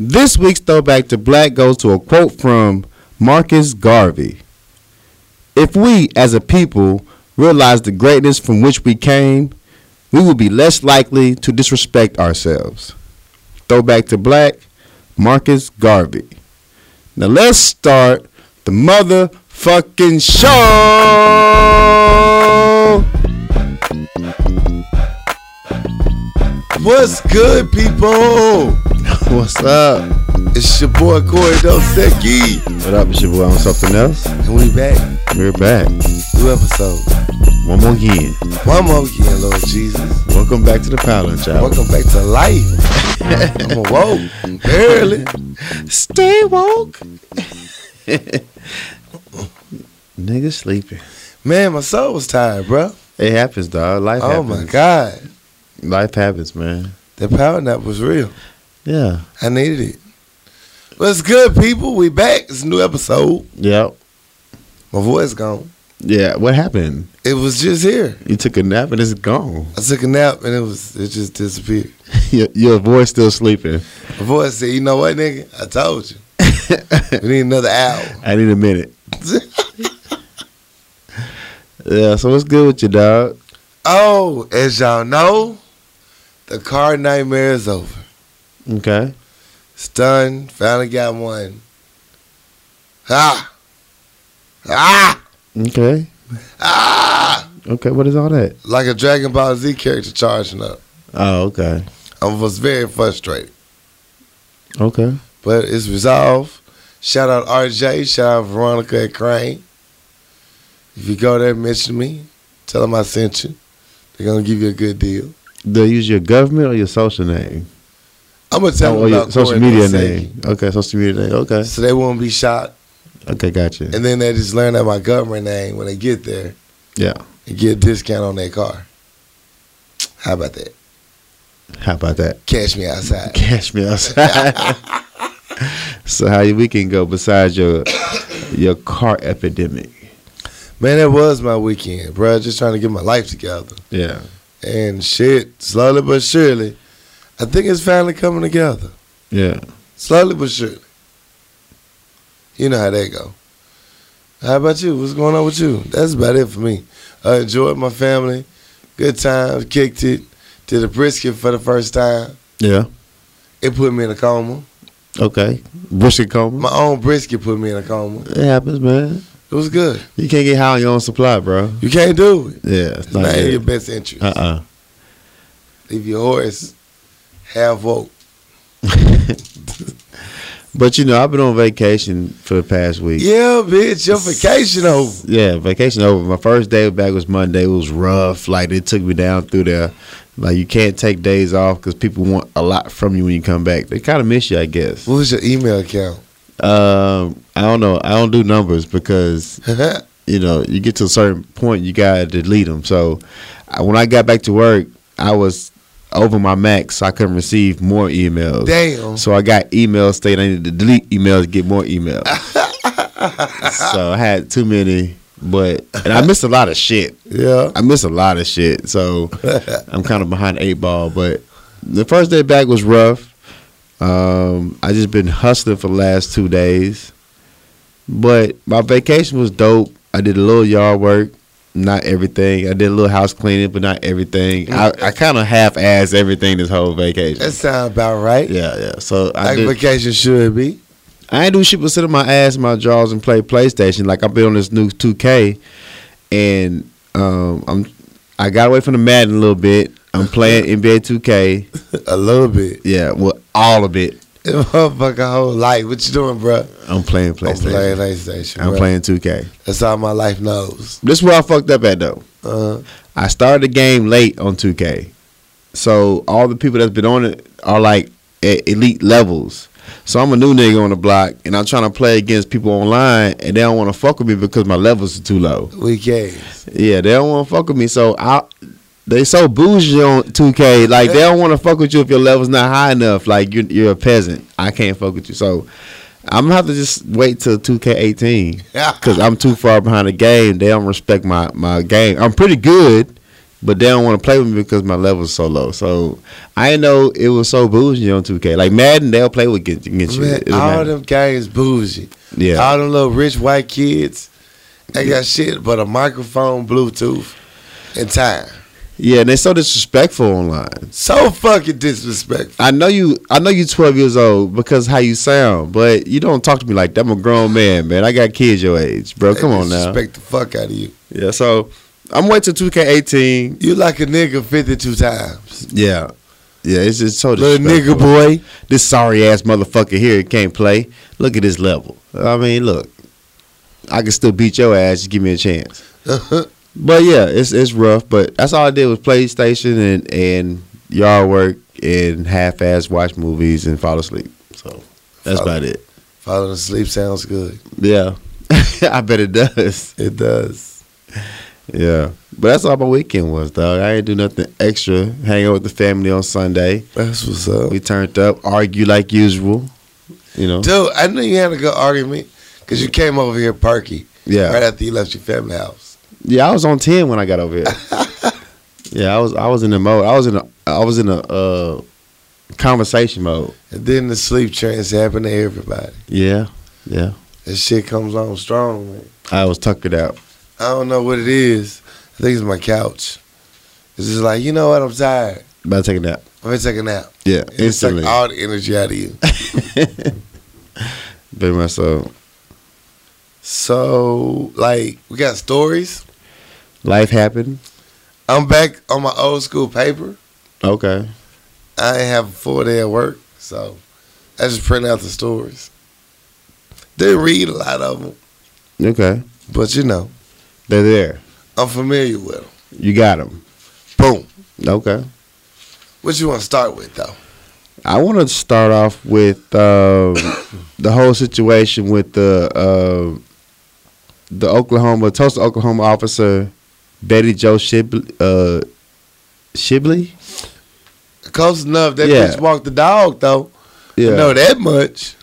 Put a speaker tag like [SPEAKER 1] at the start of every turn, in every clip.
[SPEAKER 1] This week's throwback to black goes to a quote from Marcus Garvey. If we as a people realize the greatness from which we came, we will be less likely to disrespect ourselves. Throwback to black, Marcus Garvey. Now let's start the motherfucking show.
[SPEAKER 2] What's good, people?
[SPEAKER 1] What's up?
[SPEAKER 2] It's your boy Corey Dosecki,
[SPEAKER 1] What up, it's your boy on something else.
[SPEAKER 2] and we back.
[SPEAKER 1] We're back
[SPEAKER 2] New episode.
[SPEAKER 1] one more again.
[SPEAKER 2] One more year, Lord Jesus.
[SPEAKER 1] Welcome back to the Power Child.
[SPEAKER 2] Welcome back to life. I'm awoke, barely.
[SPEAKER 1] Stay woke. Niggas sleeping.
[SPEAKER 2] Man, my soul was tired, bro.
[SPEAKER 1] It happens, dog. Life
[SPEAKER 2] Oh
[SPEAKER 1] happens.
[SPEAKER 2] my God,
[SPEAKER 1] Life happens, man.
[SPEAKER 2] the power nap was real.
[SPEAKER 1] Yeah.
[SPEAKER 2] I needed it. What's good, people? We back. It's a new episode.
[SPEAKER 1] Yep.
[SPEAKER 2] My voice gone.
[SPEAKER 1] Yeah. What happened?
[SPEAKER 2] It was just here.
[SPEAKER 1] You took a nap and it's gone.
[SPEAKER 2] I took a nap and it was it just disappeared.
[SPEAKER 1] your, your voice still sleeping.
[SPEAKER 2] My voice said, "You know what, nigga? I told you. we need another hour."
[SPEAKER 1] I need a minute. yeah. So what's good with you, dog?
[SPEAKER 2] Oh, as y'all know, the car nightmare is over.
[SPEAKER 1] Okay.
[SPEAKER 2] It's done. Finally got one. Ah! Ah!
[SPEAKER 1] Okay.
[SPEAKER 2] Ah!
[SPEAKER 1] Okay. What is all that?
[SPEAKER 2] Like a Dragon Ball Z character charging up.
[SPEAKER 1] Oh, okay.
[SPEAKER 2] I was very frustrated.
[SPEAKER 1] Okay.
[SPEAKER 2] But it's resolved. Shout out RJ. Shout out Veronica and Crane. If you go there, mention me. Tell them I sent you. They're going to give you a good deal.
[SPEAKER 1] They use your government or your social name?
[SPEAKER 2] I'm going to tell
[SPEAKER 1] or
[SPEAKER 2] them
[SPEAKER 1] your
[SPEAKER 2] about
[SPEAKER 1] Oh, social
[SPEAKER 2] Corey
[SPEAKER 1] media
[SPEAKER 2] Dosecki.
[SPEAKER 1] name. Okay, social media name. Okay.
[SPEAKER 2] So they won't be shocked.
[SPEAKER 1] Okay, gotcha.
[SPEAKER 2] And then they just learn that my government name when they get there
[SPEAKER 1] Yeah.
[SPEAKER 2] and get a discount on their car. How about that?
[SPEAKER 1] How about that?
[SPEAKER 2] Catch me outside.
[SPEAKER 1] Cash me outside. so how your weekend go besides your your car epidemic?
[SPEAKER 2] Man, that was my weekend, bro. Just trying to get my life together.
[SPEAKER 1] Yeah.
[SPEAKER 2] And shit, slowly but surely, I think it's finally coming together.
[SPEAKER 1] Yeah.
[SPEAKER 2] Slowly but surely. You know how that go. How about you? What's going on with you? That's about it for me. I enjoyed my family. Good times. Kicked it. Did a brisket for the first time.
[SPEAKER 1] Yeah.
[SPEAKER 2] It put me in a coma.
[SPEAKER 1] Okay. Brisket coma.
[SPEAKER 2] My own brisket put me in a coma.
[SPEAKER 1] it happens, man.
[SPEAKER 2] It was good.
[SPEAKER 1] You can't get high on your own supply, bro.
[SPEAKER 2] You can't do it.
[SPEAKER 1] Yeah. It's
[SPEAKER 2] It's not in your
[SPEAKER 1] good.
[SPEAKER 2] best interest.
[SPEAKER 1] Uh-uh.
[SPEAKER 2] Leave your horse half woke.
[SPEAKER 1] But you know, I've been on vacation for the past week.
[SPEAKER 2] Yeah, bitch, your vacation over.
[SPEAKER 1] Yeah, vacation over. My first day back was Monday. It was rough. Like they took me down through there. Like you can't take days off because people want a lot from you when you come back. They kind of miss you, I guess.
[SPEAKER 2] What was your email account?
[SPEAKER 1] Um, I don't know. I don't do numbers because
[SPEAKER 2] That's
[SPEAKER 1] you know you get to a certain point, you gotta delete them. So I, when I got back to work, I was over my max, so I couldn't receive more emails.
[SPEAKER 2] Damn.
[SPEAKER 1] So I got emails stating I needed to delete emails to get more emails. so I had too many, but and I missed a lot of shit.
[SPEAKER 2] Yeah.
[SPEAKER 1] I miss a lot of shit, so I'm kind of behind the eight ball. But the first day back was rough. Um, I just been hustling for the last two days, but my vacation was dope. I did a little yard work, not everything. I did a little house cleaning, but not everything. I, I kind of half assed everything this whole vacation.
[SPEAKER 2] That sounds about right.
[SPEAKER 1] yeah, yeah. So I
[SPEAKER 2] Like
[SPEAKER 1] did,
[SPEAKER 2] vacation should be.
[SPEAKER 1] I ain't do shit but sit on my ass in my drawers and play PlayStation. Like I've been on this new 2K, and um, I'm I got away from the Madden a little bit. I'm playing NBA 2K.
[SPEAKER 2] A little bit.
[SPEAKER 1] Yeah, well, all of it.
[SPEAKER 2] That motherfucker whole life. What you doing, bro?
[SPEAKER 1] I'm playing
[SPEAKER 2] I'm playing
[SPEAKER 1] PlayStation.
[SPEAKER 2] PlayStation.
[SPEAKER 1] I'm
[SPEAKER 2] bruh.
[SPEAKER 1] playing 2K.
[SPEAKER 2] That's all my life knows.
[SPEAKER 1] This is where I fucked up at though.
[SPEAKER 2] Uh,
[SPEAKER 1] I started the game late on 2K. So all the people that's been on it are like at elite levels. So I'm a new nigga on the block, and I'm trying to play against people online, and they don't want to fuck with me because my levels are too low.
[SPEAKER 2] weekends.
[SPEAKER 1] Yeah, they don't want to fuck with me. So I, they so bougie on 2K. Like they don't want to fuck with you if your level's not high enough. Like you're you're a peasant. I can't fuck with you. So I'm gonna have to just wait till 2K18 because I'm too far behind the game. They don't respect my my game. I'm pretty good but they don't want to play with me because my level's so low. So I didn't know it was so bougie on 2K. Like Madden, they'll play with get- against you.
[SPEAKER 2] Man,
[SPEAKER 1] It was
[SPEAKER 2] all
[SPEAKER 1] Madden.
[SPEAKER 2] them gangs bougie.
[SPEAKER 1] yeah,
[SPEAKER 2] All them little rich white kids, they got shit but a microphone, Bluetooth, and time.
[SPEAKER 1] yeah, and they're so disrespectful online.
[SPEAKER 2] So fucking disrespectful.
[SPEAKER 1] I know you. I know you 12 years old because how you sound, but you don't talk to me like that. I'm a grown man, man. I got kids your age, bro. Oh, Come
[SPEAKER 2] They
[SPEAKER 1] on now.
[SPEAKER 2] Disrespect the fuck out of you.
[SPEAKER 1] Yeah, so I'm waiting till 2K18.
[SPEAKER 2] You like a nigga 52 times.
[SPEAKER 1] Yeah. Yeah, it's just so
[SPEAKER 2] Little
[SPEAKER 1] disrespectful.
[SPEAKER 2] nigga boy.
[SPEAKER 1] This sorry ass motherfucker here he can't play. Look at his level. I mean, look, I can still beat your ass. Just give me a chance. But yeah, it's it's rough. But that's all I did was PlayStation and and yard work and half ass watch movies and fall asleep. So that's
[SPEAKER 2] Fall-
[SPEAKER 1] about it.
[SPEAKER 2] Falling asleep sounds good.
[SPEAKER 1] Yeah, I bet it does.
[SPEAKER 2] It does.
[SPEAKER 1] Yeah, but that's all my weekend was, dog. I didn't do nothing extra. Hang out with the family on Sunday.
[SPEAKER 2] That's what's up.
[SPEAKER 1] We turned up, argue like usual. You know.
[SPEAKER 2] Dude, I knew you had a good argument because you came over here perky
[SPEAKER 1] Yeah.
[SPEAKER 2] right after you left your family house.
[SPEAKER 1] Yeah, I was on ten when I got over here. yeah, I was I was in the mode. I was in a I was in a uh, conversation mode.
[SPEAKER 2] And then the sleep trance happened to everybody.
[SPEAKER 1] Yeah, yeah.
[SPEAKER 2] That shit comes on strong, man.
[SPEAKER 1] I was tuckered out.
[SPEAKER 2] I don't know what it is. I think it's my couch. It's just like, you know what? I'm tired.
[SPEAKER 1] About to take a nap.
[SPEAKER 2] I'm going to take a nap.
[SPEAKER 1] Yeah,
[SPEAKER 2] And It's
[SPEAKER 1] instantly.
[SPEAKER 2] like uh, all the energy out of you.
[SPEAKER 1] Very much so.
[SPEAKER 2] So, like, we got stories.
[SPEAKER 1] Life happened.
[SPEAKER 2] I'm back on my old school paper.
[SPEAKER 1] Okay.
[SPEAKER 2] I ain't have a full day at work, so I just print out the stories. Didn't read a lot of them,
[SPEAKER 1] Okay.
[SPEAKER 2] but you know,
[SPEAKER 1] They're there.
[SPEAKER 2] I'm familiar with them.
[SPEAKER 1] You got them.
[SPEAKER 2] Boom.
[SPEAKER 1] Okay.
[SPEAKER 2] What you want to start with, though?
[SPEAKER 1] I want to start off with um, the whole situation with the uh, the Oklahoma Tulsa, Oklahoma officer Betty Joe Shibley. Uh, Shibley,
[SPEAKER 2] Close enough. That
[SPEAKER 1] Yeah.
[SPEAKER 2] bitch walked the dog, though.
[SPEAKER 1] yeah.
[SPEAKER 2] I know that much.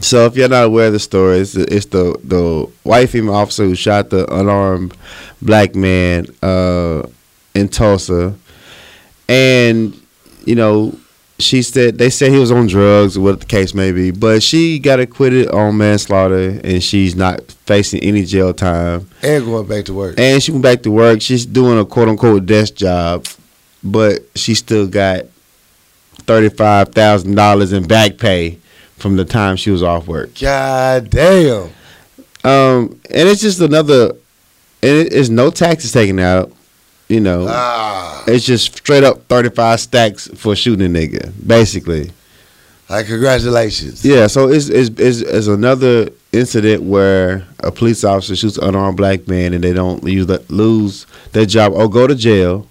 [SPEAKER 1] so if you're not aware of the story, it's the, it's the the white female officer who shot the unarmed black man uh, in Tulsa, and you know she said they said he was on drugs or what the case may be, but she got acquitted on manslaughter and she's not facing any jail time.
[SPEAKER 2] And going back to work.
[SPEAKER 1] And she went back to work. She's doing a quote unquote desk job, but she still got thirty five thousand dollars in back pay from the time she was off work.
[SPEAKER 2] God damn.
[SPEAKER 1] Um, and it's just another, and it, it's no taxes taken out. You know,
[SPEAKER 2] Ah.
[SPEAKER 1] it's just straight up thirty five stacks for shooting a nigga, basically.
[SPEAKER 2] Like, congratulations.
[SPEAKER 1] Yeah, so it's it's, it's it's another incident where a police officer shoots an unarmed black man and they don't use the, lose their job or go to jail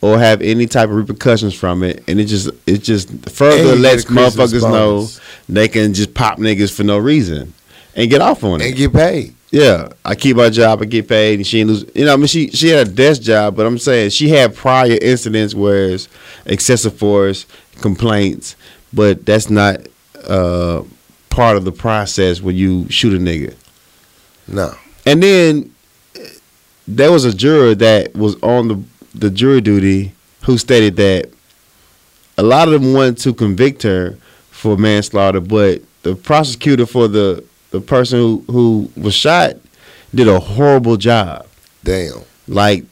[SPEAKER 1] or have any type of repercussions from it, and it just it just
[SPEAKER 2] And
[SPEAKER 1] further
[SPEAKER 2] you get
[SPEAKER 1] lets
[SPEAKER 2] a Christmas
[SPEAKER 1] motherfuckers know
[SPEAKER 2] bonus.
[SPEAKER 1] they can just pop niggas for no reason and get off on it.
[SPEAKER 2] And get paid.
[SPEAKER 1] Yeah, I keep my job, I get paid, and she didn't lose. You know, I mean, she she had a desk job, but I'm saying she had prior incidents where it's excessive force, complaints, but that's not uh, part of the process when you shoot a nigga.
[SPEAKER 2] No.
[SPEAKER 1] And then eh, there was a juror that was on the the jury duty who stated that a lot of them wanted to convict her for manslaughter, but the prosecutor for the the person who, who was shot did a horrible job.
[SPEAKER 2] Damn.
[SPEAKER 1] Like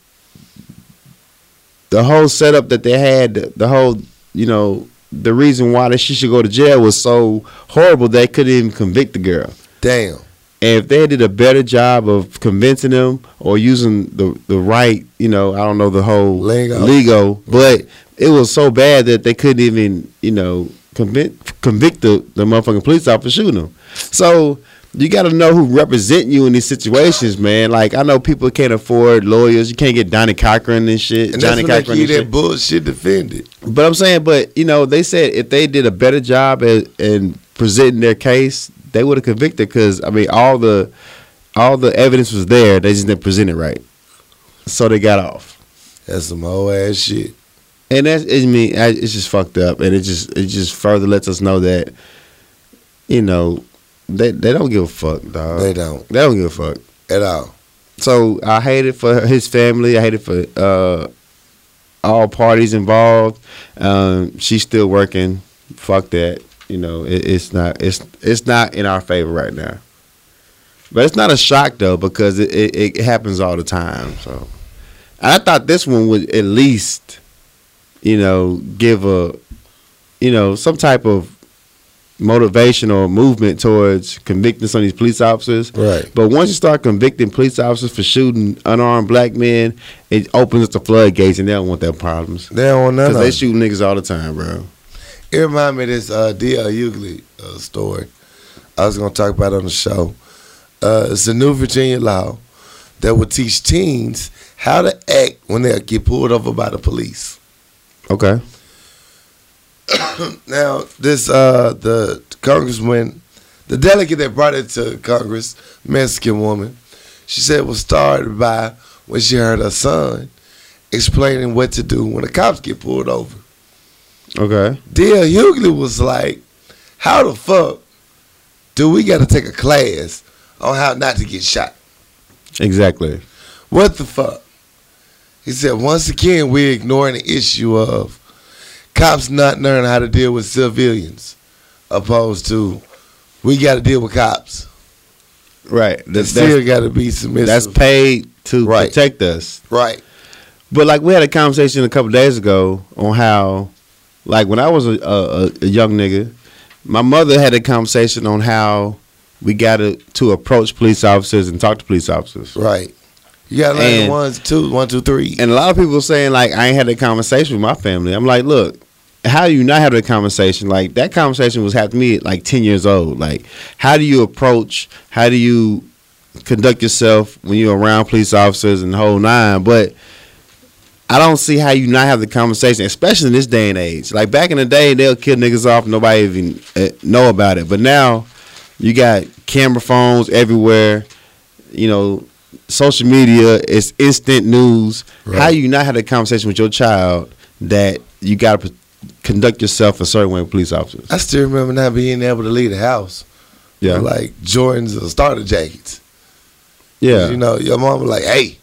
[SPEAKER 1] the whole setup that they had, the, the whole you know the reason why that she should go to jail was so horrible they couldn't even convict the girl.
[SPEAKER 2] Damn.
[SPEAKER 1] And if they did a better job of convincing them or using the, the right, you know, I don't know the whole
[SPEAKER 2] Lingo.
[SPEAKER 1] lingo, but it was so bad that they couldn't even, you know, convict convict the, the motherfucking police officer shooting them. So you got to know who represent you in these situations, man. Like I know people can't afford lawyers. You can't get Donnie Cochran and shit.
[SPEAKER 2] And
[SPEAKER 1] Johnny
[SPEAKER 2] that's when they
[SPEAKER 1] Cochran
[SPEAKER 2] keep
[SPEAKER 1] and shit.
[SPEAKER 2] that bullshit defended.
[SPEAKER 1] But I'm saying, but you know, they said if they did a better job at, in presenting their case, they would have convicted. Because I mean, all the all the evidence was there. They just didn't present it right, so they got off.
[SPEAKER 2] That's some whole ass shit.
[SPEAKER 1] Uh-huh. And that's I mean, I- it's just fucked up, and it just it just further lets us know that you know they they don't give a fuck, dog.
[SPEAKER 2] They don't
[SPEAKER 1] they don't give a fuck.
[SPEAKER 2] at all.
[SPEAKER 1] So I hate it for his family. I hate it for uh, all parties involved. Um, she's still working. Fuck that. You know, it, it's not it's it's not in our favor right now. But it's not a shock though because it, it, it happens all the time. So and I thought this one would at least, you know, give a, you know, some type of motivation or movement towards convicting some of these police officers.
[SPEAKER 2] Right.
[SPEAKER 1] But once you start convicting police officers for shooting unarmed black men, it opens up the floodgates and they don't want their problems.
[SPEAKER 2] They don't want none
[SPEAKER 1] Because
[SPEAKER 2] of
[SPEAKER 1] they
[SPEAKER 2] it.
[SPEAKER 1] shoot niggas all the time, bro.
[SPEAKER 2] It reminded me of this uh, D.L. Hughley uh, story I was going to talk about on the show. Uh, it's a new Virginia law that will teach teens how to act when they get pulled over by the police.
[SPEAKER 1] Okay.
[SPEAKER 2] Now, this uh the congressman, the delegate that brought it to Congress, Mexican woman, she said was started by when she heard her son explaining what to do when the cops get pulled over.
[SPEAKER 1] Okay.
[SPEAKER 2] Dale Hughley was like, "How the fuck do we got to take a class on how not to get shot?
[SPEAKER 1] Exactly.
[SPEAKER 2] What the fuck?" He said, "Once again, we're ignoring the issue of cops not learning how to deal with civilians, opposed to we got to deal with cops.
[SPEAKER 1] Right.
[SPEAKER 2] They
[SPEAKER 1] That's,
[SPEAKER 2] still
[SPEAKER 1] that's,
[SPEAKER 2] got to be submissive.
[SPEAKER 1] that's paid to
[SPEAKER 2] Right.
[SPEAKER 1] protect us.
[SPEAKER 2] right.
[SPEAKER 1] But like we had a conversation a couple days ago on how, like when I was a, a, a- a young nigga, my mother had a conversation on how we got to to approach police officers and talk to police officers.
[SPEAKER 2] Right. You got to learn
[SPEAKER 1] And-
[SPEAKER 2] the ones, two, one, two, three.
[SPEAKER 1] And a lot of people saying like I ain't had a conversation with my family. I'm like, look, how do you not have that conversation? Like that conversation was happening to me at like ten years old. Like how do you approach? How do you conduct yourself when you're around police officers and the whole nine? But I don't see how you not have the conversation, especially in this day and age. Like back in the day, they'll kill niggas off, nobody even uh, know about it. But now, you got camera phones everywhere. You know, social media is instant news. How
[SPEAKER 2] Right.
[SPEAKER 1] you not have a conversation with your child that you got to conduct yourself a certain way with police officers?
[SPEAKER 2] I still remember not being able to leave the house.
[SPEAKER 1] Yeah,
[SPEAKER 2] with, Like Jordans or starter jackets.
[SPEAKER 1] yeah,
[SPEAKER 2] You know, your mom was like, hey,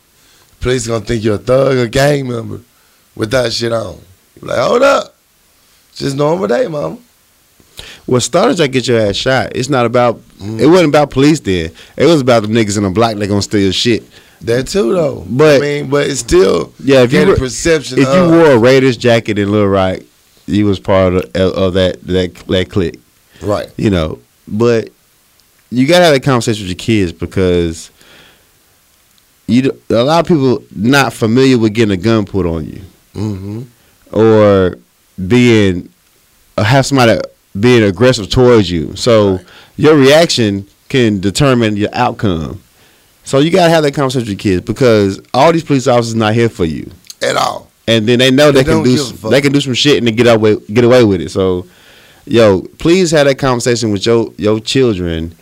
[SPEAKER 2] police going to think you're a thug or gang member with that shit on. you like, hold up. Just normal day, mama.
[SPEAKER 1] Well, starters that get your ass shot. It's not about.
[SPEAKER 2] Mm.
[SPEAKER 1] It wasn't about police then. It was about the niggas in the block that gonna steal your shit.
[SPEAKER 2] That too, though.
[SPEAKER 1] But-
[SPEAKER 2] I mean, but it's still
[SPEAKER 1] Yeah, if you
[SPEAKER 2] get
[SPEAKER 1] were-
[SPEAKER 2] a perception
[SPEAKER 1] If
[SPEAKER 2] of,
[SPEAKER 1] you uh, wore a Raiders jacket in Little Rock, you was part of, of that that that clique,
[SPEAKER 2] Right.
[SPEAKER 1] you know. But you gotta have that conversation with your kids because you d- a lot of people not familiar with getting a gun put on you
[SPEAKER 2] Mm-hmm.
[SPEAKER 1] or being or have somebody being aggressive towards you. So your reaction can determine your outcome. So you gotta have that conversation with your kids because all these police officers not here for you
[SPEAKER 2] At all.
[SPEAKER 1] and then they know
[SPEAKER 2] They
[SPEAKER 1] they, can
[SPEAKER 2] don't
[SPEAKER 1] do
[SPEAKER 2] give a
[SPEAKER 1] some,
[SPEAKER 2] fuck.
[SPEAKER 1] they can do some shit and then get away get away with it. So, yo, please have that conversation with your your children,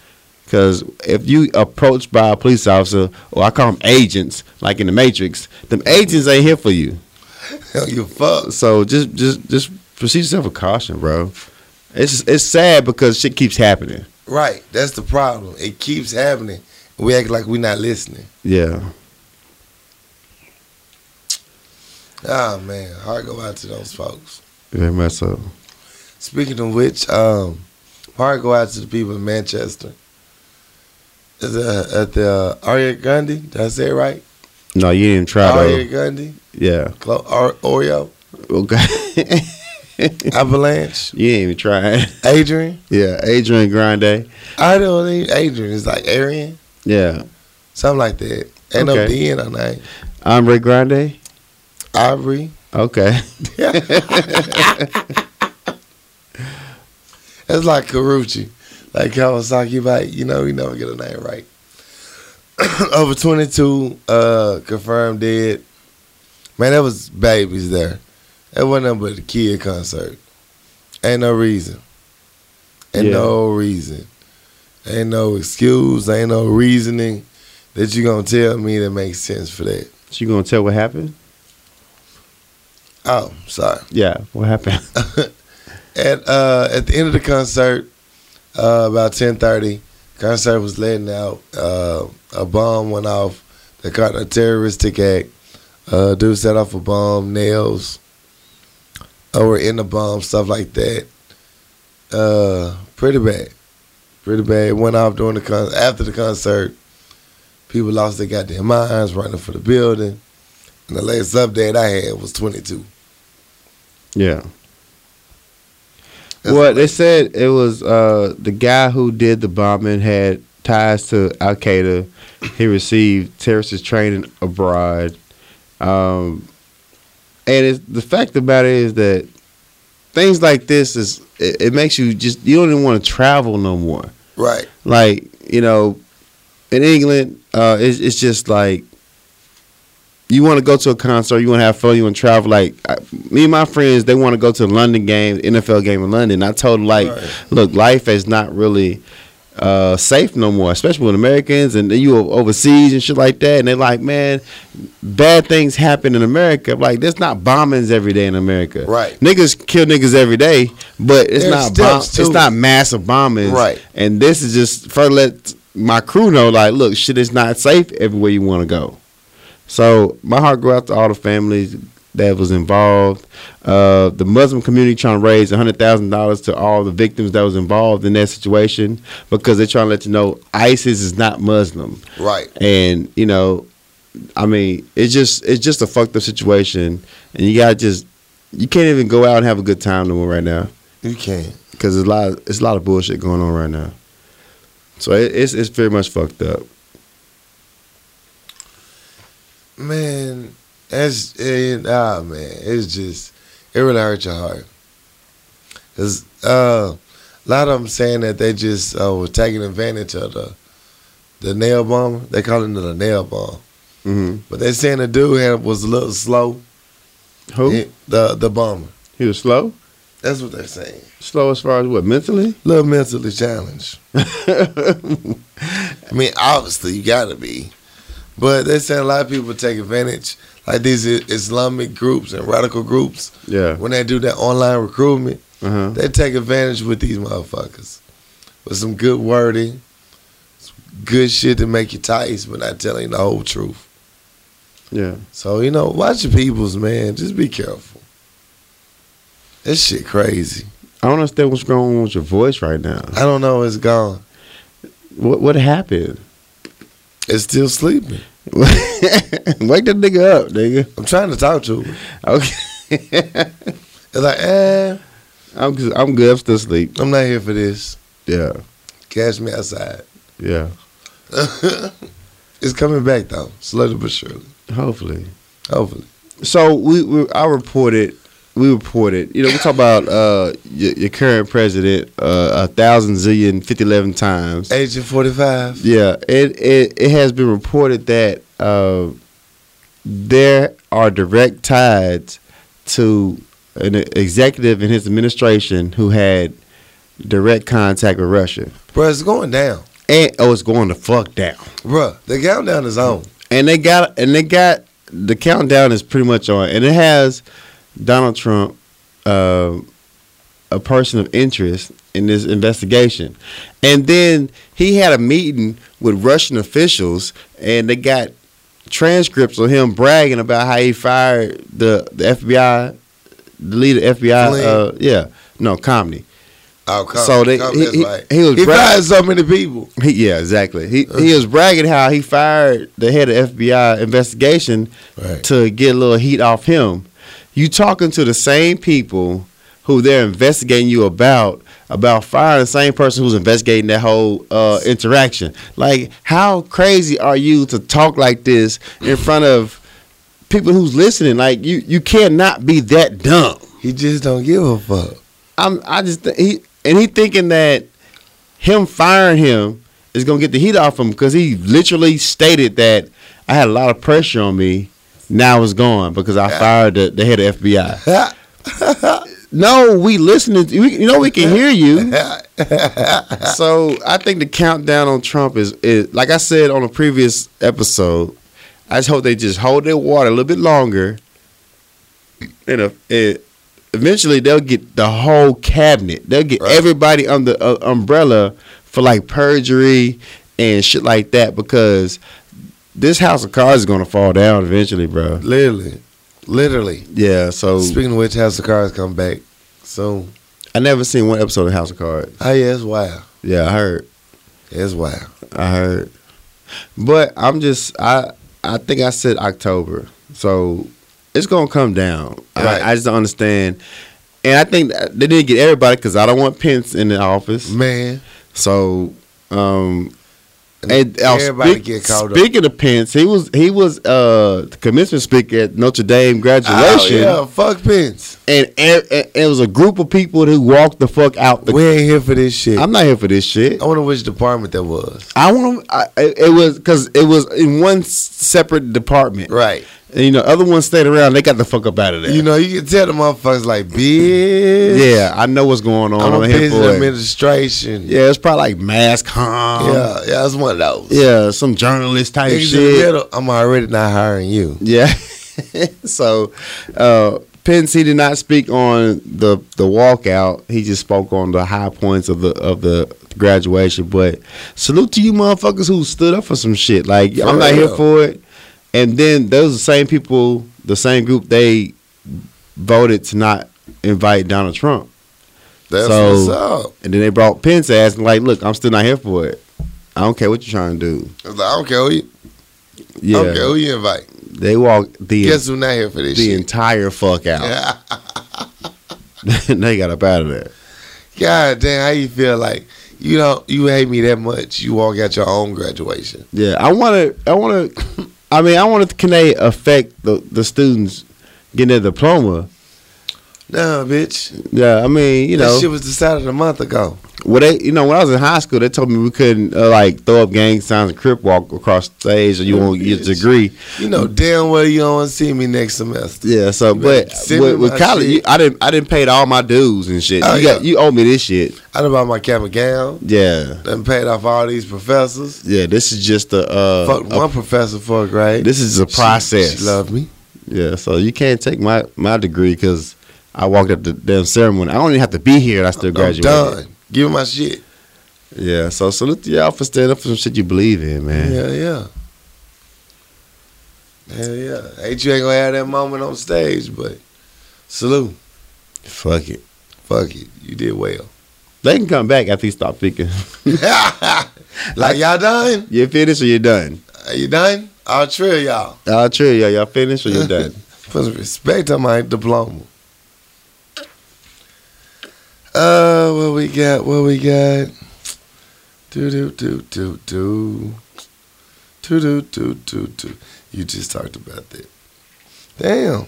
[SPEAKER 1] because if you approached by a police officer or I call them agents, like in the Matrix, them agents ain't here for you.
[SPEAKER 2] Hell, you fuck.
[SPEAKER 1] So just just just proceed yourself with caution, bro. It's it's sad because shit keeps happening.
[SPEAKER 2] Right. That's the problem. It keeps happening. We act like we're not listening.
[SPEAKER 1] Yeah,
[SPEAKER 2] Ah man, heart go out to those folks.
[SPEAKER 1] very much so.
[SPEAKER 2] Speaking of which, um, heart go out to the people in Manchester. At the, at the uh, Arya Gandhi, did I say it right?
[SPEAKER 1] No, you didn't try
[SPEAKER 2] Arya
[SPEAKER 1] though.
[SPEAKER 2] Gandhi,
[SPEAKER 1] Yeah.
[SPEAKER 2] Clo- Ar- Oreo,
[SPEAKER 1] Okay.
[SPEAKER 2] Avalanche,
[SPEAKER 1] you ain't even trying.
[SPEAKER 2] Adrian.
[SPEAKER 1] Yeah, Adrian Grande.
[SPEAKER 2] I don't even Adrian. It's like Arian,
[SPEAKER 1] Yeah.
[SPEAKER 2] something like that. Ain't no
[SPEAKER 1] Okay.
[SPEAKER 2] D in her name.
[SPEAKER 1] I'm Rick Grande.
[SPEAKER 2] Ivory.
[SPEAKER 1] Okay.
[SPEAKER 2] It's like Karuchi, like Kawasaki bike. You know, you never get a name right. Over 22 uh, confirmed dead. Man, that was babies there. That wasn't nothing but a kid concert. Ain't no reason. Ain't
[SPEAKER 1] Yeah.
[SPEAKER 2] no reason. Ain't no excuse. Ain't no reasoning that you gonna tell me that makes sense for that.
[SPEAKER 1] She gonna tell what happened?
[SPEAKER 2] Oh, sorry.
[SPEAKER 1] Yeah, what happened?
[SPEAKER 2] at uh, at the end of the concert, uh, about ten thirty, concert was letting out. Uh, a bomb went off that caught a terroristic act Uh, dude set off a bomb, nails, uh, were in the bomb, stuff like that. Uh, pretty bad, pretty bad. Went off during the con- after the concert. People lost their goddamn minds running for the building. And the latest update I had was 22.
[SPEAKER 1] Yeah.
[SPEAKER 2] That's
[SPEAKER 1] well, they said it was uh, the guy who did the bombing had ties to Al Qaeda. He received terrorist training abroad. Um, and it's, the fact about it is that things like this is it, it makes you just you don't even want to travel no more.
[SPEAKER 2] Right.
[SPEAKER 1] Like you know, in England, uh, it's, it's just like you want to go to a concert, you want to have fun, you want to travel. Like I, me and my friends, they want to go to the London game, NFL game in London. I told them, like,
[SPEAKER 2] Right.
[SPEAKER 1] look, life is not really uh, safe no more, especially with Americans and then you o- overseas and shit like that. And they're like, man, bad things happen in America. I'm Like, there's not bombings every day in America.
[SPEAKER 2] Right.
[SPEAKER 1] Niggas kill niggas every day, but it's
[SPEAKER 2] There's
[SPEAKER 1] not bomb,
[SPEAKER 2] steps
[SPEAKER 1] it's
[SPEAKER 2] to it.
[SPEAKER 1] not massive bombings.
[SPEAKER 2] Right.
[SPEAKER 1] And this is just for let my crew know, like, look, shit is not safe everywhere you want to go. So my heart goes out to all the families that was involved. Uh, the Muslim community trying to raise hundred thousand dollars to all the victims that was involved in that situation because they're trying to let you know ISIS is not Muslim,
[SPEAKER 2] Right.
[SPEAKER 1] and you know, I mean, it's just it's just a fucked up situation, and you gotta just you can't even go out and have a good time no more right now
[SPEAKER 2] You can't.
[SPEAKER 1] because it's a lot it's a lot of bullshit going on right now. So it, it's it's very much fucked up.
[SPEAKER 2] Man, that's it, ah man, it's just it really hurt your heart. Cause uh, a lot of them saying that they just uh, were taking advantage of the the nail bomber. They call it the nail bomb,
[SPEAKER 1] hmm
[SPEAKER 2] but they saying the dude had, was a little slow.
[SPEAKER 1] Who
[SPEAKER 2] He- the the bomber.
[SPEAKER 1] he was slow.
[SPEAKER 2] That's what they're saying.
[SPEAKER 1] Slow as far as what mentally?
[SPEAKER 2] little mentally challenged. I mean, obviously you gotta be, but they saying a lot of people take advantage, like these I- Islamic groups and radical groups.
[SPEAKER 1] Yeah.
[SPEAKER 2] When they do that online recruitment,
[SPEAKER 1] Uh-huh.
[SPEAKER 2] they take advantage with these motherfuckers with some good wording, some good shit to make you tight, but not telling the whole truth.
[SPEAKER 1] Yeah.
[SPEAKER 2] So you know, watch your peoples, man. Just be careful. This shit crazy.
[SPEAKER 1] I don't understand what's going on with your voice right now.
[SPEAKER 2] I don't know. It's gone.
[SPEAKER 1] What what happened?
[SPEAKER 2] It's still sleeping.
[SPEAKER 1] Wake that nigga up, nigga.
[SPEAKER 2] I'm trying to talk to it.
[SPEAKER 1] Okay.
[SPEAKER 2] It's like, eh,
[SPEAKER 1] I'm good- I'm good. I'm still asleep.
[SPEAKER 2] I'm not here for this.
[SPEAKER 1] Yeah.
[SPEAKER 2] Catch me outside.
[SPEAKER 1] Yeah.
[SPEAKER 2] It's coming back though, slowly but surely.
[SPEAKER 1] Hopefully.
[SPEAKER 2] Hopefully.
[SPEAKER 1] So we, we I reported we reported. You know, we talk about uh your, your current president uh, a thousand zillion fifty eleven times.
[SPEAKER 2] Agent 45.
[SPEAKER 1] Yeah, it, it it has been reported that uh, there are direct ties to an executive in his administration who had direct contact with Russia.
[SPEAKER 2] Bruh, it's going down.
[SPEAKER 1] And oh, it's going to fuck down.
[SPEAKER 2] Bruh, the countdown is on.
[SPEAKER 1] And they got and they got the countdown is pretty much on, and it has Donald Trump, uh, a person of interest in this investigation, and then he had a meeting with Russian officials, and they got transcripts of him bragging about how he fired the the FBI, the leader of FBI, uh, yeah, no, Comey.
[SPEAKER 2] Oh, come,
[SPEAKER 1] So they-
[SPEAKER 2] come,
[SPEAKER 1] he-
[SPEAKER 2] that's
[SPEAKER 1] he-
[SPEAKER 2] right.
[SPEAKER 1] he was
[SPEAKER 2] he
[SPEAKER 1] bra-
[SPEAKER 2] fired so many people.
[SPEAKER 1] He, yeah, exactly. He he was bragging how he fired the head of FBI investigation
[SPEAKER 2] Right.
[SPEAKER 1] to get a little heat off him. You talking to the same people who they're investigating you about about firing the same person who's investigating that whole uh, interaction. Like, how crazy are you to talk like this in front of people who's listening? Like, you you cannot be that dumb.
[SPEAKER 2] He just don't give a fuck.
[SPEAKER 1] I'm I just th- he and he thinking that him firing him is gonna get the heat off him because he literally stated that I had a lot of pressure on me. Now it's gone because I fired the, the head of FBI.
[SPEAKER 2] Ha,
[SPEAKER 1] No, we listening. To, we, you know we can hear you.
[SPEAKER 2] ha.
[SPEAKER 1] So I think the countdown on Trump is, is like I said on a previous episode. I just hope they just hold their water a little bit longer, and uh, it, eventually they'll get the whole cabinet. They'll get
[SPEAKER 2] Right.
[SPEAKER 1] everybody under uh, umbrella for like perjury and shit like that because this house of cards is gonna fall down eventually, bro.
[SPEAKER 2] Literally, literally.
[SPEAKER 1] Yeah. So
[SPEAKER 2] Speaking of which, House of Cards come back soon.
[SPEAKER 1] I never seen one episode of House of Cards.
[SPEAKER 2] Oh yeah, it's wild.
[SPEAKER 1] Ah, Yeah, I heard.
[SPEAKER 2] It's wild.
[SPEAKER 1] I heard. But I'm just I I think I said October, so it's gonna come down.
[SPEAKER 2] Right.
[SPEAKER 1] I, I just don't understand. And I think that they didn't get everybody because I don't want Pence in the office.
[SPEAKER 2] Man,
[SPEAKER 1] So, um,
[SPEAKER 2] And
[SPEAKER 1] and I'll
[SPEAKER 2] everybody
[SPEAKER 1] speak-
[SPEAKER 2] get caught up.
[SPEAKER 1] Speaking of Pence, he was he was uh the commencement speaker at Notre Dame
[SPEAKER 2] oh,
[SPEAKER 1] graduation,
[SPEAKER 2] yeah, fuck Pence.
[SPEAKER 1] and, and, and it was a group of people who walked the fuck out. The,
[SPEAKER 2] We ain't here for this shit.
[SPEAKER 1] I'm not here for this shit.
[SPEAKER 2] I wonder which department that was.
[SPEAKER 1] I want to. It it was because it was in one s- separate department,
[SPEAKER 2] Right.
[SPEAKER 1] And, you know, other ones stayed around. They got the fuck up out of there.
[SPEAKER 2] You know, you can tell the motherfuckers like, bitch.
[SPEAKER 1] yeah, I know what's going on.
[SPEAKER 2] I'm a
[SPEAKER 1] I'm here
[SPEAKER 2] business
[SPEAKER 1] for it.
[SPEAKER 2] administration.
[SPEAKER 1] Yeah, it's probably like mass com.
[SPEAKER 2] yeah, yeah, it's one of those.
[SPEAKER 1] yeah, some journalist type
[SPEAKER 2] Niggas in the
[SPEAKER 1] shit.
[SPEAKER 2] middle, I'm already not hiring you.
[SPEAKER 1] Yeah. so uh Pence he did not speak on the the walkout. He just spoke on the high points of the of the graduation. But salute to you motherfuckers who stood up for some shit. Like
[SPEAKER 2] For
[SPEAKER 1] I'm not here
[SPEAKER 2] real.
[SPEAKER 1] for it. And then those are the same people, the same group they voted to not invite Donald Trump.
[SPEAKER 2] That's
[SPEAKER 1] So-
[SPEAKER 2] what's up.
[SPEAKER 1] And then they brought Pence ass and like, look, I'm still not here for it. I don't care what you're trying to do.
[SPEAKER 2] I was like, I don't care who you,
[SPEAKER 1] Yeah.
[SPEAKER 2] I don't care who you invite.
[SPEAKER 1] They walked the
[SPEAKER 2] Guess who's not here for this
[SPEAKER 1] the
[SPEAKER 2] shit?
[SPEAKER 1] entire fuck out.
[SPEAKER 2] Yeah.
[SPEAKER 1] they got up out of there.
[SPEAKER 2] God damn, how you feel like you don't you hate me that much? You walk out your own graduation.
[SPEAKER 1] Yeah, I want to. I want to. I mean, I want to can they affect the the students getting their diploma?
[SPEAKER 2] Nah, bitch.
[SPEAKER 1] Yeah, I mean, you
[SPEAKER 2] that
[SPEAKER 1] know,
[SPEAKER 2] shit was decided a month ago.
[SPEAKER 1] well, they, you know, when I was in high school, they told me we couldn't uh, like throw up gang signs and crip walk across the stage, or you won't get your
[SPEAKER 2] Bitch.
[SPEAKER 1] degree.
[SPEAKER 2] You know damn well you don't want to see me next semester.
[SPEAKER 1] Yeah, so
[SPEAKER 2] Man,
[SPEAKER 1] but
[SPEAKER 2] send me
[SPEAKER 1] with, with
[SPEAKER 2] my
[SPEAKER 1] college,
[SPEAKER 2] shit.
[SPEAKER 1] you, I didn't I didn't pay all my dues and shit.
[SPEAKER 2] Oh,
[SPEAKER 1] you got
[SPEAKER 2] yeah.
[SPEAKER 1] you owe me this shit.
[SPEAKER 2] I done bought my cap and gown.
[SPEAKER 1] Yeah,
[SPEAKER 2] Done paid off all these professors.
[SPEAKER 1] yeah. This is just a, uh,
[SPEAKER 2] Fuck
[SPEAKER 1] a-
[SPEAKER 2] one professor for a grade.
[SPEAKER 1] this is a
[SPEAKER 2] She-
[SPEAKER 1] process.
[SPEAKER 2] She, loved me.
[SPEAKER 1] Yeah, so you can't take my my degree because I walked up the damn ceremony. I don't even have to be here. and I still
[SPEAKER 2] I'm
[SPEAKER 1] graduated.
[SPEAKER 2] done. Give me my shit.
[SPEAKER 1] Yeah, so salute to y'all for standing up for some shit you believe in, man.
[SPEAKER 2] Hell yeah. Hell yeah. Ain't you ain't gonna have that moment on stage, but salute.
[SPEAKER 1] Fuck it.
[SPEAKER 2] Fuck it. You did well.
[SPEAKER 1] They can come back after you stop speaking.
[SPEAKER 2] like y'all done?
[SPEAKER 1] you finished or you're done?
[SPEAKER 2] Are you done? I'll trail y'all.
[SPEAKER 1] I'll Uh, true, y'all. Y'all finished or you're done?
[SPEAKER 2] Put some respect on my diploma. Uh, what we got? What we got? Do do do do do. Do do do do do. You just talked about that. Damn,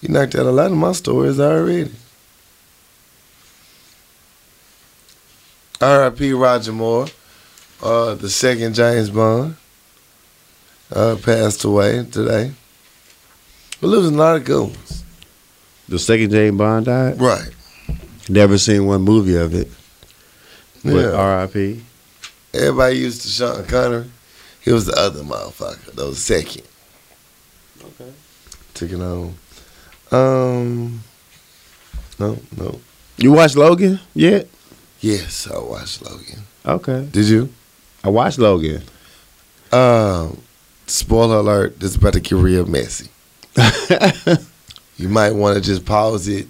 [SPEAKER 2] you knocked out a lot of my stories already. R.I.P. Roger Moore, uh, the second James Bond, uh, passed away today. We're losing a lot of good ones.
[SPEAKER 1] the second James Bond died.
[SPEAKER 2] Right.
[SPEAKER 1] Never seen one movie of it. But
[SPEAKER 2] Yeah.
[SPEAKER 1] R.I.P.
[SPEAKER 2] Everybody used to Sean Connery. He was the other motherfucker. That was second.
[SPEAKER 1] Okay.
[SPEAKER 2] Took it home. Um. No, no.
[SPEAKER 1] You watched Logan yet?
[SPEAKER 2] Yes, I watched Logan.
[SPEAKER 1] Okay.
[SPEAKER 2] Did you?
[SPEAKER 1] I watched Logan.
[SPEAKER 2] Um. Spoiler alert. This is about to get real messy. You might want to just pause it,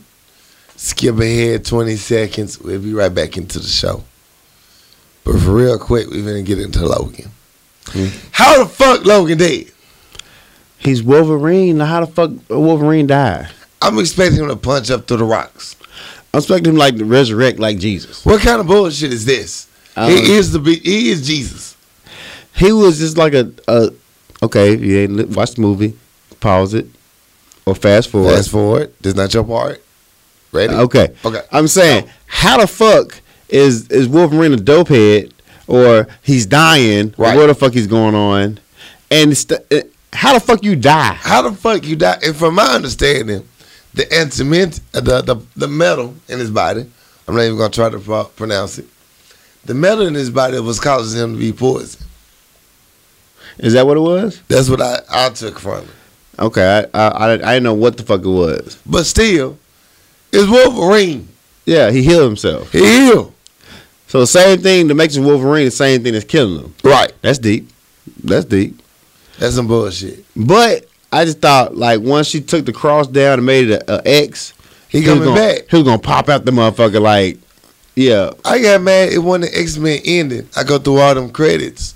[SPEAKER 2] skip ahead 20 seconds. We'll be right back into the show. But for real quick, we're going to get into Logan.
[SPEAKER 1] Hmm.
[SPEAKER 2] How the fuck Logan dead?
[SPEAKER 1] He's Wolverine. How the fuck Wolverine died?
[SPEAKER 2] I'm expecting him to punch up through the rocks.
[SPEAKER 1] I'm expecting him like to resurrect like Jesus.
[SPEAKER 2] What kind of bullshit is this?
[SPEAKER 1] Um,
[SPEAKER 2] he is the be- he is Jesus.
[SPEAKER 1] He was just like a, a okay. If you ain't li- watch the movie, pause it or fast forward.
[SPEAKER 2] Fast forward. This not your part. Ready?
[SPEAKER 1] Okay.
[SPEAKER 2] Okay. Oh.
[SPEAKER 1] I'm saying, how the fuck is is Wolverine a dope head or he's dying? or
[SPEAKER 2] Right.
[SPEAKER 1] What the fuck is going on? And st- uh, how the fuck you die?
[SPEAKER 2] How the fuck you die? And from my understanding, the antimint, uh, the, the the metal in his body. I'm not even gonna try to pro- pronounce it. The metal in his body was causing him to be poisoned.
[SPEAKER 1] Is that what it was?
[SPEAKER 2] That's what I, I took from it.
[SPEAKER 1] Okay. I, I I I didn't know what the fuck it was.
[SPEAKER 2] But still, it's Wolverine.
[SPEAKER 1] Yeah, he healed himself.
[SPEAKER 2] He healed.
[SPEAKER 1] So the same thing that makes him Wolverine, the same thing that's killing him.
[SPEAKER 2] Right.
[SPEAKER 1] That's deep. That's deep.
[SPEAKER 2] That's some bullshit.
[SPEAKER 1] But I just thought like once she took the cross down and made it a, a X,
[SPEAKER 2] He
[SPEAKER 1] was
[SPEAKER 2] coming
[SPEAKER 1] gonna-
[SPEAKER 2] back.
[SPEAKER 1] He was gonna pop out the motherfucker like, yeah,
[SPEAKER 2] I got mad it wasn't the X Men ending. I go through all them credits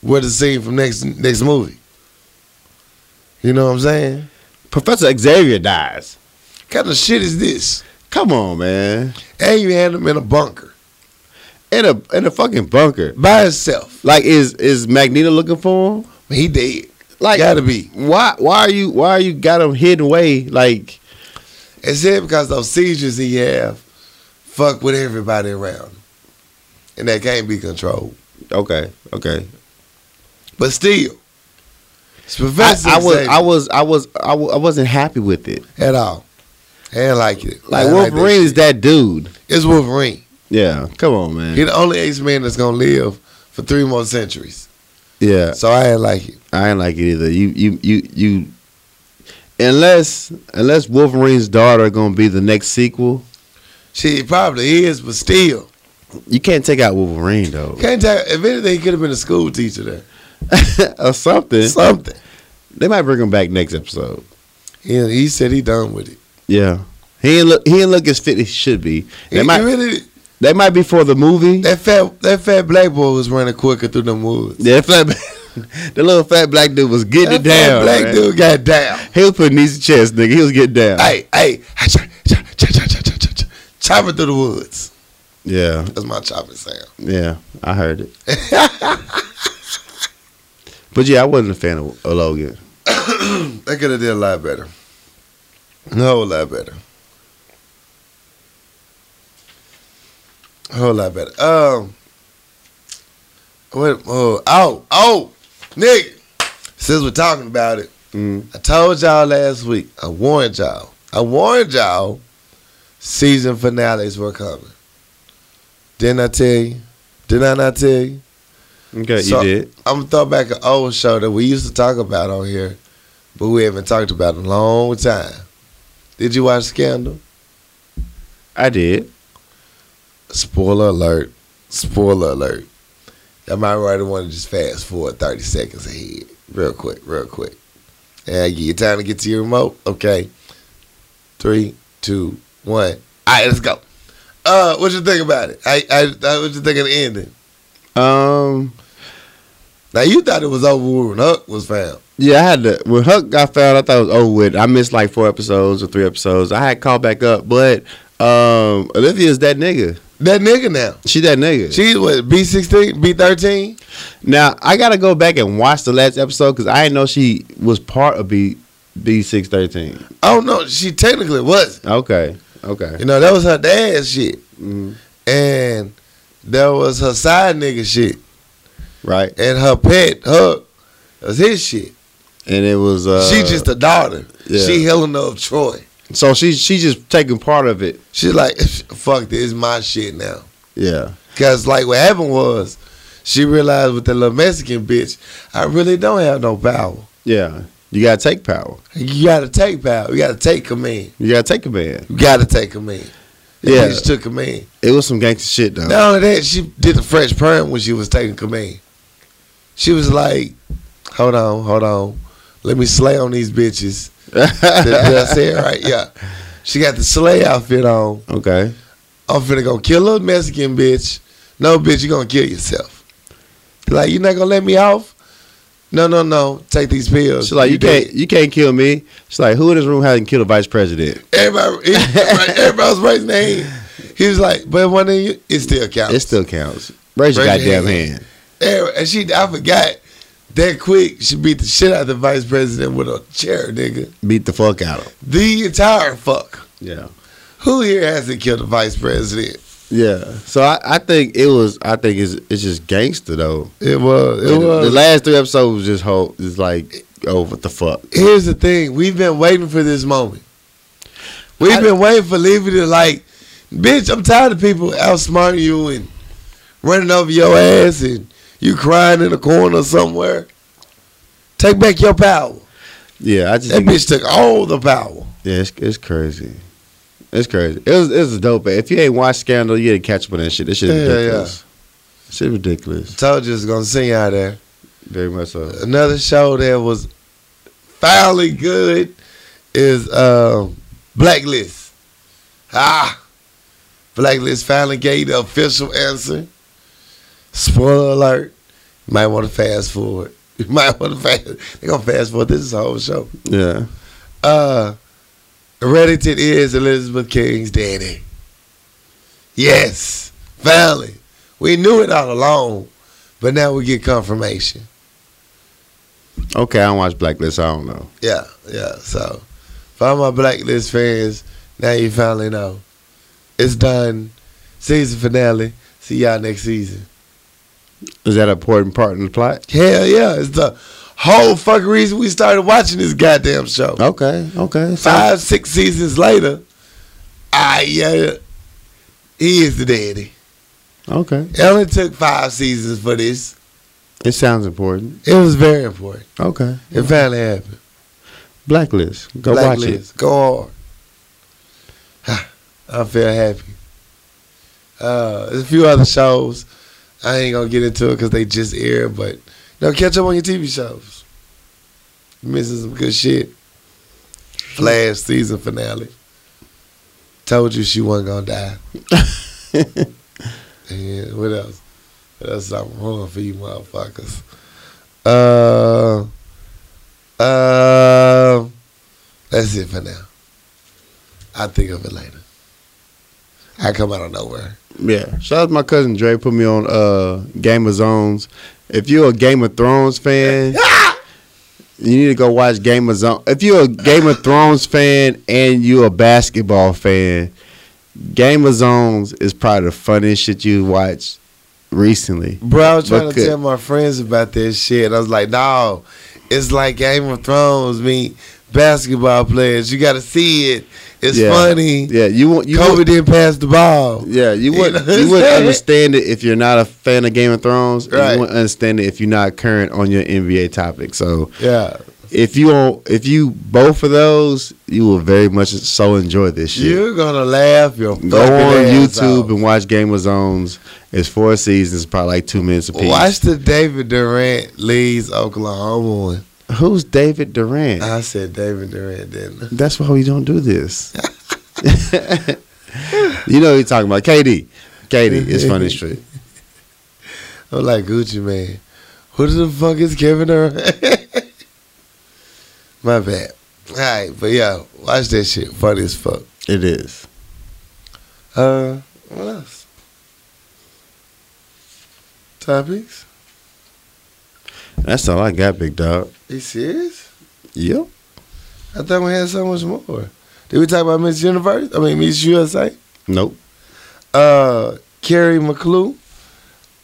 [SPEAKER 2] with the scene from next next movie. You know what I'm saying?
[SPEAKER 1] Professor Xavier dies.
[SPEAKER 2] kind of shit is this?
[SPEAKER 1] Come on, man.
[SPEAKER 2] And you had him in a bunker
[SPEAKER 1] In a in a fucking bunker.
[SPEAKER 2] by himself.
[SPEAKER 1] Like is is Magneto looking for him?
[SPEAKER 2] He dead.
[SPEAKER 1] Like
[SPEAKER 2] Gotta be.
[SPEAKER 1] Why why are you why are you got him hidden away? Like
[SPEAKER 2] It's it because those seizures he have fuck with everybody around. him. And that can't be controlled.
[SPEAKER 1] okay okay.
[SPEAKER 2] But still, it's
[SPEAKER 1] I,
[SPEAKER 2] Professor
[SPEAKER 1] I was
[SPEAKER 2] Xavier
[SPEAKER 1] I was I was I w- I wasn't happy with it.
[SPEAKER 2] at all. I ain't like it. I
[SPEAKER 1] Like
[SPEAKER 2] ain't that
[SPEAKER 1] Wolverine is
[SPEAKER 2] shit.
[SPEAKER 1] that dude.
[SPEAKER 2] It's Wolverine.
[SPEAKER 1] Yeah, come on, man.
[SPEAKER 2] He the only X Man that's gonna live for three more centuries.
[SPEAKER 1] yeah,
[SPEAKER 2] So I ain't like it.
[SPEAKER 1] I ain't like it either. You you you you. Unless unless Wolverine's daughter gonna be the next sequel,
[SPEAKER 2] She probably is, but still.
[SPEAKER 1] you can't take out Wolverine though,
[SPEAKER 2] Can't tell if anything he could have been a school teacher there.
[SPEAKER 1] or something.
[SPEAKER 2] Something.
[SPEAKER 1] They might bring him back next episode.
[SPEAKER 2] He, he said he done with it.
[SPEAKER 1] Yeah, he ain't look he ain't look as fit as he should be.
[SPEAKER 2] He,
[SPEAKER 1] They might
[SPEAKER 2] he really
[SPEAKER 1] they might be for the movie.
[SPEAKER 2] that fat that fat black boy was running quicker through them woods.
[SPEAKER 1] Yeah, flat, the little fat black dude was
[SPEAKER 2] That
[SPEAKER 1] getting it
[SPEAKER 2] fat
[SPEAKER 1] down.
[SPEAKER 2] black
[SPEAKER 1] man.
[SPEAKER 2] dude got down.
[SPEAKER 1] he was putting knees to chest, nigga. He was getting down.
[SPEAKER 2] Hey, hey, chop, chop, chop, chop, chop, chop, chop. chopping through the woods.
[SPEAKER 1] Yeah,
[SPEAKER 2] That's my chopping sound.
[SPEAKER 1] yeah, I heard it. but yeah, I wasn't a fan of, of Logan.
[SPEAKER 2] They could have did a lot better. A whole lot better. A whole lot better. Um, what? Oh, oh, oh, nigga. Since we're talking about it,
[SPEAKER 1] Mm.
[SPEAKER 2] I told y'all last week. I warned y'all. I warned y'all. Season finales were coming. Didn't I tell you? Did I not tell you?
[SPEAKER 1] Okay,
[SPEAKER 2] So-
[SPEAKER 1] you did.
[SPEAKER 2] I'm gonna throw back an old show that we used to talk about on here, but we haven't talked about in a long time. Did you watch Scandal?
[SPEAKER 1] I did.
[SPEAKER 2] Spoiler alert! Spoiler alert! I might rather want to just fast forward 30 seconds ahead, real quick, real quick. And I give you time to get to your remote. Okay, three, two, one. All right, let's go. Uh, what you think about it? I, I, I what you think of the ending?
[SPEAKER 1] Um,
[SPEAKER 2] Now you thought it was over when Huck was found.
[SPEAKER 1] yeah, I had to. When Huck got found, I thought it was over with. I missed like four episodes or three episodes. I had called back up, but um, Olivia's that nigga.
[SPEAKER 2] That nigga now.
[SPEAKER 1] She that nigga.
[SPEAKER 2] She what B sixteen, B thirteen?
[SPEAKER 1] Now I gotta go back and watch the last episode because I didn't know she was part of B B six thirteen.
[SPEAKER 2] I don't know. She technically was.
[SPEAKER 1] Okay, okay.
[SPEAKER 2] You know, that was her dad's shit,
[SPEAKER 1] Mhm.
[SPEAKER 2] and that was her side nigga shit,
[SPEAKER 1] Right,
[SPEAKER 2] and her pet Huck was his shit.
[SPEAKER 1] and it was uh,
[SPEAKER 2] she just a daughter.
[SPEAKER 1] yeah.
[SPEAKER 2] She Helena of Troy.
[SPEAKER 1] so she she just taking part of it.
[SPEAKER 2] She's like, fuck this, it's my shit now.
[SPEAKER 1] Yeah,
[SPEAKER 2] Cause like what happened was, she realized with the little Mexican bitch, I really don't have no power.
[SPEAKER 1] yeah. You gotta take power.
[SPEAKER 2] You gotta take power. You gotta take command.
[SPEAKER 1] You gotta take a man.
[SPEAKER 2] You gotta take command.
[SPEAKER 1] Yeah.
[SPEAKER 2] Yeah, bitch took command.
[SPEAKER 1] It was some gangster shit though.
[SPEAKER 2] Not only that, she did the French perm when she was taking command. She was like, "Hold on, hold on, let me slay on these bitches." Did, did I say it right? Yeah. She got the slay outfit on.
[SPEAKER 1] okay.
[SPEAKER 2] I'm finna go kill a Mexican bitch. No, bitch, you gonna kill yourself. Like you not gonna let me off? No, no, no. Take these pills.
[SPEAKER 1] She's like, you
[SPEAKER 2] dead.
[SPEAKER 1] can't you can't kill me. She's like, who in this room hasn't killed a vice president?
[SPEAKER 2] Everybody, everybody, everybody was raising their hand. He was like, "But one of you, it still counts."
[SPEAKER 1] It still counts. Raise your
[SPEAKER 2] Raise your
[SPEAKER 1] goddamn
[SPEAKER 2] hand.
[SPEAKER 1] hand.
[SPEAKER 2] Yeah, and she, I forgot that quick. She beat the shit out of the vice president with a chair, nigga.
[SPEAKER 1] Beat the fuck out of him.
[SPEAKER 2] The entire fuck.
[SPEAKER 1] Yeah.
[SPEAKER 2] Who here hasn't killed the vice president?
[SPEAKER 1] Yeah. So I, I think it was I think it's it's just gangster though.
[SPEAKER 2] It was. It
[SPEAKER 1] The- The
[SPEAKER 2] was.
[SPEAKER 1] last three episodes was just whole is like oh what the fuck.
[SPEAKER 2] Here's the thing. We've been waiting for this moment. We've
[SPEAKER 1] I-
[SPEAKER 2] been waiting for Levy to like, bitch. I'm tired of people outsmarting you and running over your ass and you crying in a corner somewhere. Take back your power.
[SPEAKER 1] Yeah, I just
[SPEAKER 2] That
[SPEAKER 1] think,
[SPEAKER 2] bitch took all the power.
[SPEAKER 1] yeah, it's, it's crazy. It's crazy. It was it was dope. If you ain't watched Scandal, you didn't catch up on that shit. That shit is
[SPEAKER 2] Yeah, yeah.
[SPEAKER 1] ridiculous. Shit ridiculous.
[SPEAKER 2] Told you it's gonna sing out there.
[SPEAKER 1] Very much so.
[SPEAKER 2] Another show that was foully good is um, Blacklist. Ah, Blacklist finally gave the official answer. Spoiler alert: you might want to fast forward. You might want to fast. They gonna fast forward. This is the whole show.
[SPEAKER 1] Yeah.
[SPEAKER 2] Uh, Reddington is Elizabeth King's daddy. Yes, finally. We knew it all along, but now we get confirmation.
[SPEAKER 1] Okay, I don't watch Blacklist. I don't know.
[SPEAKER 2] Yeah, yeah. So, for all my Blacklist fans, now you finally know. It's done. Season finale. See y'all next season.
[SPEAKER 1] Is that an important part in the plot?
[SPEAKER 2] Hell yeah. It's the whole fucking reason we started watching this goddamn show.
[SPEAKER 1] Okay. Okay. So-
[SPEAKER 2] Five, six seasons later, I, yeah, he is the daddy.
[SPEAKER 1] Okay.
[SPEAKER 2] It only took five seasons for this.
[SPEAKER 1] It sounds important.
[SPEAKER 2] It was very important.
[SPEAKER 1] Okay.
[SPEAKER 2] It finally happened.
[SPEAKER 1] Blacklist. Go watch it.
[SPEAKER 2] Blacklist. Go hard. I feel happy. Uh, there's a few other shows. I ain't gonna get into it because they just aired, but you know, catch up on your TV shows. You missing some good shit. Flash season finale. Told you she wasn't gonna die. And what else? What else I'm hungry for you motherfuckers? Uh, uh, that's it for now. I'll think of it later. I come out of nowhere.
[SPEAKER 1] yeah. Shout out to my cousin Dre. Put me on uh, Game of Zones. If you're a Game of Thrones fan, you need to go watch Game of Zones. If you're a Game of Thrones fan and you're a basketball fan, Game of Zones is probably the funniest shit you watched recently.
[SPEAKER 2] Bro, I was trying
[SPEAKER 1] But
[SPEAKER 2] to
[SPEAKER 1] good.
[SPEAKER 2] tell my friends about that shit. I was like, no, it's like Game of Thrones meet basketball players. You got to see it. It's
[SPEAKER 1] Yeah.
[SPEAKER 2] funny.
[SPEAKER 1] Yeah, you won't. You
[SPEAKER 2] Kobe
[SPEAKER 1] won't-
[SPEAKER 2] didn't pass the ball.
[SPEAKER 1] Yeah, you
[SPEAKER 2] You
[SPEAKER 1] wouldn't
[SPEAKER 2] know what
[SPEAKER 1] you
[SPEAKER 2] I'm
[SPEAKER 1] wouldn't
[SPEAKER 2] saying?
[SPEAKER 1] understand it if you're not a fan of Game of Thrones. and
[SPEAKER 2] Right.
[SPEAKER 1] You wouldn't understand it if you're not current on your NBA topic. So
[SPEAKER 2] Yeah.
[SPEAKER 1] if you on if you both of those, you will very much so enjoy this shit.
[SPEAKER 2] You're going to laugh your
[SPEAKER 1] Go on YouTube
[SPEAKER 2] and.
[SPEAKER 1] and watch Game of Zones. It's four seasons, probably like two minutes apiece.
[SPEAKER 2] Watch the David Durant leaves Oklahoma one.
[SPEAKER 1] Who's David Durant?
[SPEAKER 2] I said David Durant didn't. I?
[SPEAKER 1] That's why we don't do this. you know who you're talking about. Katie. Katie, it's funny as shit.
[SPEAKER 2] I'm like Gucci man. Who the fuck is Kevin Durant? My bad. All right, but yeah, watch that shit. Funny as fuck.
[SPEAKER 1] It is.
[SPEAKER 2] Uh, what else? Topics?
[SPEAKER 1] That's all I got, big dog.
[SPEAKER 2] You serious?
[SPEAKER 1] Yep.
[SPEAKER 2] I thought we had so much more. Did we talk about Miss Universe? I mean Miss USA.
[SPEAKER 1] Nope.
[SPEAKER 2] uh, Carrie McClue,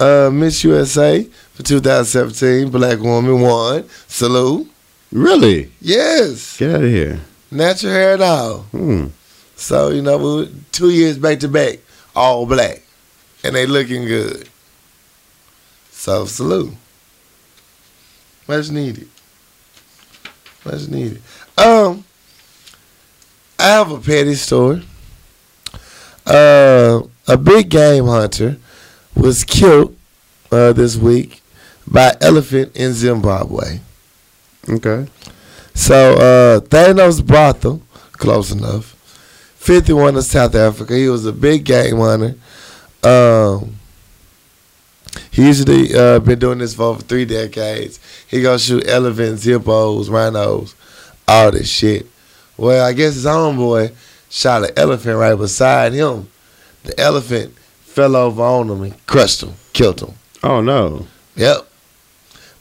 [SPEAKER 2] uh, Miss USA for 2017, black woman won. Salute.
[SPEAKER 1] Really?
[SPEAKER 2] Yes,
[SPEAKER 1] Get out of here.
[SPEAKER 2] natural hair and all.
[SPEAKER 1] Hmm.
[SPEAKER 2] So you know, we were two years back to back, all black, and they looking good. So salute. Much needed. Much needed. Um, I have a petty story. Uh, a big game hunter was killed uh, this week by elephant in Zimbabwe.
[SPEAKER 1] Okay.
[SPEAKER 2] So uh, Thanos Brothel, close enough. 51 of South Africa. He was a big game hunter. Um, he usually uh, been doing this for over three decades. He gonna shoot elephants, hippos, rhinos, all this shit. Well, I guess his homeboy shot an elephant right beside him. The elephant fell over on him and crushed him, killed him.
[SPEAKER 1] Oh no.
[SPEAKER 2] Yep.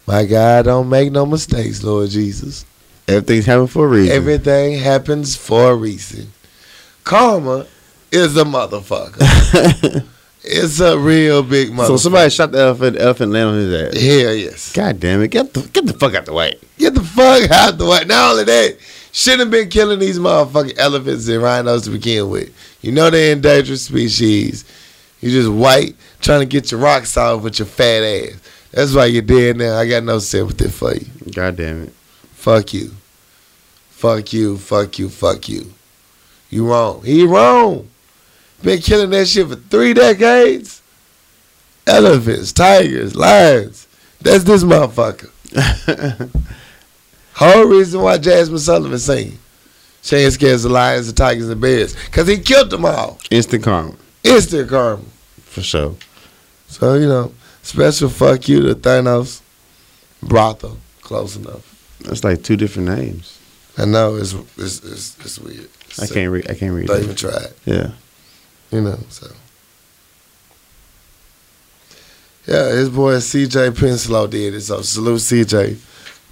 [SPEAKER 2] My God, don't make no mistakes, Lord Jesus.
[SPEAKER 1] Everything's happening for a reason.
[SPEAKER 2] Everything happens for a reason. Karma is a motherfucker. it's a real big motherfucker.
[SPEAKER 1] so somebody shot the elephant. Elephant landed on his ass.
[SPEAKER 2] Hell yes.
[SPEAKER 1] God damn it! Get the get the fuck out the way.
[SPEAKER 2] Get the fuck out the way. Not only that, shouldn't have been killing these motherfucking elephants and rhinos to begin with. You know they're endangered species. You just white trying to get your rocks off with your fat ass. That's why you're dead now. I got no sympathy for you.
[SPEAKER 1] God damn it!
[SPEAKER 2] Fuck you. Fuck you. Fuck you. Fuck you. You wrong. He wrong. Been killing that shit for three decades. Elephants, tigers, lions. That's this motherfucker. Whole reason why Jasmine Sullivan singing. Shane scares the lions, the tigers, the bears. Because he killed them all.
[SPEAKER 1] Instant karma.
[SPEAKER 2] Instant karma.
[SPEAKER 1] For sure.
[SPEAKER 2] So, you know, special fuck you to Thanos. Brothel. Close enough.
[SPEAKER 1] That's like two different names.
[SPEAKER 2] I know it's it's it's, it's weird.
[SPEAKER 1] I can't read. I can't read.
[SPEAKER 2] Don't
[SPEAKER 1] that.
[SPEAKER 2] even try it.
[SPEAKER 1] Yeah.
[SPEAKER 2] You know, so. Yeah, his boy CJ Penslow did it. So salute CJ.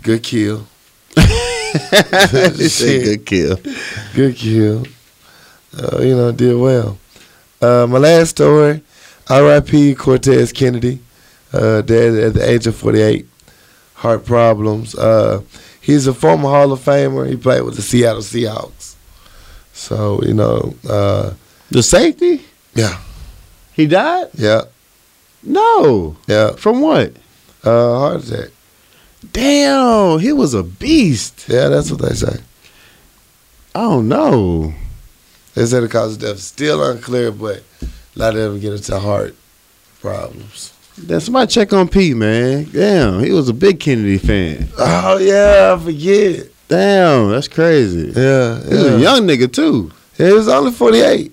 [SPEAKER 2] Good kill.
[SPEAKER 1] It's a good kill.
[SPEAKER 2] Good kill. Uh, you know, did well. Uh, my last story, R.I.P. Cortez Kennedy, uh, dead at the age of 48, heart problems. Uh, he's a former Hall of Famer. He played with the Seattle Seahawks. So, you know, uh,
[SPEAKER 1] The safety?
[SPEAKER 2] yeah,
[SPEAKER 1] He died?
[SPEAKER 2] yeah,
[SPEAKER 1] No.
[SPEAKER 2] yeah.
[SPEAKER 1] From what?
[SPEAKER 2] Uh, heart attack.
[SPEAKER 1] Damn, he was a beast.
[SPEAKER 2] Yeah, that's what they say.
[SPEAKER 1] I don't know.
[SPEAKER 2] They said the cause of death is still unclear, but a lot of them get into heart problems.
[SPEAKER 1] Then somebody check on Pete, man. Damn, he was a big Kennedy fan.
[SPEAKER 2] Oh, yeah, I forget.
[SPEAKER 1] Damn, that's crazy.
[SPEAKER 2] Yeah,
[SPEAKER 1] He was
[SPEAKER 2] yeah.
[SPEAKER 1] a young nigga too.
[SPEAKER 2] He was only 48.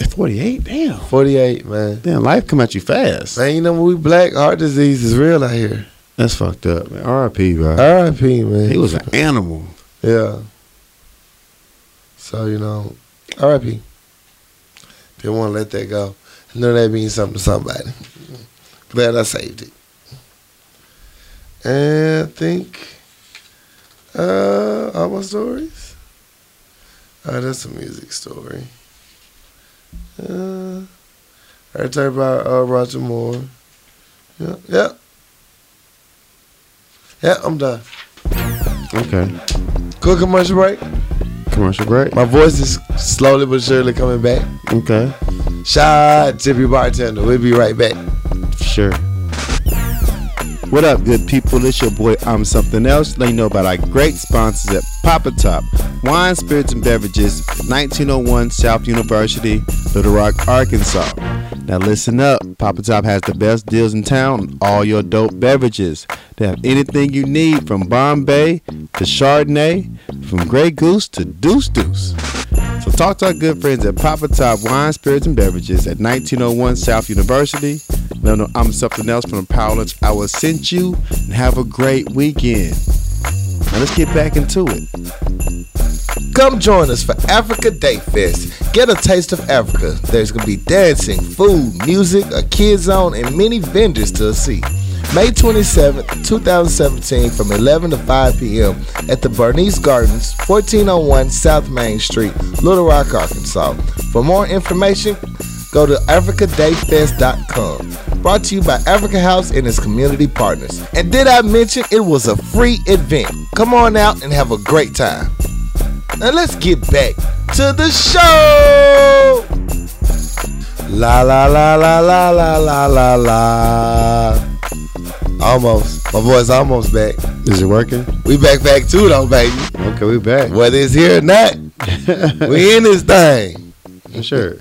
[SPEAKER 1] At 48, damn.
[SPEAKER 2] 48, man.
[SPEAKER 1] Damn, life come at you fast.
[SPEAKER 2] Man, you know, when we black, heart disease is real out here.
[SPEAKER 1] That's fucked up, man. R.I.P. Bro.
[SPEAKER 2] Uh, R.I.P., man.
[SPEAKER 1] He was an animal.
[SPEAKER 2] Yeah. So, you know, R.I.P. Didn't want to let that go. I know that means something to somebody. Glad I saved it. And I think uh, all my stories. Oh, that's a music story. Uh, I talked about uh, Roger Moore. Yeah, yeah. Yeah, I'm done.
[SPEAKER 1] Okay.
[SPEAKER 2] Quick commercial break.
[SPEAKER 1] Commercial break.
[SPEAKER 2] My voice is slowly but surely coming back.
[SPEAKER 1] Okay.
[SPEAKER 2] Shout out Tippy Bartender. We'll be right back.
[SPEAKER 1] Sure. What up, good people? It's your boy, I'm Something Else. Let you know about our great sponsors at Papa Top Wine, Spirits, and Beverages, 1901 South University, Little Rock, Arkansas. Now, listen up. Papa Top has the best deals in town on all your dope beverages. They have anything you need from Bombay to Chardonnay, from Grey Goose to Deuce Deuce. So talk to our good friends at Papa Top Wine, Spirits, and Beverages at 1901 South University. Let 'em know I'm something else from the Power Lunch Hour sent you, and have a great weekend. Now let's get back into it.
[SPEAKER 2] Come join us for Africa Day Fest. Get a taste of Africa. There's going to be dancing, food, music, a kids zone, and many vendors to see. May 27th, 2017, from 11 to 5 p.m. at the Bernice Gardens, 1401 South Main Street, Little Rock, Arkansas. For more information, go to africadayfest.com. Brought to you by Africa House and its community partners. And did I mention it was a free event? Come on out and have a great time. Now let's get back to the show. La la la la la la la la la. Almost. My voice almost back.
[SPEAKER 1] Is it working?
[SPEAKER 2] We back back too though, baby.
[SPEAKER 1] Okay, we back.
[SPEAKER 2] Whether it's here or not, we in this thing.
[SPEAKER 1] For sure.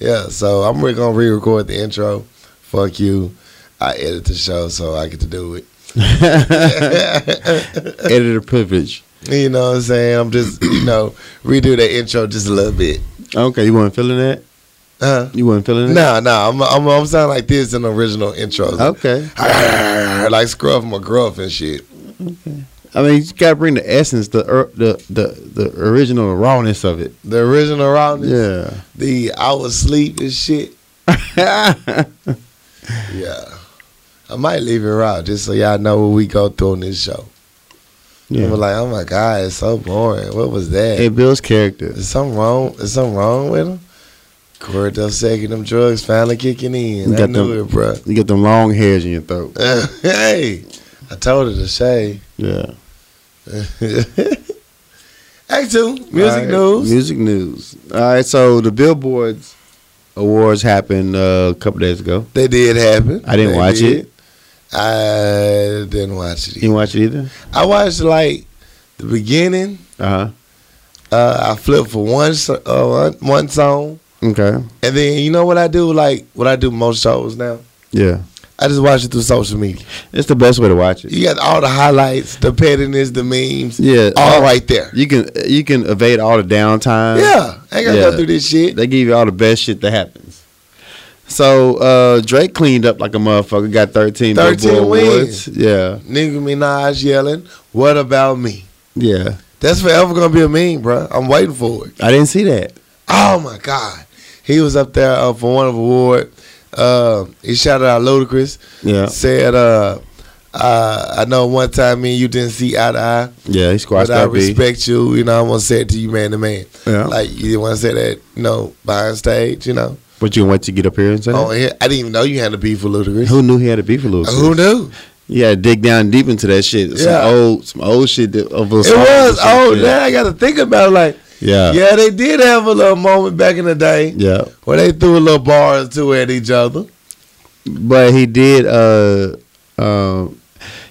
[SPEAKER 2] Yeah, so I'm re- gonna re-record the intro. Fuck you. I edit the show so I get to do it.
[SPEAKER 1] Editor privilege.
[SPEAKER 2] You know what I'm saying? I'm just, you know, redo the intro just a little bit.
[SPEAKER 1] Okay, you weren't feeling that?
[SPEAKER 2] Huh?
[SPEAKER 1] You weren't feeling that?
[SPEAKER 2] No, no, I'm I'm, I'm sounding like this in the original intros.
[SPEAKER 1] Okay.
[SPEAKER 2] like scruff my gruff and shit.
[SPEAKER 1] I mean, you gotta bring the essence, the er, the, the the original rawness of it.
[SPEAKER 2] The original roundness.
[SPEAKER 1] Yeah.
[SPEAKER 2] The I was sleep and shit. Yeah. I might leave it raw just so y'all know what we go through on this show. Yeah.
[SPEAKER 1] yeah.
[SPEAKER 2] like, oh my God, it's so boring. What was that?
[SPEAKER 1] It builds character.
[SPEAKER 2] is something wrong? Is something wrong with him? Corey Dosecki, them drugs finally kicking in.
[SPEAKER 1] You
[SPEAKER 2] I
[SPEAKER 1] got
[SPEAKER 2] knew
[SPEAKER 1] them-
[SPEAKER 2] it, bro.
[SPEAKER 1] You get them long hairs in your throat.
[SPEAKER 2] hey, I told her to shave.
[SPEAKER 1] Yeah.
[SPEAKER 2] Act two, music
[SPEAKER 1] All right,
[SPEAKER 2] news.
[SPEAKER 1] Music news. All right, so the Billboard's awards happened uh, a couple days ago.
[SPEAKER 2] They did happen.
[SPEAKER 1] I didn't
[SPEAKER 2] They
[SPEAKER 1] watch
[SPEAKER 2] did.
[SPEAKER 1] it.
[SPEAKER 2] I didn't watch it.
[SPEAKER 1] You didn't
[SPEAKER 2] Either.
[SPEAKER 1] watch it either?
[SPEAKER 2] I watched like the beginning.
[SPEAKER 1] Uh
[SPEAKER 2] Uh, I flipped for one so- uh, one- one song,
[SPEAKER 1] huh. Okay.
[SPEAKER 2] and then you know what I do? Like what I do most shows now.
[SPEAKER 1] Yeah.
[SPEAKER 2] I just watch it through social media.
[SPEAKER 1] It's the best way to watch it.
[SPEAKER 2] You got all the highlights, the pettiness, the memes.
[SPEAKER 1] Yeah,
[SPEAKER 2] all
[SPEAKER 1] all-
[SPEAKER 2] right there.
[SPEAKER 1] You can you can evade all the downtime.
[SPEAKER 2] yeah, I ain't gotta
[SPEAKER 1] yeah.
[SPEAKER 2] go through this shit.
[SPEAKER 1] They give you all the best shit that happens. So uh, Drake cleaned up like a motherfucker. Got thirteen,
[SPEAKER 2] 13
[SPEAKER 1] Billboard
[SPEAKER 2] wins.
[SPEAKER 1] awards. Yeah,
[SPEAKER 2] Nicki Minaj yelling, "What about me?"
[SPEAKER 1] yeah.
[SPEAKER 2] That's forever gonna be a meme, bro. I'm waiting for it.
[SPEAKER 1] I didn't see that.
[SPEAKER 2] Oh my god, he was up there uh, for one of award. Uh, he shouted out Ludacris.
[SPEAKER 1] Yeah,
[SPEAKER 2] Said, uh, uh, "I know one time me and you didn't see eye to eye,
[SPEAKER 1] yeah. He
[SPEAKER 2] but
[SPEAKER 1] squashed
[SPEAKER 2] I
[SPEAKER 1] that beat.
[SPEAKER 2] respect you. You know, I'm gonna say it to you, man to man.
[SPEAKER 1] Yeah.
[SPEAKER 2] Like you didn't want to say that, you know, behind stage, you know.
[SPEAKER 1] But you can wait to get up here and say
[SPEAKER 2] Oh,
[SPEAKER 1] that?
[SPEAKER 2] yeah, I didn't even know you had a beef with Ludacris. Uh,
[SPEAKER 1] Who knew he had a beef with Lil Sis?
[SPEAKER 2] Who knew?
[SPEAKER 1] You gotta dig down deep into that shit. Some
[SPEAKER 2] Yeah.
[SPEAKER 1] old, some old shit. That, of us
[SPEAKER 2] It was. Oh,
[SPEAKER 1] yeah.
[SPEAKER 2] now I got to think about it. Like,
[SPEAKER 1] Yeah. yeah,
[SPEAKER 2] yeah, they did have a little moment back in the day
[SPEAKER 1] yeah.
[SPEAKER 2] where they threw a little bar or two at each other.
[SPEAKER 1] But he did. Uh, um,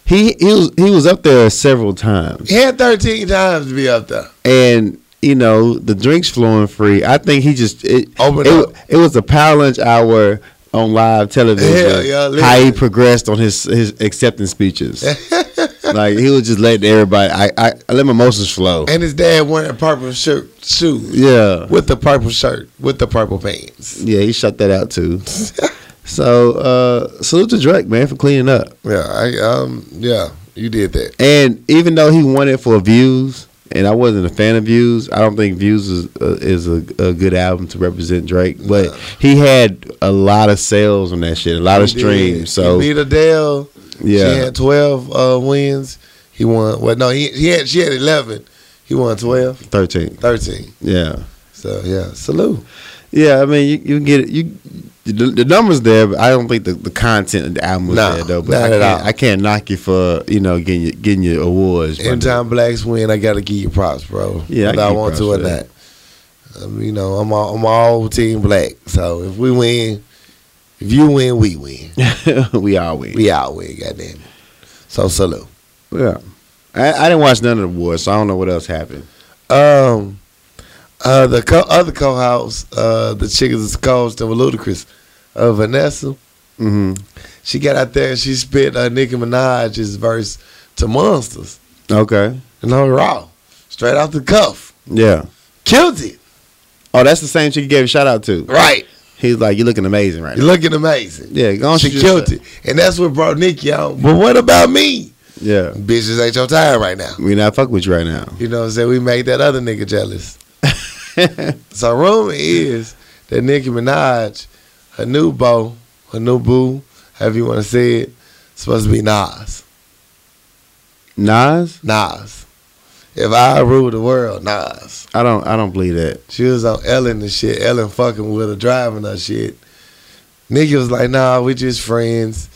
[SPEAKER 1] he he was he was up there several times,
[SPEAKER 2] He had 13 times to be up there.
[SPEAKER 1] and you know the drinks flowing free. I think he just it
[SPEAKER 2] Open
[SPEAKER 1] it,
[SPEAKER 2] up.
[SPEAKER 1] it was a power lunch hour on live television.
[SPEAKER 2] Hell, yeah,
[SPEAKER 1] how he
[SPEAKER 2] literally.
[SPEAKER 1] progressed on his his acceptance speeches. like he was just letting everybody. I, I I let my emotions flow.
[SPEAKER 2] And his dad wearing purple shirt shoes.
[SPEAKER 1] Yeah.
[SPEAKER 2] With the purple shirt, with the purple pants.
[SPEAKER 1] Yeah, he shut that out too. so uh salute to Drake, man, for cleaning up.
[SPEAKER 2] Yeah, I um yeah, you did that.
[SPEAKER 1] And even though he won it for views, and I wasn't a fan of views, I don't think views is uh, is a, a good album to represent Drake. But
[SPEAKER 2] Nah.
[SPEAKER 1] he had a lot of sales on that shit, a lot of
[SPEAKER 2] You did.
[SPEAKER 1] streams. So
[SPEAKER 2] You beat Adele.
[SPEAKER 1] yeah,
[SPEAKER 2] She had 12 uh, wins. He won. Well, no, he, he had she had 11. He won 12,
[SPEAKER 1] thirteen.
[SPEAKER 2] 13.
[SPEAKER 1] Yeah,
[SPEAKER 2] So yeah, salute.
[SPEAKER 1] yeah. I mean, you you can get it. You the, the numbers there, but I don't think the, the content of the album was
[SPEAKER 2] Nah,
[SPEAKER 1] there though. But
[SPEAKER 2] not
[SPEAKER 1] I
[SPEAKER 2] at
[SPEAKER 1] can't,
[SPEAKER 2] all.
[SPEAKER 1] I can't knock you for you know getting your, getting your awards. my dude.
[SPEAKER 2] Anytime blacks win, I gotta give you props, bro.
[SPEAKER 1] Yeah, I
[SPEAKER 2] whether I,
[SPEAKER 1] give you
[SPEAKER 2] want to or
[SPEAKER 1] props for
[SPEAKER 2] not.
[SPEAKER 1] that.
[SPEAKER 2] Um, you know, I'm all, I'm all team black. So if we win, if you win, we win.
[SPEAKER 1] we all win.
[SPEAKER 2] We all win. Goddamn. it. So salute.
[SPEAKER 1] Yeah. I, I didn't watch none of the wars, so I don't know what else happened.
[SPEAKER 2] Um, uh, the co- other co-house, uh, the chick is coached and ludicrous. Uh, Vanessa,
[SPEAKER 1] Mm-hmm.
[SPEAKER 2] she got out there and she spit uh, Nicki Minaj's verse to Monsters
[SPEAKER 1] Okay.
[SPEAKER 2] and on Raw, straight off the cuff,
[SPEAKER 1] Yeah.
[SPEAKER 2] killed it.
[SPEAKER 1] Oh, that's the same chick you gave a shout out to.
[SPEAKER 2] Right,
[SPEAKER 1] He's like, you're looking amazing right
[SPEAKER 2] you're
[SPEAKER 1] now.
[SPEAKER 2] looking amazing.
[SPEAKER 1] Yeah, go on.
[SPEAKER 2] She
[SPEAKER 1] shoot
[SPEAKER 2] killed
[SPEAKER 1] yourself.
[SPEAKER 2] it. And that's what brought Nikki out. But what about me?
[SPEAKER 1] Yeah.
[SPEAKER 2] Bitches ain't your time right now.
[SPEAKER 1] We not fuck with you right now.
[SPEAKER 2] You know what I'm saying? We make that other nigga jealous. so rumor is that Nicki Minaj, her new beau, her new boo, however you want to say it, supposed to be Nas.
[SPEAKER 1] Nas?
[SPEAKER 2] Nas. If I rule the world, Nas.
[SPEAKER 1] I don't I don't believe that.
[SPEAKER 2] She was on Ellen and shit. Ellen fucking with her, driving her shit. Nigga was like, nah, we just friends.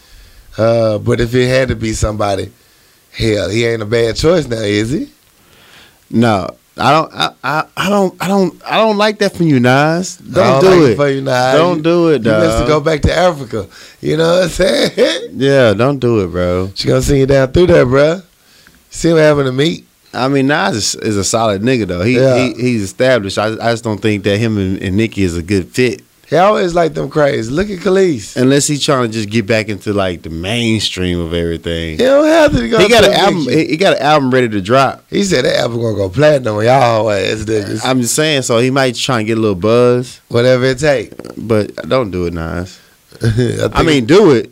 [SPEAKER 2] Uh, but if it had to be somebody, hell, he ain't a bad choice now, is he?
[SPEAKER 1] No. I don't I, I, I don't I don't I don't like that from you, Nas.
[SPEAKER 2] I
[SPEAKER 1] Don't,
[SPEAKER 2] like
[SPEAKER 1] do it.
[SPEAKER 2] for you, nah.
[SPEAKER 1] Don't
[SPEAKER 2] You-
[SPEAKER 1] do it,
[SPEAKER 2] You missed to
[SPEAKER 1] dog.
[SPEAKER 2] go back to Africa. You know what I'm saying?
[SPEAKER 1] yeah, don't do it, bro.
[SPEAKER 2] she gonna send you down through there, bruh. See what happened to me?
[SPEAKER 1] I mean, Nas is, is a solid nigga though. He,
[SPEAKER 2] Yeah.
[SPEAKER 1] he he's established. I, I just don't think that him and, and Nicki is a good fit.
[SPEAKER 2] He always like them crazy. Look at Khalees.
[SPEAKER 1] unless he's trying to just get back into like the mainstream of everything.
[SPEAKER 2] He don't have to go.
[SPEAKER 1] He got
[SPEAKER 2] through
[SPEAKER 1] an album.
[SPEAKER 2] Nicki.
[SPEAKER 1] He he got an album ready to drop.
[SPEAKER 2] He said that album gonna go platinum on y'all ass niggas.
[SPEAKER 1] I'm just saying, so he might try and get a little buzz,
[SPEAKER 2] Whatever it takes.
[SPEAKER 1] but don't do it, Nas.
[SPEAKER 2] I,
[SPEAKER 1] I mean, do it,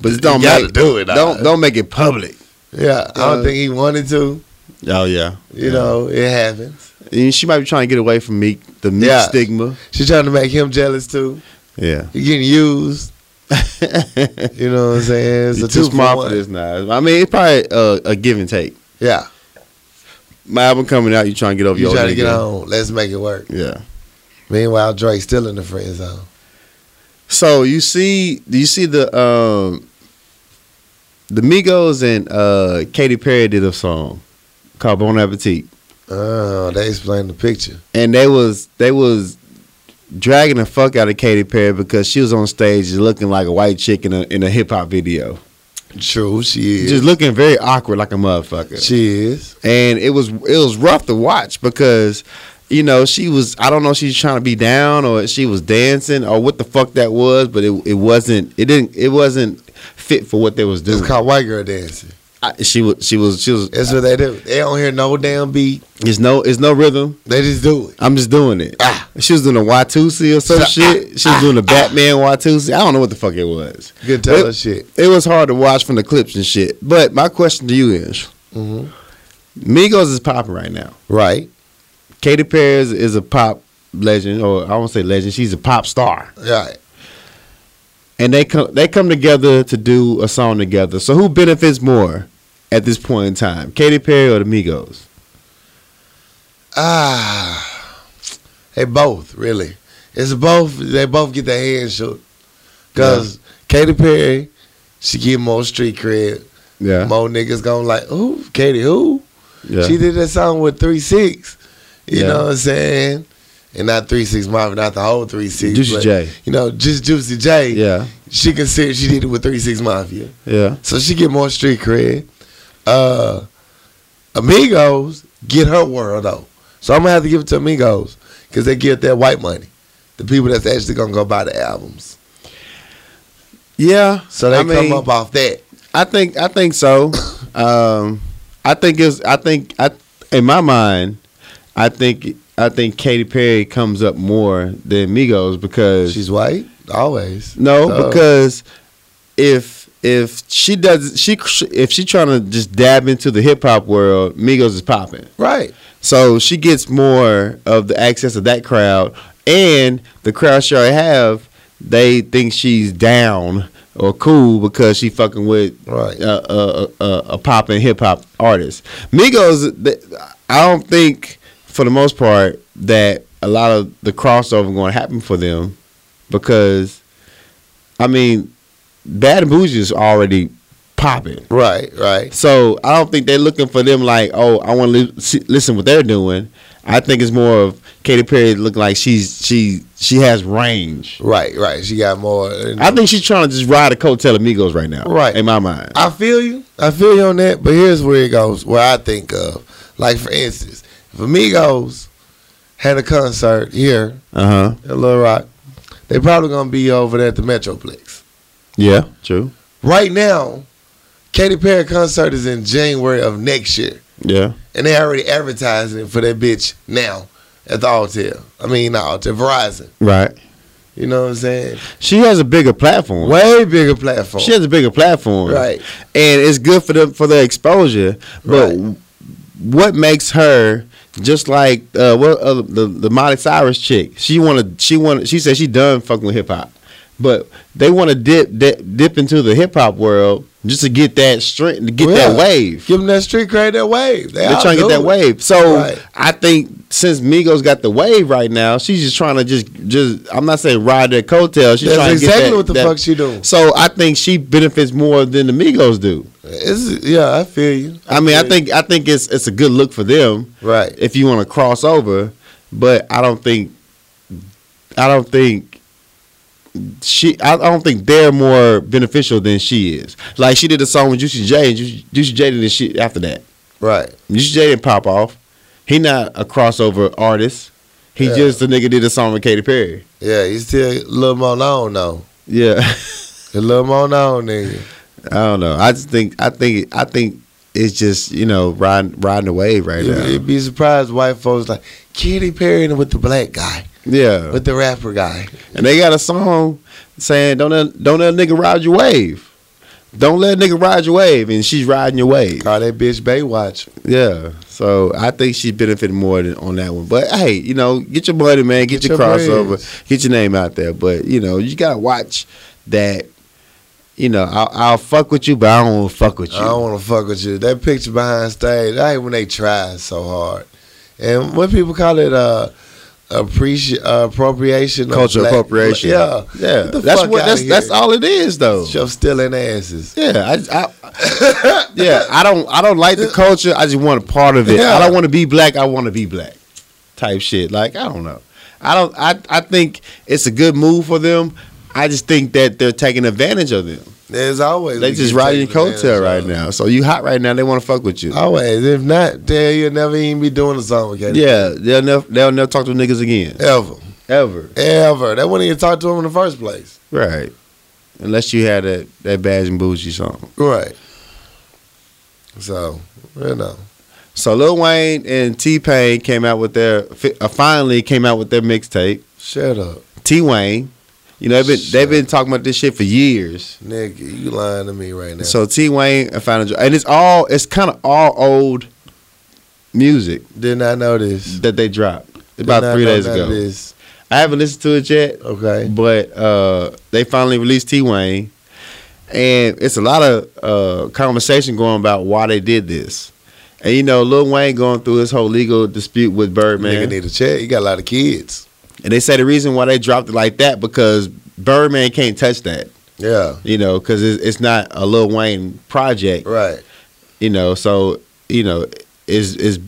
[SPEAKER 1] but just don't
[SPEAKER 2] You gotta
[SPEAKER 1] make
[SPEAKER 2] do it, Nas.
[SPEAKER 1] Don't don't make it public.
[SPEAKER 2] yeah, I don't
[SPEAKER 1] uh,
[SPEAKER 2] think he wanted to.
[SPEAKER 1] Oh yeah,
[SPEAKER 2] You know, it happens.
[SPEAKER 1] and she might be trying to get away from Meek, the Meek
[SPEAKER 2] Yeah.
[SPEAKER 1] stigma.
[SPEAKER 2] She trying to make him jealous too.
[SPEAKER 1] Yeah,
[SPEAKER 2] You getting used.
[SPEAKER 1] it's
[SPEAKER 2] You know what I'm saying? It's a
[SPEAKER 1] too
[SPEAKER 2] two for
[SPEAKER 1] small
[SPEAKER 2] one.
[SPEAKER 1] for this, Nas. I mean, it's probably a, a give and take.
[SPEAKER 2] Yeah,
[SPEAKER 1] My album coming out, you trying to get over
[SPEAKER 2] you
[SPEAKER 1] your
[SPEAKER 2] trying
[SPEAKER 1] old
[SPEAKER 2] to get
[SPEAKER 1] nigga.
[SPEAKER 2] on? Let's make it work.
[SPEAKER 1] Yeah.
[SPEAKER 2] Meanwhile, Drake's still in the friend zone.
[SPEAKER 1] So you see, do you see the um the Migos and uh Katy Perry did a song called Bon Appetit,
[SPEAKER 2] Oh, they explained the picture.
[SPEAKER 1] and they was they was dragging the fuck out of Katy Perry because she was on stage looking like a white chick in a in a hip hop video,
[SPEAKER 2] True, she is.
[SPEAKER 1] just looking very awkward like a motherfucker.
[SPEAKER 2] she is.
[SPEAKER 1] and it was it was rough to watch because you know she was I don't know if she's trying to be down or she was dancing or what the fuck that was, but it it wasn't it didn't it wasn't fit for what they was doing.
[SPEAKER 2] It's called white girl dancing.
[SPEAKER 1] I, she was she was she was.
[SPEAKER 2] That's what they do. They don't hear no damn beat.
[SPEAKER 1] It's no it's no rhythm.
[SPEAKER 2] They just do it.
[SPEAKER 1] I'm just doing it.
[SPEAKER 2] Ah.
[SPEAKER 1] She was doing a Watusi or some
[SPEAKER 2] Ah,
[SPEAKER 1] shit. She was doing a Batman Watusi. I don't know what the fuck it was.
[SPEAKER 2] You can tell
[SPEAKER 1] It-
[SPEAKER 2] us shit.
[SPEAKER 1] It was hard to watch from the clips and shit. But my question to you is, Mm-hmm.
[SPEAKER 2] hmm
[SPEAKER 1] Migos is popping right now.
[SPEAKER 2] Right.
[SPEAKER 1] Katy Perry is, is a pop legend, or I won't say legend. She's a pop star,
[SPEAKER 2] Right.
[SPEAKER 1] and they come they come together to do a song together. So who benefits more at this point in time, Katy Perry or the Migos?
[SPEAKER 2] Ah, they both really. It's both. They both get their hands shook. Cause Katy Perry, she get more street cred.
[SPEAKER 1] Yeah,
[SPEAKER 2] More niggas gonna like, who? Katy who?
[SPEAKER 1] yeah,
[SPEAKER 2] She did that song with Three Six. You
[SPEAKER 1] Yeah.
[SPEAKER 2] know what I'm saying? And not Three Six Mafia, not the whole Three Six.
[SPEAKER 1] Juicy
[SPEAKER 2] but,
[SPEAKER 1] J.
[SPEAKER 2] You know, just Juicy J.
[SPEAKER 1] yeah,
[SPEAKER 2] She considered she did it with Three Six Mafia.
[SPEAKER 1] yeah.
[SPEAKER 2] So she get more street cred. Uh Amigos get her world though. So I'm gonna have to give it to Amigos because they get that white money. The people that's actually gonna go buy the albums.
[SPEAKER 1] Yeah.
[SPEAKER 2] So they
[SPEAKER 1] I
[SPEAKER 2] come
[SPEAKER 1] mean,
[SPEAKER 2] up off that.
[SPEAKER 1] I think I think so. um, I think it's I think I in my mind, I think I think Katy Perry comes up more than Migos because
[SPEAKER 2] She's Oh. white, always.
[SPEAKER 1] no
[SPEAKER 2] So-
[SPEAKER 1] because if if she does she if she trying to just dab into the hip hop world, Migos is popping.
[SPEAKER 2] Right.
[SPEAKER 1] So she gets more of the access of that crowd, and the crowd she already have, they think she's down or cool because she fucking with
[SPEAKER 2] Right.
[SPEAKER 1] a, a, a, a pop and hip hop artist. Migos, th- I don't think for the most part that a lot of the crossover going to happen for them because, I mean, Bad and Bougie is already popping.
[SPEAKER 2] Right, right.
[SPEAKER 1] So I don't think they're looking for them like, oh, I want to li- see- listen what they're doing. I think it's more of Katy Perry look like she's she she has range.
[SPEAKER 2] Right, right. She got more
[SPEAKER 1] I think she's trying to just ride a coattail of Migos right now.
[SPEAKER 2] Right.
[SPEAKER 1] in my mind.
[SPEAKER 2] I feel you. I feel you on that. But here's where it goes. Where I think of, like for instance, if Amigos had a concert here
[SPEAKER 1] Uh huh.
[SPEAKER 2] at Little Rock, they probably gonna be over there at the Metroplex.
[SPEAKER 1] Yeah. True.
[SPEAKER 2] Right now, Katy Perry concert is in January of next year,
[SPEAKER 1] Yeah.
[SPEAKER 2] and they already advertising it for that bitch now at the Altair. I mean, not Altair, Verizon.
[SPEAKER 1] Right.
[SPEAKER 2] You know what I'm saying?
[SPEAKER 1] She has a bigger platform.
[SPEAKER 2] Way bigger platform.
[SPEAKER 1] She has a bigger platform.
[SPEAKER 2] Right.
[SPEAKER 1] And it's good for them for their exposure. But
[SPEAKER 2] Right.
[SPEAKER 1] what makes her just like uh, what uh, the the Miley Cyrus chick? She wanted she wanted she said she done fucking with hip hop, but they want to dip, dip dip into the hip hop world just to get that strength to get
[SPEAKER 2] Well,
[SPEAKER 1] that wave.
[SPEAKER 2] Give them that street cred, that wave. They
[SPEAKER 1] They're
[SPEAKER 2] all
[SPEAKER 1] trying to
[SPEAKER 2] do
[SPEAKER 1] get that
[SPEAKER 2] it.
[SPEAKER 1] wave. So
[SPEAKER 2] Right.
[SPEAKER 1] I think since Migos got the wave right now, she's just trying to just just I'm not saying ride their coattail. She's trying
[SPEAKER 2] That's
[SPEAKER 1] to get
[SPEAKER 2] exactly
[SPEAKER 1] that-
[SPEAKER 2] what the
[SPEAKER 1] that-
[SPEAKER 2] fuck she doing.
[SPEAKER 1] So I think she benefits more than the Migos do.
[SPEAKER 2] It's, yeah, I feel you.
[SPEAKER 1] I mean, I
[SPEAKER 2] feel you.
[SPEAKER 1] think I think it's it's a good look for them
[SPEAKER 2] Right.
[SPEAKER 1] if you want to cross over, but I don't think I don't think she I I don't think they're more beneficial than she is. Like she did a song with Juicy J and Juicy, Juicy J did the shit after that.
[SPEAKER 2] Right.
[SPEAKER 1] Juicy J didn't pop off. He not a crossover artist. He
[SPEAKER 2] Yeah.
[SPEAKER 1] just a nigga did a song with Katy Perry.
[SPEAKER 2] Yeah, you still a little more known though.
[SPEAKER 1] Yeah.
[SPEAKER 2] A little more known nigga.
[SPEAKER 1] I don't know. I just think I think I think it's just, you know, riding riding the wave right
[SPEAKER 2] You-
[SPEAKER 1] now.
[SPEAKER 2] You'd be surprised white folks like Katy Perry and with the black guy,
[SPEAKER 1] Yeah.
[SPEAKER 2] with the rapper guy.
[SPEAKER 1] And they got a song saying, "Don't let, don't let a nigga ride your wave. Don't let a nigga ride your wave." And she's riding your wave.
[SPEAKER 2] Call that bitch Baywatch.
[SPEAKER 1] Yeah. So I think she benefited more than, on that one. But hey, you know, get your money, man. Get,
[SPEAKER 2] Get
[SPEAKER 1] your,
[SPEAKER 2] your
[SPEAKER 1] crossover.
[SPEAKER 2] breads.
[SPEAKER 1] Get your name out there. But you know, you gotta watch that. You know, I'll, I'll fuck with you, but I don't want to fuck with you.
[SPEAKER 2] I don't want to fuck with you. That picture behind stage, I hate when they try so hard. And what people call it, uh, appreci- uh, appropriation, of
[SPEAKER 1] Cultural
[SPEAKER 2] black-
[SPEAKER 1] appropriation.
[SPEAKER 2] Yeah,
[SPEAKER 1] yeah,
[SPEAKER 2] Get the
[SPEAKER 1] that's
[SPEAKER 2] fuck
[SPEAKER 1] what.
[SPEAKER 2] outta
[SPEAKER 1] That's that's
[SPEAKER 2] here.
[SPEAKER 1] all it is, though.
[SPEAKER 2] Show stealing asses.
[SPEAKER 1] Yeah, I, I- yeah, I don't, I don't like the culture. I just want a part of it. I
[SPEAKER 2] Yeah.
[SPEAKER 1] don't want to be black. I want to be black, type shit. Like I don't know. I don't. I, I think it's a good move for them. I just think that they're taking advantage of them.
[SPEAKER 2] There's always
[SPEAKER 1] They
[SPEAKER 2] we
[SPEAKER 1] just
[SPEAKER 2] get
[SPEAKER 1] riding your
[SPEAKER 2] taken advantage
[SPEAKER 1] coattail right
[SPEAKER 2] of. Oh,
[SPEAKER 1] now. So you hot right now. They want to fuck with you.
[SPEAKER 2] Always. If not, then you'll never even be doing a song with Katy.
[SPEAKER 1] Yeah, they'll never, they'll never talk to niggas again
[SPEAKER 2] Ever.
[SPEAKER 1] ever.
[SPEAKER 2] Ever. They wouldn't even talk to him in the first place.
[SPEAKER 1] Right. Unless you had that, that badge and bougie song.
[SPEAKER 2] Right. So, you know.
[SPEAKER 1] So Lil Wayne and T Pain came out with their fi- uh, finally came out with their mixtape.
[SPEAKER 2] Shut up,
[SPEAKER 1] T Wayne, you know they've been,
[SPEAKER 2] Shut
[SPEAKER 1] they've been talking about this shit for years.
[SPEAKER 2] nigga. You lying to me right now.
[SPEAKER 1] So T Wayne and Final Dra- and it's all it's kind of all old music
[SPEAKER 2] Did not know this.
[SPEAKER 1] that they dropped
[SPEAKER 2] Did
[SPEAKER 1] about
[SPEAKER 2] not
[SPEAKER 1] three
[SPEAKER 2] know
[SPEAKER 1] days
[SPEAKER 2] none of
[SPEAKER 1] ago.
[SPEAKER 2] This.
[SPEAKER 1] I haven't listened to it yet,
[SPEAKER 2] Okay.
[SPEAKER 1] but uh, they finally released T Wayne, and it's a lot of uh, conversation going about why they did this. And you know, Lil Wayne going through his whole legal dispute with Birdman,
[SPEAKER 2] Nigga need a check. You got a lot of kids.
[SPEAKER 1] and they say the reason why they dropped it like that because Birdman can't touch that,
[SPEAKER 2] Yeah.
[SPEAKER 1] you know, because it's, it's not a Lil Wayne project.
[SPEAKER 2] Right.
[SPEAKER 1] you know so you know is is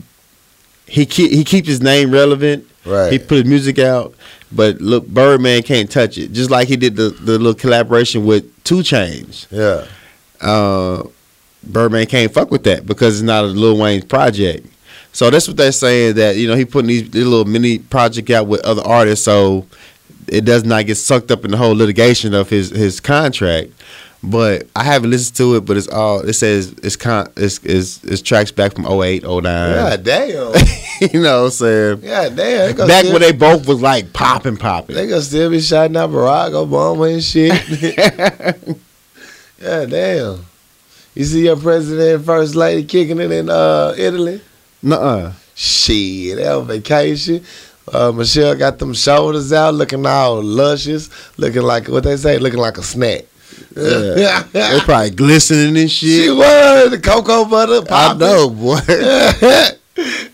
[SPEAKER 1] he keep he keeps his name relevant
[SPEAKER 2] Right.
[SPEAKER 1] he put his music out but look birdman can't touch it just like he did the, the little collaboration with two chains
[SPEAKER 2] yeah.
[SPEAKER 1] uh birdman can't fuck with that because it's not a lil wayne's project so that's what they're saying that you know he putting these, these little mini project out with other artists so it does not get sucked up in the whole litigation of his his contract but I haven't listened to it. But it's all it says. It's con. It's it's, it's tracks back from 08, 09.
[SPEAKER 2] God damn.
[SPEAKER 1] you know what I'm saying?
[SPEAKER 2] God damn. They gonna
[SPEAKER 1] Back
[SPEAKER 2] still,
[SPEAKER 1] when they both was like popping,
[SPEAKER 2] they
[SPEAKER 1] popping.
[SPEAKER 2] gonna still be shouting out Barack Obama and shit. God damn. You see your president and first lady kicking it in uh, Italy.
[SPEAKER 1] Nuh-uh.
[SPEAKER 2] Shit, they on vacation. Uh, Michelle got them shoulders out, looking all luscious, looking like what they say, looking like a snack.
[SPEAKER 1] Yeah. They probably glistening and
[SPEAKER 2] she
[SPEAKER 1] shit.
[SPEAKER 2] was the cocoa butter.
[SPEAKER 1] I
[SPEAKER 2] Popping.
[SPEAKER 1] know, boy.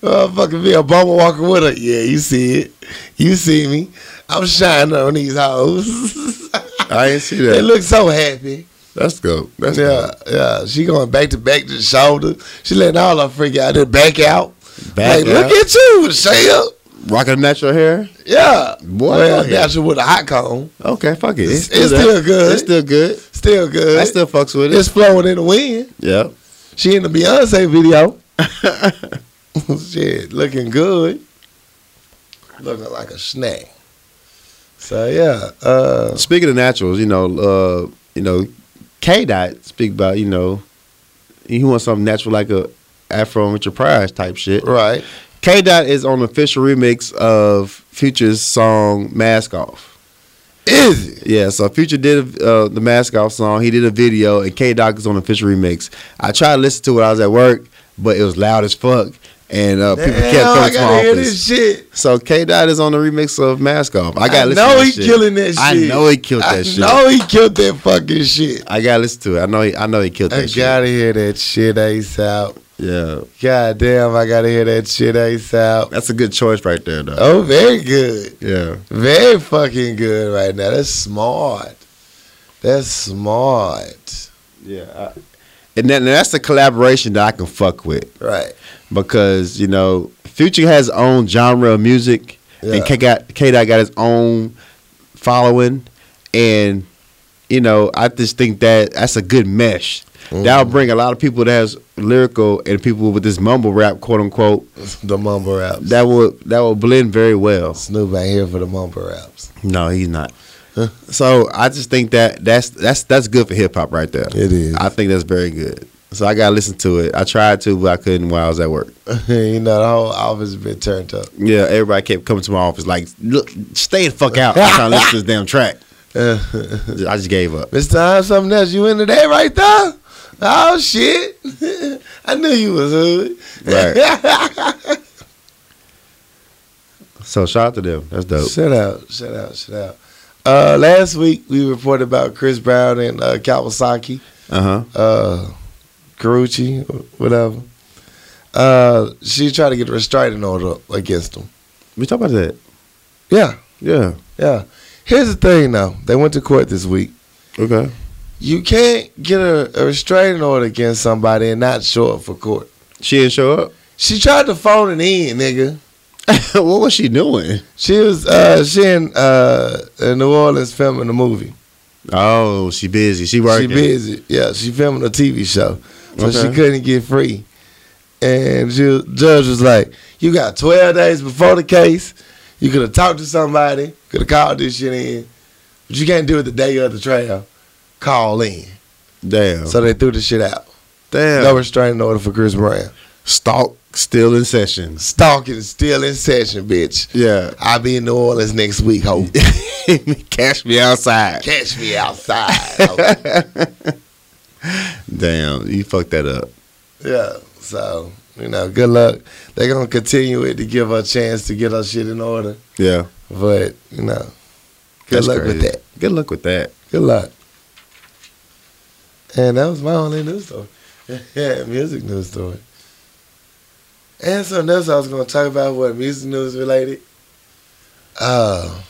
[SPEAKER 2] Motherfucking be a bummer walking with her. Yeah, you see it. You see me. I'm shining on these hoes.
[SPEAKER 1] I ain't see
[SPEAKER 2] they
[SPEAKER 1] that.
[SPEAKER 2] look so happy.
[SPEAKER 1] That's dope. That's
[SPEAKER 2] Yeah, yeah. She going back to back to the shoulder. She letting all her freak out there back out.
[SPEAKER 1] Back
[SPEAKER 2] like, look
[SPEAKER 1] out.
[SPEAKER 2] at you, Michelle.
[SPEAKER 1] dope. Rocking natural hair.
[SPEAKER 2] Yeah.
[SPEAKER 1] Boy,
[SPEAKER 2] well,
[SPEAKER 1] fuck it.
[SPEAKER 2] natural with a hot cone.
[SPEAKER 1] Okay, fuck it.
[SPEAKER 2] It's- it's still good.
[SPEAKER 1] It's still good.
[SPEAKER 2] Still good.
[SPEAKER 1] I still fucks with
[SPEAKER 2] it's
[SPEAKER 1] it.
[SPEAKER 2] flowing in the wind.
[SPEAKER 1] Yeah.
[SPEAKER 2] She in the Beyonce video. Shit, looking good. Looking like a snack. So yeah. Uh
[SPEAKER 1] Speaking of naturals, you know, uh, you know, K Dot speak about, you know, he wants something natural like a Afro Enterprise type shit.
[SPEAKER 2] right.
[SPEAKER 1] K Dot is on the official remix of Future's song Mask Off.
[SPEAKER 2] Is it?
[SPEAKER 1] Yeah, so Future did uh, the Mask Off song. He did a video, and K Dot is on the official remix. I tried to listen to it. when I was at work, but it was loud as fuck, and uh, people kept
[SPEAKER 2] Damn, I
[SPEAKER 1] coming to
[SPEAKER 2] gotta
[SPEAKER 1] my
[SPEAKER 2] hear
[SPEAKER 1] office.
[SPEAKER 2] this shit.
[SPEAKER 1] So K Dot is on the remix of Mask Off. I
[SPEAKER 2] I
[SPEAKER 1] got.
[SPEAKER 2] know
[SPEAKER 1] to
[SPEAKER 2] he
[SPEAKER 1] that shit.
[SPEAKER 2] killing that shit.
[SPEAKER 1] I know he killed that shit.
[SPEAKER 2] I know he killed that fucking shit.
[SPEAKER 1] I gotta listen to it. I know he. I know he killed that
[SPEAKER 2] I
[SPEAKER 1] shit.
[SPEAKER 2] gotta hear that shit ASAP.
[SPEAKER 1] Yeah,
[SPEAKER 2] God damn, I gotta hear that shit ASAP.
[SPEAKER 1] that's a good choice right there, though.
[SPEAKER 2] Oh, very good.
[SPEAKER 1] Yeah,
[SPEAKER 2] Very fucking good right now. That's smart. That's smart.
[SPEAKER 1] yeah. I- and then and that's the collaboration that I can fuck with.
[SPEAKER 2] Right.
[SPEAKER 1] because you know Future has his own genre of music,
[SPEAKER 2] Yeah.
[SPEAKER 1] and K got K Dot got his own following, and you know I just think that that's a good mesh.
[SPEAKER 2] Mm-hmm.
[SPEAKER 1] That'll bring a lot of people that has lyrical and people with this mumble rap, quote unquote.
[SPEAKER 2] The mumble raps.
[SPEAKER 1] That will that will blend very well.
[SPEAKER 2] Snoop ain't here for the mumble raps.
[SPEAKER 1] No, he's not. So I just think that that's that's that's good for hip hop right there.
[SPEAKER 2] It is.
[SPEAKER 1] I think that's very good. So I gotta listen to it. I tried to, but I couldn't while I was at work.
[SPEAKER 2] you know, the whole office been turned up.
[SPEAKER 1] Yeah, everybody kept coming to my office like, look, stay the fuck out. I'm trying to listen to this damn track. I just gave up.
[SPEAKER 2] Mr. Hines, something else. You in today right there? Oh shit. I knew you was hood.
[SPEAKER 1] Right. So shout out to them. That's dope.
[SPEAKER 2] Shut out, shut out, shut out. Uh, last week we reported about Chris Brown and uh, Kawasaki.
[SPEAKER 1] Uh huh.
[SPEAKER 2] uh Carucci, whatever. Uh she tried to get a restraining order against him.
[SPEAKER 1] We talk about that.
[SPEAKER 2] Yeah,
[SPEAKER 1] Yeah.
[SPEAKER 2] yeah. Here's the thing though. They went to court this week.
[SPEAKER 1] Okay.
[SPEAKER 2] You can't get a, a restraining order against somebody and not show up for court.
[SPEAKER 1] She didn't show up.
[SPEAKER 2] She tried to phone it in, nigga.
[SPEAKER 1] what was she doing?
[SPEAKER 2] She was uh she in uh in New Orleans filming a movie.
[SPEAKER 1] Oh, she busy. She working.
[SPEAKER 2] She busy. Yeah, she filming a TV show, so
[SPEAKER 1] Okay.
[SPEAKER 2] she couldn't get free. And she, was- judge was like, "You got 12 days before the case. You could have talked to somebody. Could have called this shit in, but you can't do it the day of the trial. call in.
[SPEAKER 1] Damn.
[SPEAKER 2] So they threw the shit out.
[SPEAKER 1] Damn.
[SPEAKER 2] No restraining order for Chris Brown.
[SPEAKER 1] Stalk still in sessions.
[SPEAKER 2] Stalking still in session, bitch.
[SPEAKER 1] Yeah.
[SPEAKER 2] I'll be in New Orleans next week, ho.
[SPEAKER 1] Cash me outside.
[SPEAKER 2] Catch me outside. ho.
[SPEAKER 1] Damn, you fucked that up.
[SPEAKER 2] yeah. So, you know, good luck. They're going to continue it to give her a chance to get her shit in order.
[SPEAKER 1] Yeah.
[SPEAKER 2] But, you know, good
[SPEAKER 1] That's
[SPEAKER 2] luck with
[SPEAKER 1] crazy.
[SPEAKER 2] that.
[SPEAKER 1] Good luck with that.
[SPEAKER 2] Good luck. And that was my only news story. yeah, music news story. And something else I was gonna talk about what music news related. Oh.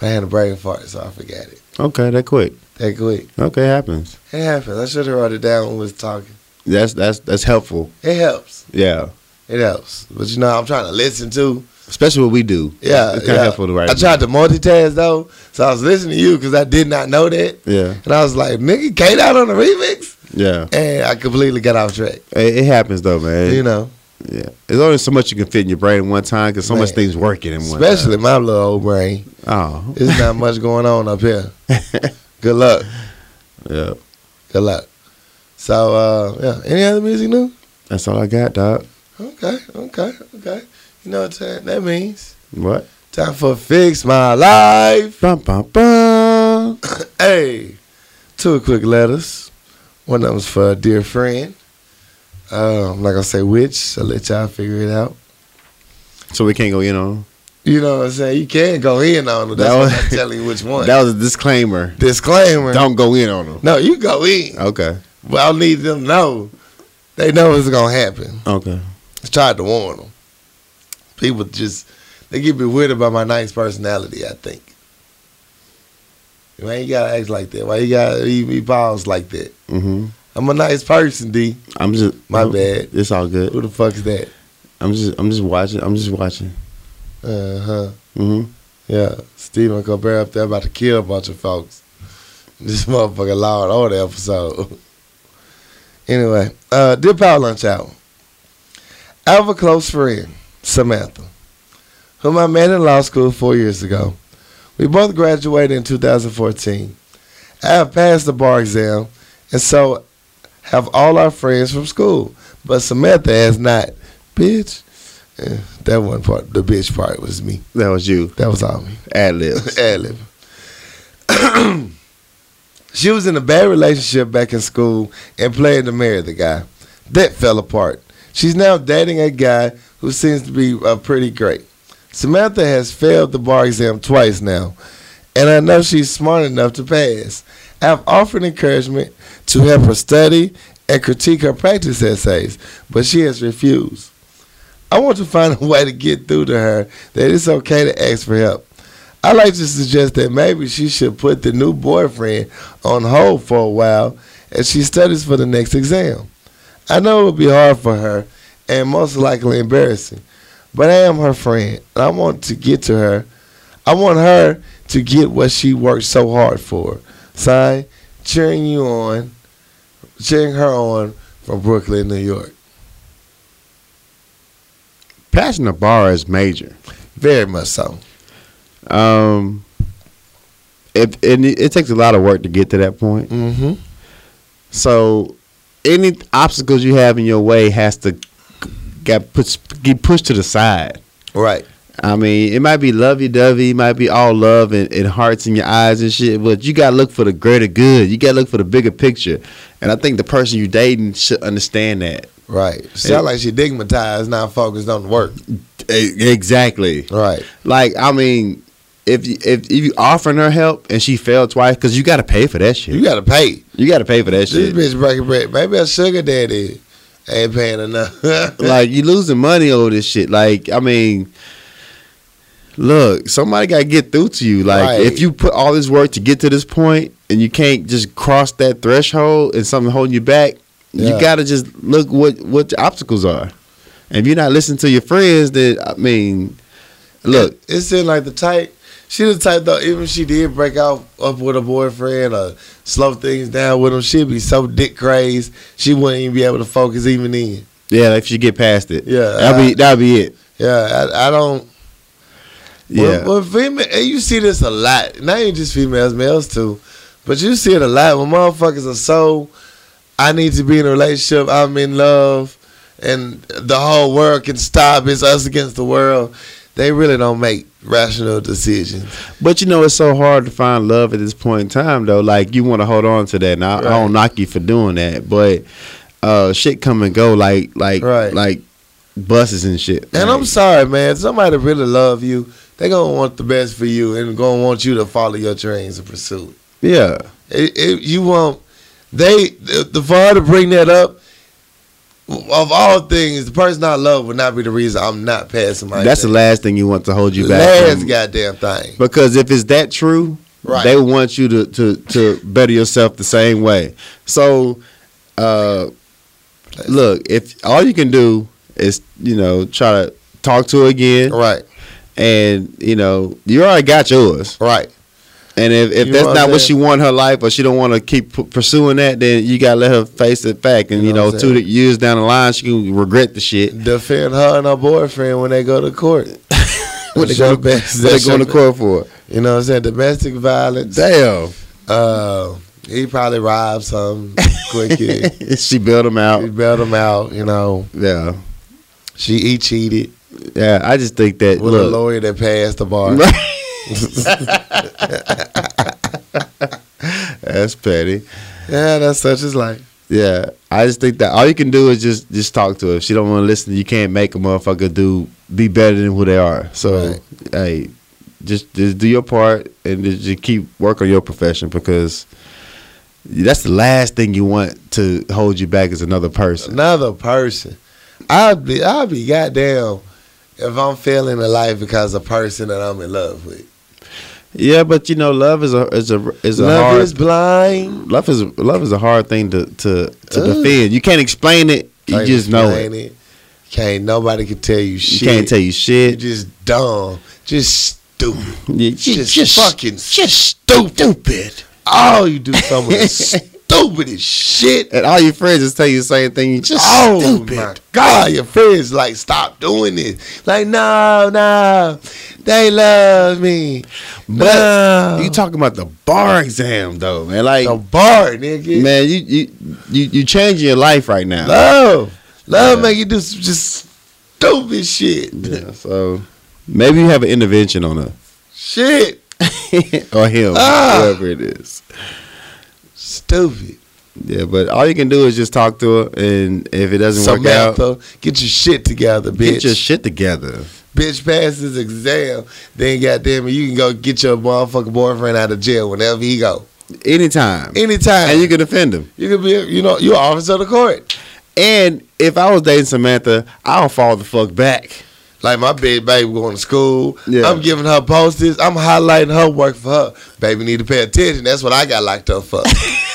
[SPEAKER 2] I had a brain fart, so I forgot it.
[SPEAKER 1] Okay, that quick.
[SPEAKER 2] That quick.
[SPEAKER 1] Okay, happens.
[SPEAKER 2] It happens. I should have wrote it down when we was talking.
[SPEAKER 1] That's that's that's helpful.
[SPEAKER 2] It helps.
[SPEAKER 1] Yeah.
[SPEAKER 2] It helps. But you know, I'm trying to listen to.
[SPEAKER 1] Especially what we do.
[SPEAKER 2] Yeah.
[SPEAKER 1] It's kinda
[SPEAKER 2] yeah.
[SPEAKER 1] helpful to write.
[SPEAKER 2] I tried to multitask though, so I was listening to you because I did not know that.
[SPEAKER 1] Yeah.
[SPEAKER 2] And I was like, nigga, Kate out on the remix?
[SPEAKER 1] Yeah.
[SPEAKER 2] And I completely got off track.
[SPEAKER 1] It, it happens though, man.
[SPEAKER 2] You know,
[SPEAKER 1] Yeah. There's only so much you can fit in your brain at one time because so much
[SPEAKER 2] Man.
[SPEAKER 1] things working in one
[SPEAKER 2] especially my little old brain.
[SPEAKER 1] time. Oh.
[SPEAKER 2] There's not much going on up here. Good luck.
[SPEAKER 1] Yeah.
[SPEAKER 2] Good luck. So, uh, yeah. Any other music new?
[SPEAKER 1] That's all I got, dog.
[SPEAKER 2] Okay, okay, okay. You know what time that means?
[SPEAKER 1] What?
[SPEAKER 2] Time for Fix My Life.
[SPEAKER 1] Bum, bum, bum.
[SPEAKER 2] Hey, two quick letters. One of them's for a dear friend. Uh, I'm not going to say which. I'll let y'all figure it out.
[SPEAKER 1] So we can't go in on. 'em?
[SPEAKER 2] You know what I'm saying? You can go in on it. That's
[SPEAKER 1] That was-
[SPEAKER 2] what I'm telling you which one.
[SPEAKER 1] That was a disclaimer.
[SPEAKER 2] Disclaimer.
[SPEAKER 1] Don't go in on them.
[SPEAKER 2] No, you go in.
[SPEAKER 1] Okay.
[SPEAKER 2] But I need them to know. They know it's gonna happen.
[SPEAKER 1] Okay.
[SPEAKER 2] I tried to warn them. People just they get weird about my nice personality. I think. Man, you gotta act like that. Why you gotta leave me balls like that?
[SPEAKER 1] Mm-hmm.
[SPEAKER 2] I'm a nice person, D.
[SPEAKER 1] I'm just
[SPEAKER 2] My
[SPEAKER 1] I'm-
[SPEAKER 2] bad.
[SPEAKER 1] It's all good.
[SPEAKER 2] Who the fuck's that?
[SPEAKER 1] I'm just I'm just watching. I'm just watching.
[SPEAKER 2] Uh huh.
[SPEAKER 1] Mm-hmm.
[SPEAKER 2] Yeah, Stephen Colbert up there about to kill a bunch of folks. This motherfucker Law and Order episode. anyway, uh, dear Power Lunch Hour, I have a close friend, Samantha, whom I met in law school four years ago. We both graduated in 2014. I have passed the bar exam, and so have all our friends from school. But Samantha has not. Bitch. Eh, that one part, the bitch part, was me.
[SPEAKER 1] That was you.
[SPEAKER 2] That was all me.
[SPEAKER 1] Ad libs.
[SPEAKER 2] Ad lib. she was in a bad relationship back in school and planned to marry the guy. That fell apart. She's now dating a guy who seems to be uh, pretty great. Samantha has failed the bar exam twice now, and I know she's smart enough to pass. I've offered encouragement to help her study and critique her practice essays, but she has refused. I want to find a way to get through to her that it's okay to ask for help. I like to suggest that maybe she should put the new boyfriend on hold for a while as she studies for the next exam. I know it would be hard for her and most likely embarrassing, but I am her friend and I want to get to her. I want her to get what she worked so hard for. Sign, cheering you on, cheering her on from Brooklyn, New York.
[SPEAKER 1] Passing the bar is major.
[SPEAKER 2] Very much so.
[SPEAKER 1] Um, if and it, it takes a lot of work to get to that point.
[SPEAKER 2] Mm-hmm.
[SPEAKER 1] So any obstacles you have in your way has to get pushed get pushed to the side.
[SPEAKER 2] Right.
[SPEAKER 1] I mean, it might be lovey dovey, it might be all love and, and hearts in your eyes and shit, but you gotta look for the greater good. You gotta look for the bigger picture. And I think the person you dating should understand that.
[SPEAKER 2] Right. Sound like she digmatized, not focused on the work.
[SPEAKER 1] E- Exactly.
[SPEAKER 2] Right.
[SPEAKER 1] Like, I mean, if you, if, if you offering her help and she failed twice, because you gotta pay for that shit.
[SPEAKER 2] You gotta pay.
[SPEAKER 1] You gotta pay for that
[SPEAKER 2] This
[SPEAKER 1] shit.
[SPEAKER 2] bitch breaking bread. Maybe a sugar daddy ain't paying enough.
[SPEAKER 1] like you losing money over this shit. Like I mean, look, somebody got to get through to you. Like
[SPEAKER 2] Right.
[SPEAKER 1] if you put all this work to get to this point and you can't just cross that threshold and something holding you back,
[SPEAKER 2] Yeah.
[SPEAKER 1] you got to just look what what the obstacles are. And if you're not listening to your friends, then I mean, look,
[SPEAKER 2] it seemed like the type. She the type though. Even if she did break out up with a boyfriend or slow things down with him, she'd be so dick crazed. She wouldn't even be able to focus even then.
[SPEAKER 1] yeah, if you get past it,
[SPEAKER 2] Yeah,
[SPEAKER 1] that'll
[SPEAKER 2] I-
[SPEAKER 1] be that'll be it.
[SPEAKER 2] Yeah, I, I don't.
[SPEAKER 1] Yeah,
[SPEAKER 2] Well, well female, and you see this a lot. Not even just females, males too. But you see it a lot when motherfuckers are so, I need to be in a relationship, I'm in love, and the whole world can stop. It's us against the world. They really don't make rational decisions.
[SPEAKER 1] But you know, it's so hard to find love at this point in time, though. Like you want to hold on to that, and I, I don't knock you for doing that, but uh, shit come and go, like like
[SPEAKER 2] Right.
[SPEAKER 1] like buses and shit. Like,
[SPEAKER 2] And I'm sorry, man. Somebody really love you. They gonna want the best for you, and gonna want you to follow your dreams and pursue
[SPEAKER 1] yeah,
[SPEAKER 2] it. it, it you won't. They the, the for her to bring that up. Of all things, the person I love would not be the reason I'm not passing my.
[SPEAKER 1] that's the
[SPEAKER 2] exam.
[SPEAKER 1] last thing you want to hold you back.
[SPEAKER 2] last
[SPEAKER 1] from-
[SPEAKER 2] goddamn thing.
[SPEAKER 1] Because if it's that true,
[SPEAKER 2] Right.
[SPEAKER 1] they want you to, to, to better yourself the same way. So, uh, look, if all you can do is, you know, try to talk to her again,
[SPEAKER 2] Right,
[SPEAKER 1] and, you know, you already got yours.
[SPEAKER 2] right.
[SPEAKER 1] And if, if
[SPEAKER 2] You
[SPEAKER 1] that's
[SPEAKER 2] know
[SPEAKER 1] not
[SPEAKER 2] what I'm
[SPEAKER 1] what she
[SPEAKER 2] saying?
[SPEAKER 1] want in her life or she don't want to keep p- pursuing that, then you got to let her face the fact. And, you
[SPEAKER 2] You know
[SPEAKER 1] know,
[SPEAKER 2] what I'm
[SPEAKER 1] two
[SPEAKER 2] saying?
[SPEAKER 1] years down the line, she can regret the shit.
[SPEAKER 2] Defend her and her boyfriend when they go to court.
[SPEAKER 1] What they
[SPEAKER 2] That's your
[SPEAKER 1] go to-
[SPEAKER 2] best-
[SPEAKER 1] what they
[SPEAKER 2] that's
[SPEAKER 1] going
[SPEAKER 2] your
[SPEAKER 1] to court for.
[SPEAKER 2] You know what I'm saying? Domestic violence.
[SPEAKER 1] Damn.
[SPEAKER 2] Uh, he probably robbed some quick kid.
[SPEAKER 1] she bailed him
[SPEAKER 2] She
[SPEAKER 1] out.
[SPEAKER 2] bailed him out, you know.
[SPEAKER 1] Yeah.
[SPEAKER 2] She he cheated
[SPEAKER 1] Yeah, I just think that
[SPEAKER 2] with a
[SPEAKER 1] look,
[SPEAKER 2] lawyer that passed the bar.
[SPEAKER 1] that's petty.
[SPEAKER 2] Yeah, that's such is life.
[SPEAKER 1] Yeah, I just think that all you can do is just just talk to her. If she don't want to listen, you can't make a motherfucker do be better than who they are. So
[SPEAKER 2] Right.
[SPEAKER 1] hey, just just do your part and just, just keep work on your profession because that's the last thing you want to hold you back is another person.
[SPEAKER 2] Another person. I'd be I'd be goddamn if I'm failing in life because of a person that I'm in love with.
[SPEAKER 1] Yeah, but you know, love is a is a is a
[SPEAKER 2] love
[SPEAKER 1] hard
[SPEAKER 2] is blind.
[SPEAKER 1] love is love is a hard thing to to to
[SPEAKER 2] Ugh.
[SPEAKER 1] defend. You can't explain it. You
[SPEAKER 2] Can't
[SPEAKER 1] just know
[SPEAKER 2] explain
[SPEAKER 1] it.
[SPEAKER 2] Can't nobody can tell you
[SPEAKER 1] You
[SPEAKER 2] shit.
[SPEAKER 1] can't tell you
[SPEAKER 2] You
[SPEAKER 1] shit.
[SPEAKER 2] just dumb. Just stupid.
[SPEAKER 1] You
[SPEAKER 2] just, fucking stupid. All you do some of the stupidest shit.
[SPEAKER 1] And all your friends just tell you the same thing. You just
[SPEAKER 2] oh
[SPEAKER 1] stupid.
[SPEAKER 2] my god, your friends like stop doing this. Like no, no, they love me.
[SPEAKER 1] But
[SPEAKER 2] no.
[SPEAKER 1] you talking about the bar exam though, man? Like,
[SPEAKER 2] the bar, nigga.
[SPEAKER 1] man, you you you you changing your life right now.
[SPEAKER 2] Love, love
[SPEAKER 1] Yeah.
[SPEAKER 2] make you do some just stupid shit.
[SPEAKER 1] Yeah, so maybe you have an intervention on her
[SPEAKER 2] Shit,
[SPEAKER 1] or him,
[SPEAKER 2] Ah.
[SPEAKER 1] whoever it is.
[SPEAKER 2] stupid.
[SPEAKER 1] Yeah, but all you can do is just talk to her, and if it doesn't work out,
[SPEAKER 2] Samantha, get your shit together, bitch.
[SPEAKER 1] get your shit together.
[SPEAKER 2] bitch passes exam, then goddamn it, you can go get your motherfucking boyfriend out of jail whenever he go.
[SPEAKER 1] Anytime,
[SPEAKER 2] Anytime.
[SPEAKER 1] and you can defend him.
[SPEAKER 2] you could be, you know, you're officer of the court.
[SPEAKER 1] And if I was dating Samantha, I'll fall the fuck back.
[SPEAKER 2] Like my big baby going to school.
[SPEAKER 1] Yeah.
[SPEAKER 2] I'm giving her posters. I'm highlighting her work for her. Baby need to pay attention. That's what I got locked up for.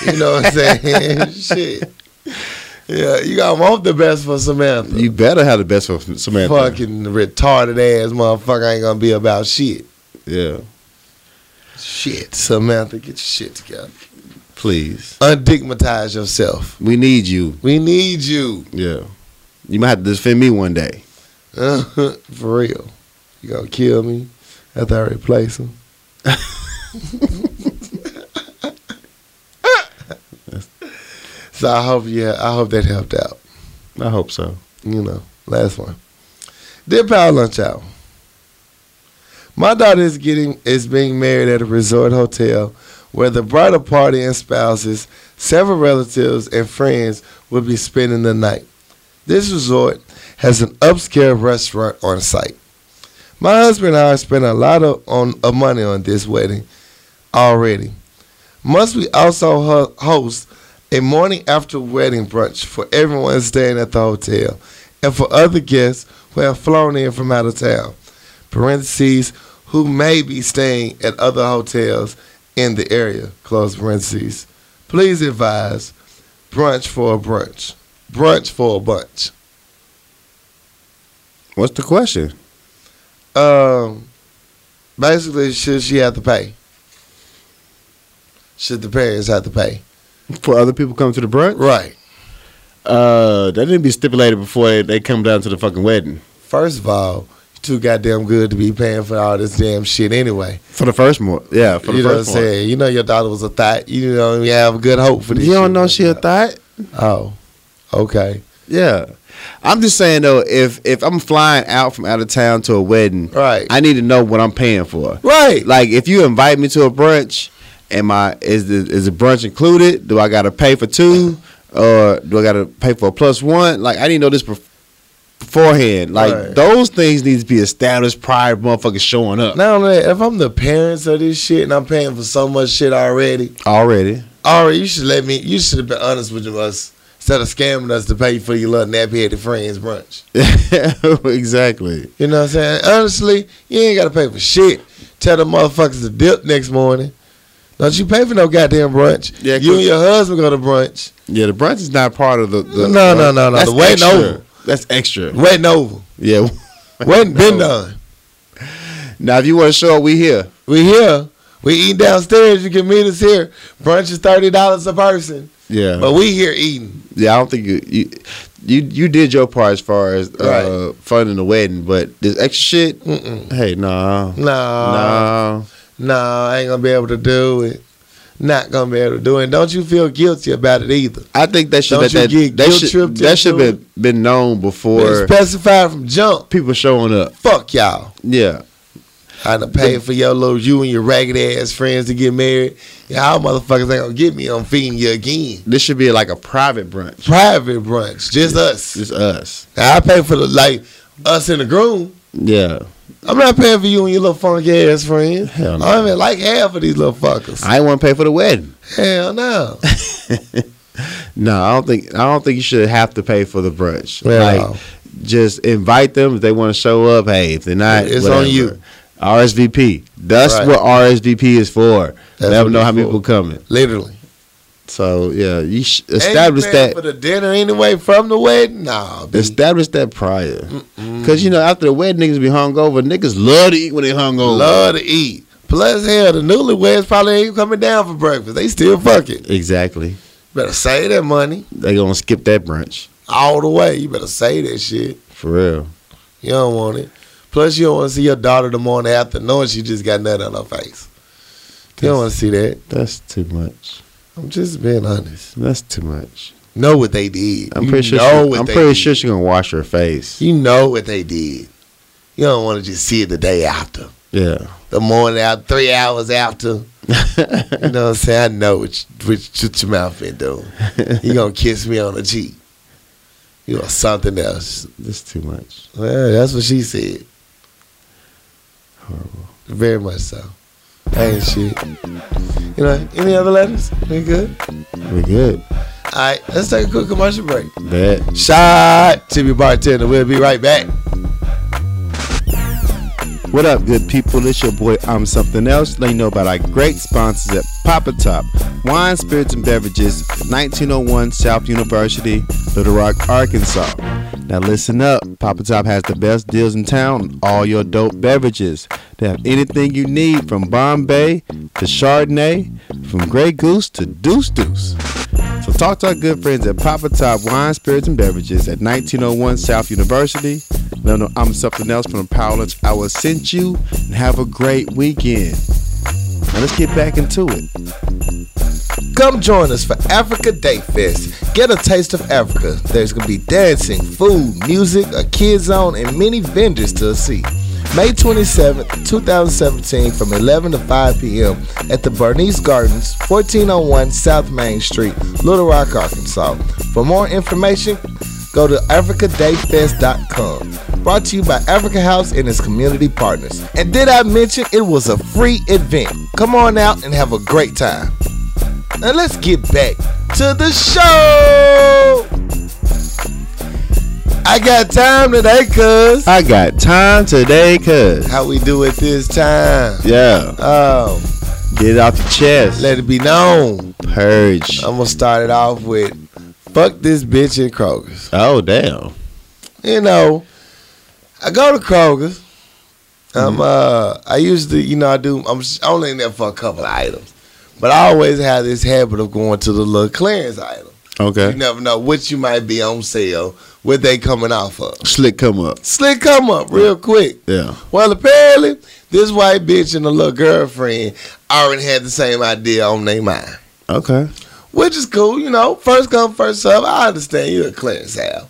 [SPEAKER 2] you know what I'm saying? Shit. Yeah, you got want the best for Samantha.
[SPEAKER 1] You better have the best for Samantha.
[SPEAKER 2] fucking retarded ass motherfucker ain't gonna be about shit.
[SPEAKER 1] Yeah,
[SPEAKER 2] Shit, Samantha, get your shit together.
[SPEAKER 1] please.
[SPEAKER 2] Undigmatize yourself.
[SPEAKER 1] We need you.
[SPEAKER 2] We need you.
[SPEAKER 1] Yeah. You might have to defend me one day.
[SPEAKER 2] Uh-huh. For real. You gonna kill me after I replace him? so I hope yeah, I hope that helped out.
[SPEAKER 1] I hope so.
[SPEAKER 2] You know, last one. Dear Power Lunch Hour. My daughter is getting is being married at a resort hotel where the bridal party and spouses, several relatives and friends will be spending the night. This resort has an upscale restaurant on site. My husband and I spent a lot of, on, of money on this wedding already. Must we also ho- host a morning after wedding brunch for everyone staying at the hotel and for other guests who have flown in from out of town. Parentheses, who may be staying at other hotels in the area. Close parentheses. Please advise brunch for a brunch. Brunch for a bunch.
[SPEAKER 1] What's the question?
[SPEAKER 2] Um, basically, should she have to pay? Should the parents have to pay?
[SPEAKER 1] For other people come to the brunch?
[SPEAKER 2] Right.
[SPEAKER 1] Uh, that didn't be stipulated before they, they come down to the fucking wedding.
[SPEAKER 2] First of all, too goddamn good to be paying for all this damn shit anyway.
[SPEAKER 1] For the first one. Yeah, for the
[SPEAKER 2] you know what I'm
[SPEAKER 1] first one.
[SPEAKER 2] saying? You know your daughter was a thought. You don't even have good hope for this.
[SPEAKER 1] You
[SPEAKER 2] shit
[SPEAKER 1] don't know
[SPEAKER 2] like
[SPEAKER 1] she a
[SPEAKER 2] that.
[SPEAKER 1] thought?
[SPEAKER 2] Oh, okay.
[SPEAKER 1] Yeah. I'm just saying though, if if I'm flying out from out of town to a wedding,
[SPEAKER 2] Right.
[SPEAKER 1] I need to know what I'm paying for.
[SPEAKER 2] Right.
[SPEAKER 1] Like if you invite me to a brunch, am I is the is the brunch included? Do I gotta pay for two? Or do I gotta pay for a plus one? Like I didn't know this bef- beforehand. Like
[SPEAKER 2] Right.
[SPEAKER 1] those things need to be established prior to motherfuckers showing up
[SPEAKER 2] Not only that, if I'm the parents of this shit and I'm paying for so much shit already,
[SPEAKER 1] already.
[SPEAKER 2] already you should let me. You should have been honest with us instead of scamming us to pay for your little nappy-headed friends brunch.
[SPEAKER 1] exactly.
[SPEAKER 2] You know what I'm saying? Honestly, you ain't gotta pay for shit. Tell the motherfuckers to dip next morning. Don't you pay for no goddamn brunch?
[SPEAKER 1] Yeah,
[SPEAKER 2] you
[SPEAKER 1] cause-
[SPEAKER 2] and your husband go to brunch.
[SPEAKER 1] Yeah, the brunch is not part of the. the
[SPEAKER 2] No, no, no, no.
[SPEAKER 1] That's
[SPEAKER 2] The waiting
[SPEAKER 1] extra.
[SPEAKER 2] over.
[SPEAKER 1] That's extra.
[SPEAKER 2] Waiting over.
[SPEAKER 1] Yeah.
[SPEAKER 2] Waiting been
[SPEAKER 1] No.
[SPEAKER 2] done.
[SPEAKER 1] Now, if you want to show up, we here.
[SPEAKER 2] We here. We eat downstairs. You can meet us here. Brunch is thirty dollars a person,
[SPEAKER 1] Yeah.
[SPEAKER 2] but we here eating.
[SPEAKER 1] yeah, I don't think you, you you you did your part as far as uh,
[SPEAKER 2] Right.
[SPEAKER 1] funding the wedding, but this extra shit.
[SPEAKER 2] Mm-mm.
[SPEAKER 1] Hey, no,
[SPEAKER 2] No,
[SPEAKER 1] no,
[SPEAKER 2] no, I ain't gonna be able to do it. Not gonna be able to do it. Don't you feel guilty about it either?
[SPEAKER 1] I think that should
[SPEAKER 2] Don't
[SPEAKER 1] that
[SPEAKER 2] you
[SPEAKER 1] that,
[SPEAKER 2] get
[SPEAKER 1] that
[SPEAKER 2] guilt
[SPEAKER 1] should
[SPEAKER 2] tripped
[SPEAKER 1] that should
[SPEAKER 2] into
[SPEAKER 1] been been known
[SPEAKER 2] Or
[SPEAKER 1] before
[SPEAKER 2] specified from jump.
[SPEAKER 1] people showing up.
[SPEAKER 2] Fuck y'all.
[SPEAKER 1] Yeah,
[SPEAKER 2] I done paid for your little you and your ragged ass friends to get married. Y'all motherfuckers ain't gonna get me on feeding you again.
[SPEAKER 1] this should be like a private brunch.
[SPEAKER 2] Private brunch, just us.
[SPEAKER 1] It's us.
[SPEAKER 2] Now, I pay for the like us and the groom.
[SPEAKER 1] Yeah,
[SPEAKER 2] I'm not paying for you and your little funky ass friends.
[SPEAKER 1] Hell no.
[SPEAKER 2] I don't even like half of these little fuckers.
[SPEAKER 1] I want to pay for the wedding.
[SPEAKER 2] Hell no.
[SPEAKER 1] No, I don't think I don't think you should have to pay for the brunch.
[SPEAKER 2] Well,
[SPEAKER 1] Like, just invite them if they want to show up. Hey, if they're not,
[SPEAKER 2] It's
[SPEAKER 1] whatever.
[SPEAKER 2] on you.
[SPEAKER 1] RSVP. That's
[SPEAKER 2] Right.
[SPEAKER 1] what RSVP is for.
[SPEAKER 2] That's
[SPEAKER 1] Never
[SPEAKER 2] what
[SPEAKER 1] know
[SPEAKER 2] it's
[SPEAKER 1] how many
[SPEAKER 2] for.
[SPEAKER 1] people coming.
[SPEAKER 2] literally.
[SPEAKER 1] So yeah, you sh-
[SPEAKER 2] Ain't you
[SPEAKER 1] establish
[SPEAKER 2] paying
[SPEAKER 1] that.
[SPEAKER 2] for the dinner anyway from the wedding. Nah, Mm. bitch.
[SPEAKER 1] Establish that prior, because you know after the wedding niggas be hungover. Niggas love to eat when they hungover.
[SPEAKER 2] love to eat. Plus, hell, the newlyweds probably ain't coming down for breakfast. They still fucking.
[SPEAKER 1] Exactly.
[SPEAKER 2] Better save that money
[SPEAKER 1] They gonna skip that brunch
[SPEAKER 2] all the way. You better save that shit.
[SPEAKER 1] for real.
[SPEAKER 2] You don't want it. Plus, you don't want to see your daughter the morning after knowing she just got nothing on her face. You don't want to see that.
[SPEAKER 1] That's too much.
[SPEAKER 2] I'm just being honest.
[SPEAKER 1] That's too much.
[SPEAKER 2] Know what they did.
[SPEAKER 1] I'm
[SPEAKER 2] You
[SPEAKER 1] pretty sure.
[SPEAKER 2] Know
[SPEAKER 1] She,
[SPEAKER 2] what
[SPEAKER 1] I'm
[SPEAKER 2] they
[SPEAKER 1] pretty
[SPEAKER 2] did.
[SPEAKER 1] sure she gonna wash her face.
[SPEAKER 2] You know what they did. You don't want to just see it the day after,
[SPEAKER 1] Yeah.
[SPEAKER 2] the morning after, three hours after. You know what I'm saying? I know what, you, what, you- what your mouth been doing. You gonna kiss me on the cheek. You know something else.
[SPEAKER 1] That's too much.
[SPEAKER 2] Well, that's what she said. Very much so. Ain't shit. You know, any other letters? We good?
[SPEAKER 1] We good.
[SPEAKER 2] All right, let's take a quick commercial break.
[SPEAKER 1] That
[SPEAKER 2] Shot to be bartender. We'll be right back.
[SPEAKER 1] What up, good people? It's your boy, I'm Something Else. Let you know about our great sponsors at Papa Top Wine, Spirits, and Beverages, 1901 South University, Little Rock, Arkansas. Now, listen up. Papa Top has the best deals in town on all your dope beverages. They have anything you need from Bombay to Chardonnay, from Grey Goose to Deuce Deuce. So talk to our good friends at Papa Top Wine, Spirits, and Beverages at 1901 South University. Let them know I'm something else from the Power Lunch Hour sent you, and have a great weekend. Now let's get back into it.
[SPEAKER 2] Come join us for Africa Day Fest. Get a taste of Africa. There's going to be dancing, food, music, a kids zone, and many vendors to see. May 27th, 2017, from 11 to 5 p.m. at the Bernice Gardens, 1401 South Main Street, Little Rock, Arkansas. For more information, go to africadayfest.com. Brought to you by Africa House and its community partners. And did I mention it was a free event? Come on out and have a great time. Now let's get back to the show. I got time today, cuz.
[SPEAKER 1] I got time today, cuz.
[SPEAKER 2] How we do it this time?
[SPEAKER 1] Yeah,
[SPEAKER 2] Oh,
[SPEAKER 1] get it off your chest.
[SPEAKER 2] let it be known.
[SPEAKER 1] purge.
[SPEAKER 2] I'm gonna start it off with fuck this bitch at Kroger's.
[SPEAKER 1] Oh, damn.
[SPEAKER 2] You know, I go to Kroger's. I'm uh, I usually, you know, I do. I'm s- only in there for a couple of items, but I always have this habit of going to the little clearance item. You
[SPEAKER 1] Okay.
[SPEAKER 2] never know what you might be on sale, what they coming off of.
[SPEAKER 1] Slick come up.
[SPEAKER 2] Slick come up real quick.
[SPEAKER 1] Yeah.
[SPEAKER 2] Well, apparently, this white bitch and the little girlfriend already had the same idea on their mind,
[SPEAKER 1] Okay.
[SPEAKER 2] which is cool. You know, first come, first serve. I understand you're a clearance Al.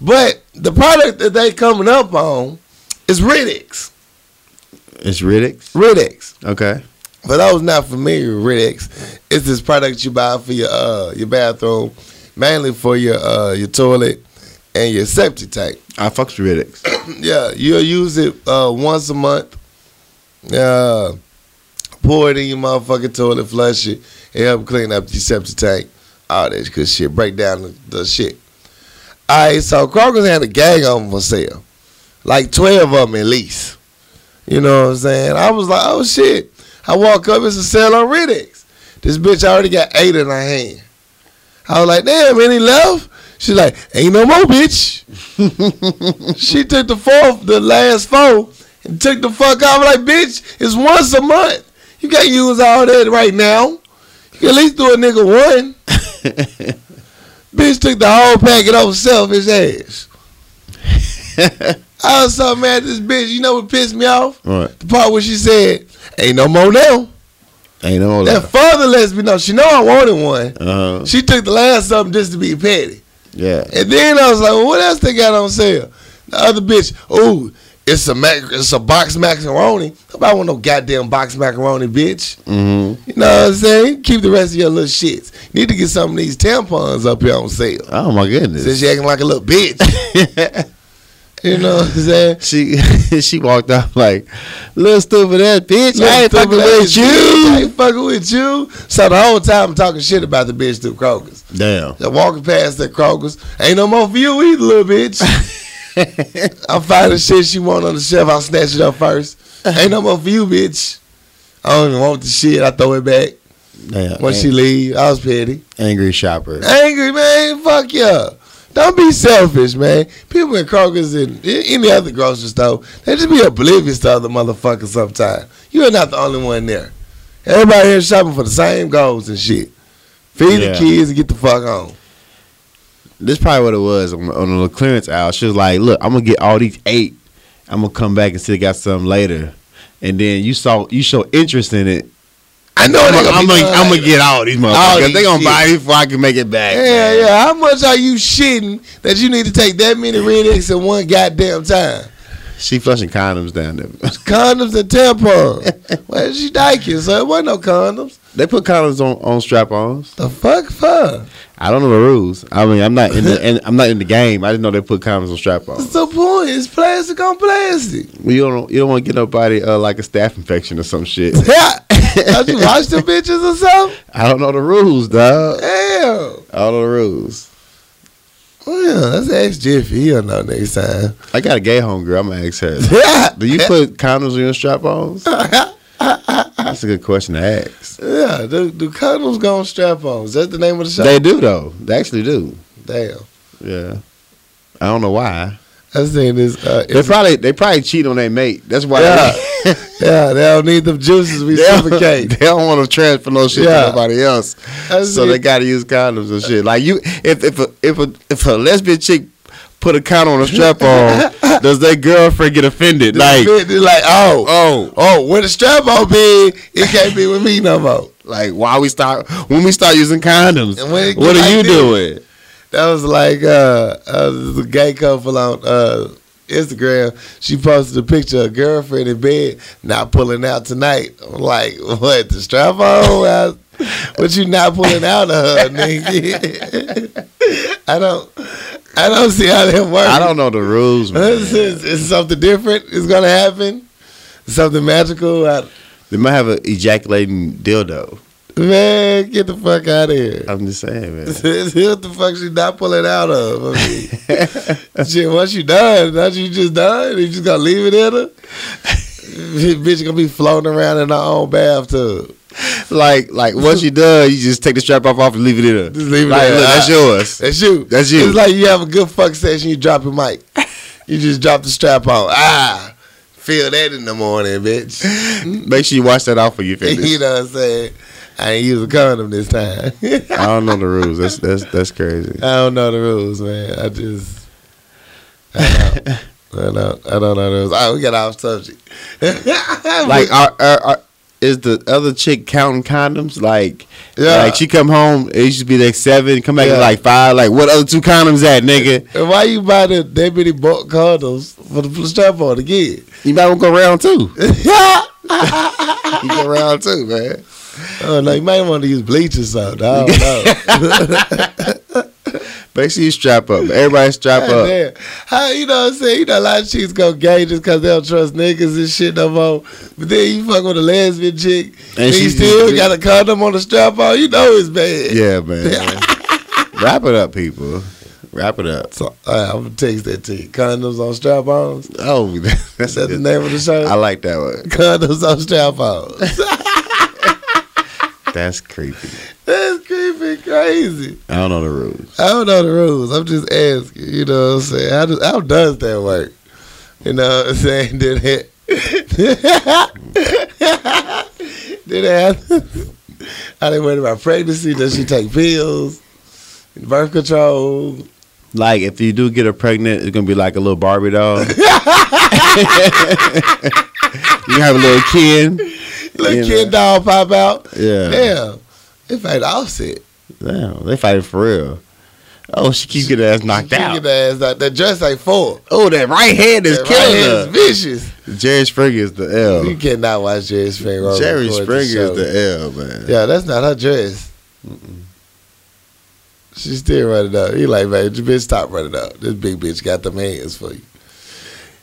[SPEAKER 2] But the product that they coming up on is Riddick's.
[SPEAKER 1] It's Riddick's.
[SPEAKER 2] Riddick's.
[SPEAKER 1] Okay.
[SPEAKER 2] For those not familiar with Riddick's, it's this product you buy for your uh, your bathroom, mainly for your uh, your toilet and your septic tank.
[SPEAKER 1] I fucks with Riddick's.
[SPEAKER 2] Yeah, you'll use it uh, once a month. Uh, pour it in your motherfucking toilet, flush it, and help clean up your septic tank. All that good shit. Break down the, the shit. All right, so Kroger's had a gang of them for sale. Like 12 of them at least. You know what I'm saying? I was like, oh shit. I walk up, it's a sale on Riddick's. This bitch already got eight in her hand. I was like, damn, any left? She's like, ain't no more, bitch. she took the fourth, the last four, and took the fuck out. I'm like, bitch, it's once a month. You can't use all that right now. You can at least do a nigga one. bitch took the whole packet off selfish ass. I was so mad at this bitch. You know what pissed me off?
[SPEAKER 1] Right.
[SPEAKER 2] The part where she said, ain't no more now.
[SPEAKER 1] Ain't no
[SPEAKER 2] That
[SPEAKER 1] left.
[SPEAKER 2] further lets me know. She know I wanted one.
[SPEAKER 1] Uh,
[SPEAKER 2] She took the last something just to be petty.
[SPEAKER 1] yeah.
[SPEAKER 2] And then I was like, well, what else they got on sale? The other bitch, ooh, it's a mac- it's a box macaroni. Nobody want no goddamn box macaroni, bitch.
[SPEAKER 1] Mm-hmm.
[SPEAKER 2] You know what I'm saying? Keep the rest of your little shits. Need to get some of these tampons up here on sale.
[SPEAKER 1] Oh my goodness.
[SPEAKER 2] Since you acting like a little bitch. you know what I'm saying?
[SPEAKER 1] she she walked out like little stupid ass bitch. I ain't fucking
[SPEAKER 2] Little stupid
[SPEAKER 1] with
[SPEAKER 2] ass bitch, I
[SPEAKER 1] you.
[SPEAKER 2] ain't fucking with you. So the whole time I'm talking shit about the bitch through Kroger's.
[SPEAKER 1] Damn.
[SPEAKER 2] I'm walking past that Kroger's. Ain't no more for you either, little bitch. I find the shit she want on the shelf. I snatch it up first. Ain't no more for you, bitch. I don't even want the shit. I throw it back
[SPEAKER 1] Damn.
[SPEAKER 2] when she
[SPEAKER 1] Ang-
[SPEAKER 2] leave. I was petty.
[SPEAKER 1] angry shopper.
[SPEAKER 2] Angry, man. Fuck yeah. Don't be selfish, man. People in Kroger's and i- any other grocery store, they just be oblivious to other motherfuckers sometimes. You are not the only one there. Everybody here shopping for the same goals and shit. Feed
[SPEAKER 1] Yeah.
[SPEAKER 2] the kids and get the fuck on.
[SPEAKER 1] This probably what it was on, on the little clearance aisle. She was like, "Look, I'm gonna get all these eight. I'm gonna come back and still got some later." And then you saw you show interest in it.
[SPEAKER 2] I know
[SPEAKER 1] I'm
[SPEAKER 2] they
[SPEAKER 1] gonna,
[SPEAKER 2] gonna
[SPEAKER 1] I'm
[SPEAKER 2] be
[SPEAKER 1] gonna,
[SPEAKER 2] done
[SPEAKER 1] I'm
[SPEAKER 2] later.
[SPEAKER 1] gonna get all these motherfuckers.
[SPEAKER 2] All these
[SPEAKER 1] they gonna
[SPEAKER 2] shits.
[SPEAKER 1] buy it before I can make it back.
[SPEAKER 2] Yeah,
[SPEAKER 1] man.
[SPEAKER 2] yeah. How much are you shitting that you need to take that many red X in one goddamn time?
[SPEAKER 1] She flushing condoms down there.
[SPEAKER 2] Condoms and tampons. Why she dyking, so it wasn't no condoms.
[SPEAKER 1] they put condoms on, on strap-ons.
[SPEAKER 2] The fuck for?
[SPEAKER 1] I don't know the rules. I mean, I'm not in the and I'm not in the game. I didn't know they put condoms on strap-ons.
[SPEAKER 2] What's the point? It's plastic on plastic.
[SPEAKER 1] Well, you don't you don't want to get nobody uh, like a staph infection or some shit.
[SPEAKER 2] Yeah. Don't you watch the bitches or something?
[SPEAKER 1] I don't know the rules, dog.
[SPEAKER 2] Damn.
[SPEAKER 1] I don't know the rules.
[SPEAKER 2] Well, let's ask Jiffy. He'll know next time.
[SPEAKER 1] I got a gay homegirl. I'm gonna ask her.
[SPEAKER 2] Yeah.
[SPEAKER 1] Do you put condoms on your strap-ons? That's a good question to ask.
[SPEAKER 2] Yeah, the, the condoms gone strap ons. That's the name of the show.
[SPEAKER 1] They do though. They actually do.
[SPEAKER 2] Damn.
[SPEAKER 1] Yeah. I don't know why.
[SPEAKER 2] I seen this. Uh,
[SPEAKER 1] They probably they probably cheat on their mate. That's why.
[SPEAKER 2] Yeah.
[SPEAKER 1] They,
[SPEAKER 2] yeah, they don't need them juices we
[SPEAKER 1] they,
[SPEAKER 2] suffocate.
[SPEAKER 1] don't, they don't want to transfer no shit
[SPEAKER 2] Yeah.
[SPEAKER 1] to nobody else.
[SPEAKER 2] That's
[SPEAKER 1] so
[SPEAKER 2] it.
[SPEAKER 1] they got to use condoms and shit. Like you, if if a, if a if a lesbian chick put a condom on a strap on, does their girlfriend get offended? Like
[SPEAKER 2] They're like, oh,
[SPEAKER 1] oh.
[SPEAKER 2] Oh, where the strap on be, it can't be with me no more.
[SPEAKER 1] Like why we start when we start using condoms?
[SPEAKER 2] And when it
[SPEAKER 1] What are
[SPEAKER 2] get like
[SPEAKER 1] you
[SPEAKER 2] this-
[SPEAKER 1] doing?
[SPEAKER 2] That was like uh, uh the gay couple on uh Instagram. She posted a picture of a girlfriend in bed, not pulling out tonight. I'm like, what, the strap on? Well, But you not pulling out of her, nigga. I don't I don't see how that works.
[SPEAKER 1] I don't know the rules,
[SPEAKER 2] Is,
[SPEAKER 1] man.
[SPEAKER 2] something different is gonna happen? Something magical? I,
[SPEAKER 1] They might have an ejaculating dildo.
[SPEAKER 2] man, get the fuck out of here.
[SPEAKER 1] I'm just saying, man.
[SPEAKER 2] what the fuck she not pulling out of? I mean, shit, once you done, not you just done, you just gonna leave it in her? Bitch gonna be floating around in her own bathtub.
[SPEAKER 1] Like, like once you done, you just take the strap off, off and leave it in her.
[SPEAKER 2] Just leave it
[SPEAKER 1] Like,
[SPEAKER 2] in
[SPEAKER 1] look,
[SPEAKER 2] her.
[SPEAKER 1] that's yours.
[SPEAKER 2] That's you.
[SPEAKER 1] That's you.
[SPEAKER 2] It's like you have a good fuck session, you drop your mic. You just drop the strap on. Ah, feel that in the morning, bitch.
[SPEAKER 1] Make sure you wash that off when you finish.
[SPEAKER 2] you know what I'm saying? I ain't use a condom this time.
[SPEAKER 1] I don't know the rules. That's that's that's crazy.
[SPEAKER 2] I don't know the rules, man. I just I don't, I don't, I don't know the rules. All right, we got off subject.
[SPEAKER 1] Like, are, are, are, is the other chick counting condoms? Like,
[SPEAKER 2] Yeah.
[SPEAKER 1] like she come home, it used to be like seven, come back
[SPEAKER 2] Yeah.
[SPEAKER 1] at like five. Like, what other two condoms at, nigga?
[SPEAKER 2] And why you buy the that many bulk condoms for the strap on again?
[SPEAKER 1] You might want to go round two.
[SPEAKER 2] you go around too, man. Oh no, you might want to use bleach or something. I don't know.
[SPEAKER 1] Make sure you strap up. Everybody strap
[SPEAKER 2] God
[SPEAKER 1] up.
[SPEAKER 2] damn. How you know what I'm saying? You know a lot of chicks go gay just cause they don't trust niggas and shit no more. But then you fuck with a lesbian chick and,
[SPEAKER 1] she
[SPEAKER 2] you
[SPEAKER 1] just-
[SPEAKER 2] still got a condom on the strap on, you know it's bad.
[SPEAKER 1] Yeah, man. Wrap it up, people. Wrap it up.
[SPEAKER 2] So alright, I'm gonna text that to you. Condoms on strap ons.
[SPEAKER 1] Oh, that's,
[SPEAKER 2] That's the
[SPEAKER 1] good-
[SPEAKER 2] name of the show.
[SPEAKER 1] I like that one.
[SPEAKER 2] Condoms on strap ons.
[SPEAKER 1] That's creepy.
[SPEAKER 2] That's creepy crazy.
[SPEAKER 1] I don't know the rules.
[SPEAKER 2] I don't know the rules. I'm just asking. You know what I'm saying? How does, how does that work? You know what I'm saying? Did it? Did it happen? Are they worried about pregnancy? Does she take pills? Birth control?
[SPEAKER 1] Like, if you do get her pregnant, it's gonna be like a little Barbie doll. you have a little kid.
[SPEAKER 2] Little
[SPEAKER 1] You
[SPEAKER 2] kid
[SPEAKER 1] know.
[SPEAKER 2] doll pop out.
[SPEAKER 1] Yeah.
[SPEAKER 2] Damn. If I'd offset,
[SPEAKER 1] Damn, they fighting for real. Oh, she keeps getting her ass knocked
[SPEAKER 2] Kick
[SPEAKER 1] out.
[SPEAKER 2] that ass out. That dress like four.
[SPEAKER 1] Oh, that right hand is
[SPEAKER 2] That right
[SPEAKER 1] killing
[SPEAKER 2] hand is vicious.
[SPEAKER 1] her. Jerry Springer is
[SPEAKER 2] You
[SPEAKER 1] the
[SPEAKER 2] cannot watch Jerry Springer.
[SPEAKER 1] L. Jerry
[SPEAKER 2] record
[SPEAKER 1] Springer
[SPEAKER 2] the
[SPEAKER 1] is
[SPEAKER 2] show.
[SPEAKER 1] the L, man.
[SPEAKER 2] Yeah, that's not her dress. She still running up. He like, man, you bitch, stop running up. This big bitch got the hands for you.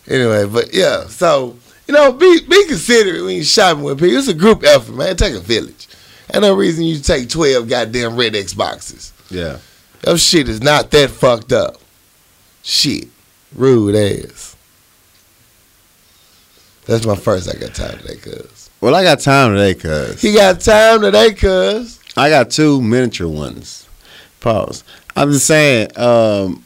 [SPEAKER 2] Anyway, but yeah, so you know, be be considerate when you shopping with people. It's a group effort, man. Take a village. Ain't no reason you take twelve goddamn red X boxes.
[SPEAKER 1] Yeah.
[SPEAKER 2] That shit is not that fucked up. Shit, rude ass. That's my first. I got time today, cuz
[SPEAKER 1] Well, I got time today, cuz.
[SPEAKER 2] he got time today, cuz.
[SPEAKER 1] I got two miniature ones. Pause. I'm just saying, um,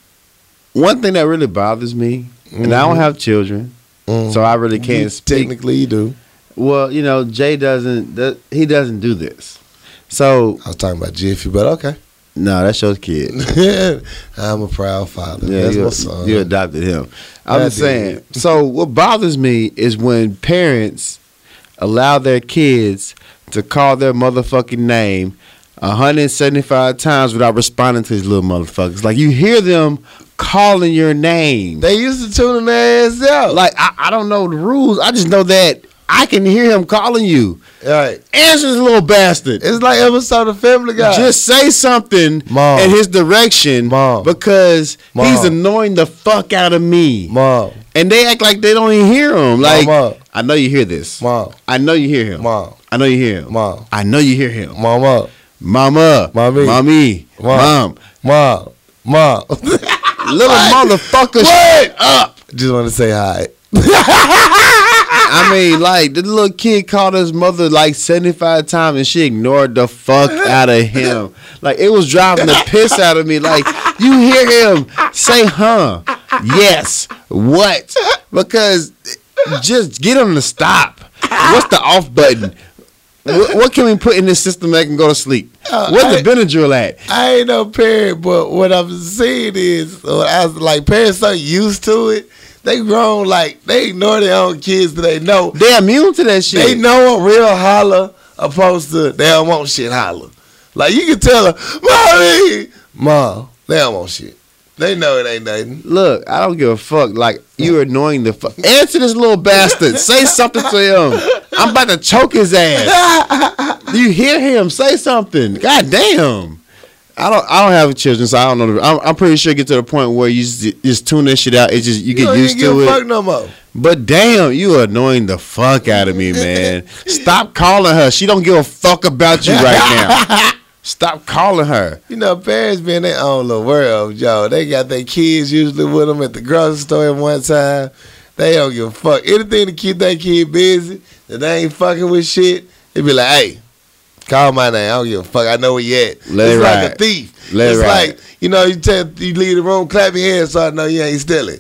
[SPEAKER 1] one thing that really bothers me, and I don't have children,
[SPEAKER 2] Mhm.
[SPEAKER 1] so I really
[SPEAKER 2] Mm-hmm. You
[SPEAKER 1] can't speak.
[SPEAKER 2] Technically, you do.
[SPEAKER 1] Well, you know, Jay doesn't. th- He doesn't do this. So
[SPEAKER 2] I was talking about Jiffy, but okay.
[SPEAKER 1] no, that's your kid.
[SPEAKER 2] I'm a proud father.
[SPEAKER 1] Yeah,
[SPEAKER 2] That's
[SPEAKER 1] you,
[SPEAKER 2] my son.
[SPEAKER 1] you adopted him. I'm
[SPEAKER 2] I
[SPEAKER 1] just
[SPEAKER 2] did.
[SPEAKER 1] saying. So what bothers me is when parents allow their kids to call their motherfucking name 175 times without responding to these little motherfuckers. Like you hear them calling your name.
[SPEAKER 2] They used to tune their ass out.
[SPEAKER 1] Like I, I don't know the rules. I just know that I can hear him calling you.
[SPEAKER 2] All right.
[SPEAKER 1] Answer this little bastard.
[SPEAKER 2] It's like episode of Family Guy.
[SPEAKER 1] Just say something
[SPEAKER 2] Mom.
[SPEAKER 1] in his direction
[SPEAKER 2] Mom.
[SPEAKER 1] because he's
[SPEAKER 2] Mom.
[SPEAKER 1] annoying the fuck out of me
[SPEAKER 2] mom,
[SPEAKER 1] and they act like they don't even hear him. Like
[SPEAKER 2] Mama.
[SPEAKER 1] I know you hear this.
[SPEAKER 2] mom,
[SPEAKER 1] I know you hear him.
[SPEAKER 2] mom,
[SPEAKER 1] I know you hear him.
[SPEAKER 2] mom,
[SPEAKER 1] I know you hear him.
[SPEAKER 2] mom, mom,
[SPEAKER 1] Mama,
[SPEAKER 2] Mommy.
[SPEAKER 1] mommy, mom,
[SPEAKER 2] Mom. mom, mom.
[SPEAKER 1] little motherfucker.
[SPEAKER 2] what? Up. Just want to say hi.
[SPEAKER 1] I mean, like the little kid called his mother like seventy-five times, and she ignored the fuck out of him. Like it was driving the piss out of me. Like you hear him say, "Huh, yes, what?" Because just get him to stop. What's the off button? What, what can we put in this system that can go to sleep? Where's the Benadryl at?
[SPEAKER 2] I ain't no parent, but what I'm seeing is, what I was like, parents are used to it. They grown like they ignore their own kids, but they know
[SPEAKER 1] They immune to that shit.
[SPEAKER 2] They know a real holler opposed to they don't want shit holler. Like you can tell her, mommy, mom, they don't want shit. They know it ain't nothing.
[SPEAKER 1] Look, I don't give a fuck. Like you're annoying the fuck. Answer this little bastard. Say something to him. I'm about to choke his ass. You hear him? Say something. God damn. I don't. I don't have children, so I don't know. The, I'm, I'm pretty sure it get to the point where you just, just tune that shit out. It's just you
[SPEAKER 2] You
[SPEAKER 1] get
[SPEAKER 2] don't
[SPEAKER 1] used
[SPEAKER 2] even give
[SPEAKER 1] to
[SPEAKER 2] a
[SPEAKER 1] it.
[SPEAKER 2] fuck no more.
[SPEAKER 1] But damn, you are annoying the fuck out of me, man. Stop calling her. She don't give a fuck about you right now. Stop calling her.
[SPEAKER 2] You know, parents be in their own little world, yo. They got their kids usually with them at the grocery store at one time. They don't give a fuck. Anything to keep that kid busy, that they ain't fucking with shit, they be like, hey, call my name. I don't give a fuck. I know where you at.
[SPEAKER 1] Let it
[SPEAKER 2] it's like a
[SPEAKER 1] ride.
[SPEAKER 2] thief.
[SPEAKER 1] Let it
[SPEAKER 2] it's
[SPEAKER 1] ride.
[SPEAKER 2] like, you know, you tell you leave the room, clap your hands so I know you ain't stealing.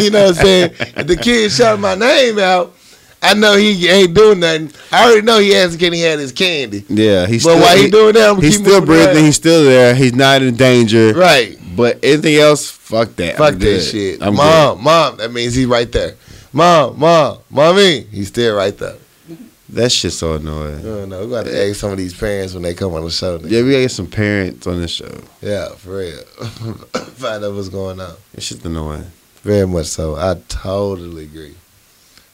[SPEAKER 2] you know what I'm saying? If the kid shouting my name out, I know he ain't doing nothing. I already know he hasn't can he had his candy.
[SPEAKER 1] Yeah, he's
[SPEAKER 2] but
[SPEAKER 1] still,
[SPEAKER 2] while he, doing that, I'm
[SPEAKER 1] he's
[SPEAKER 2] keep
[SPEAKER 1] still
[SPEAKER 2] moving around.
[SPEAKER 1] breathing. He's still there. He's not in danger.
[SPEAKER 2] right.
[SPEAKER 1] But anything else, fuck that.
[SPEAKER 2] Fuck
[SPEAKER 1] I'm
[SPEAKER 2] that
[SPEAKER 1] good.
[SPEAKER 2] shit.
[SPEAKER 1] I'm
[SPEAKER 2] mom, mom. That means he's right there. Mom, mom, mommy. He's still right there.
[SPEAKER 1] good. That shit's so annoying.
[SPEAKER 2] No, no, we got to ask some of these parents when they come on the show. nigga.
[SPEAKER 1] Yeah, we gotta get some parents on this show.
[SPEAKER 2] Yeah, for real. Find out what's going on.
[SPEAKER 1] This shit's annoying.
[SPEAKER 2] Very much so. I totally agree.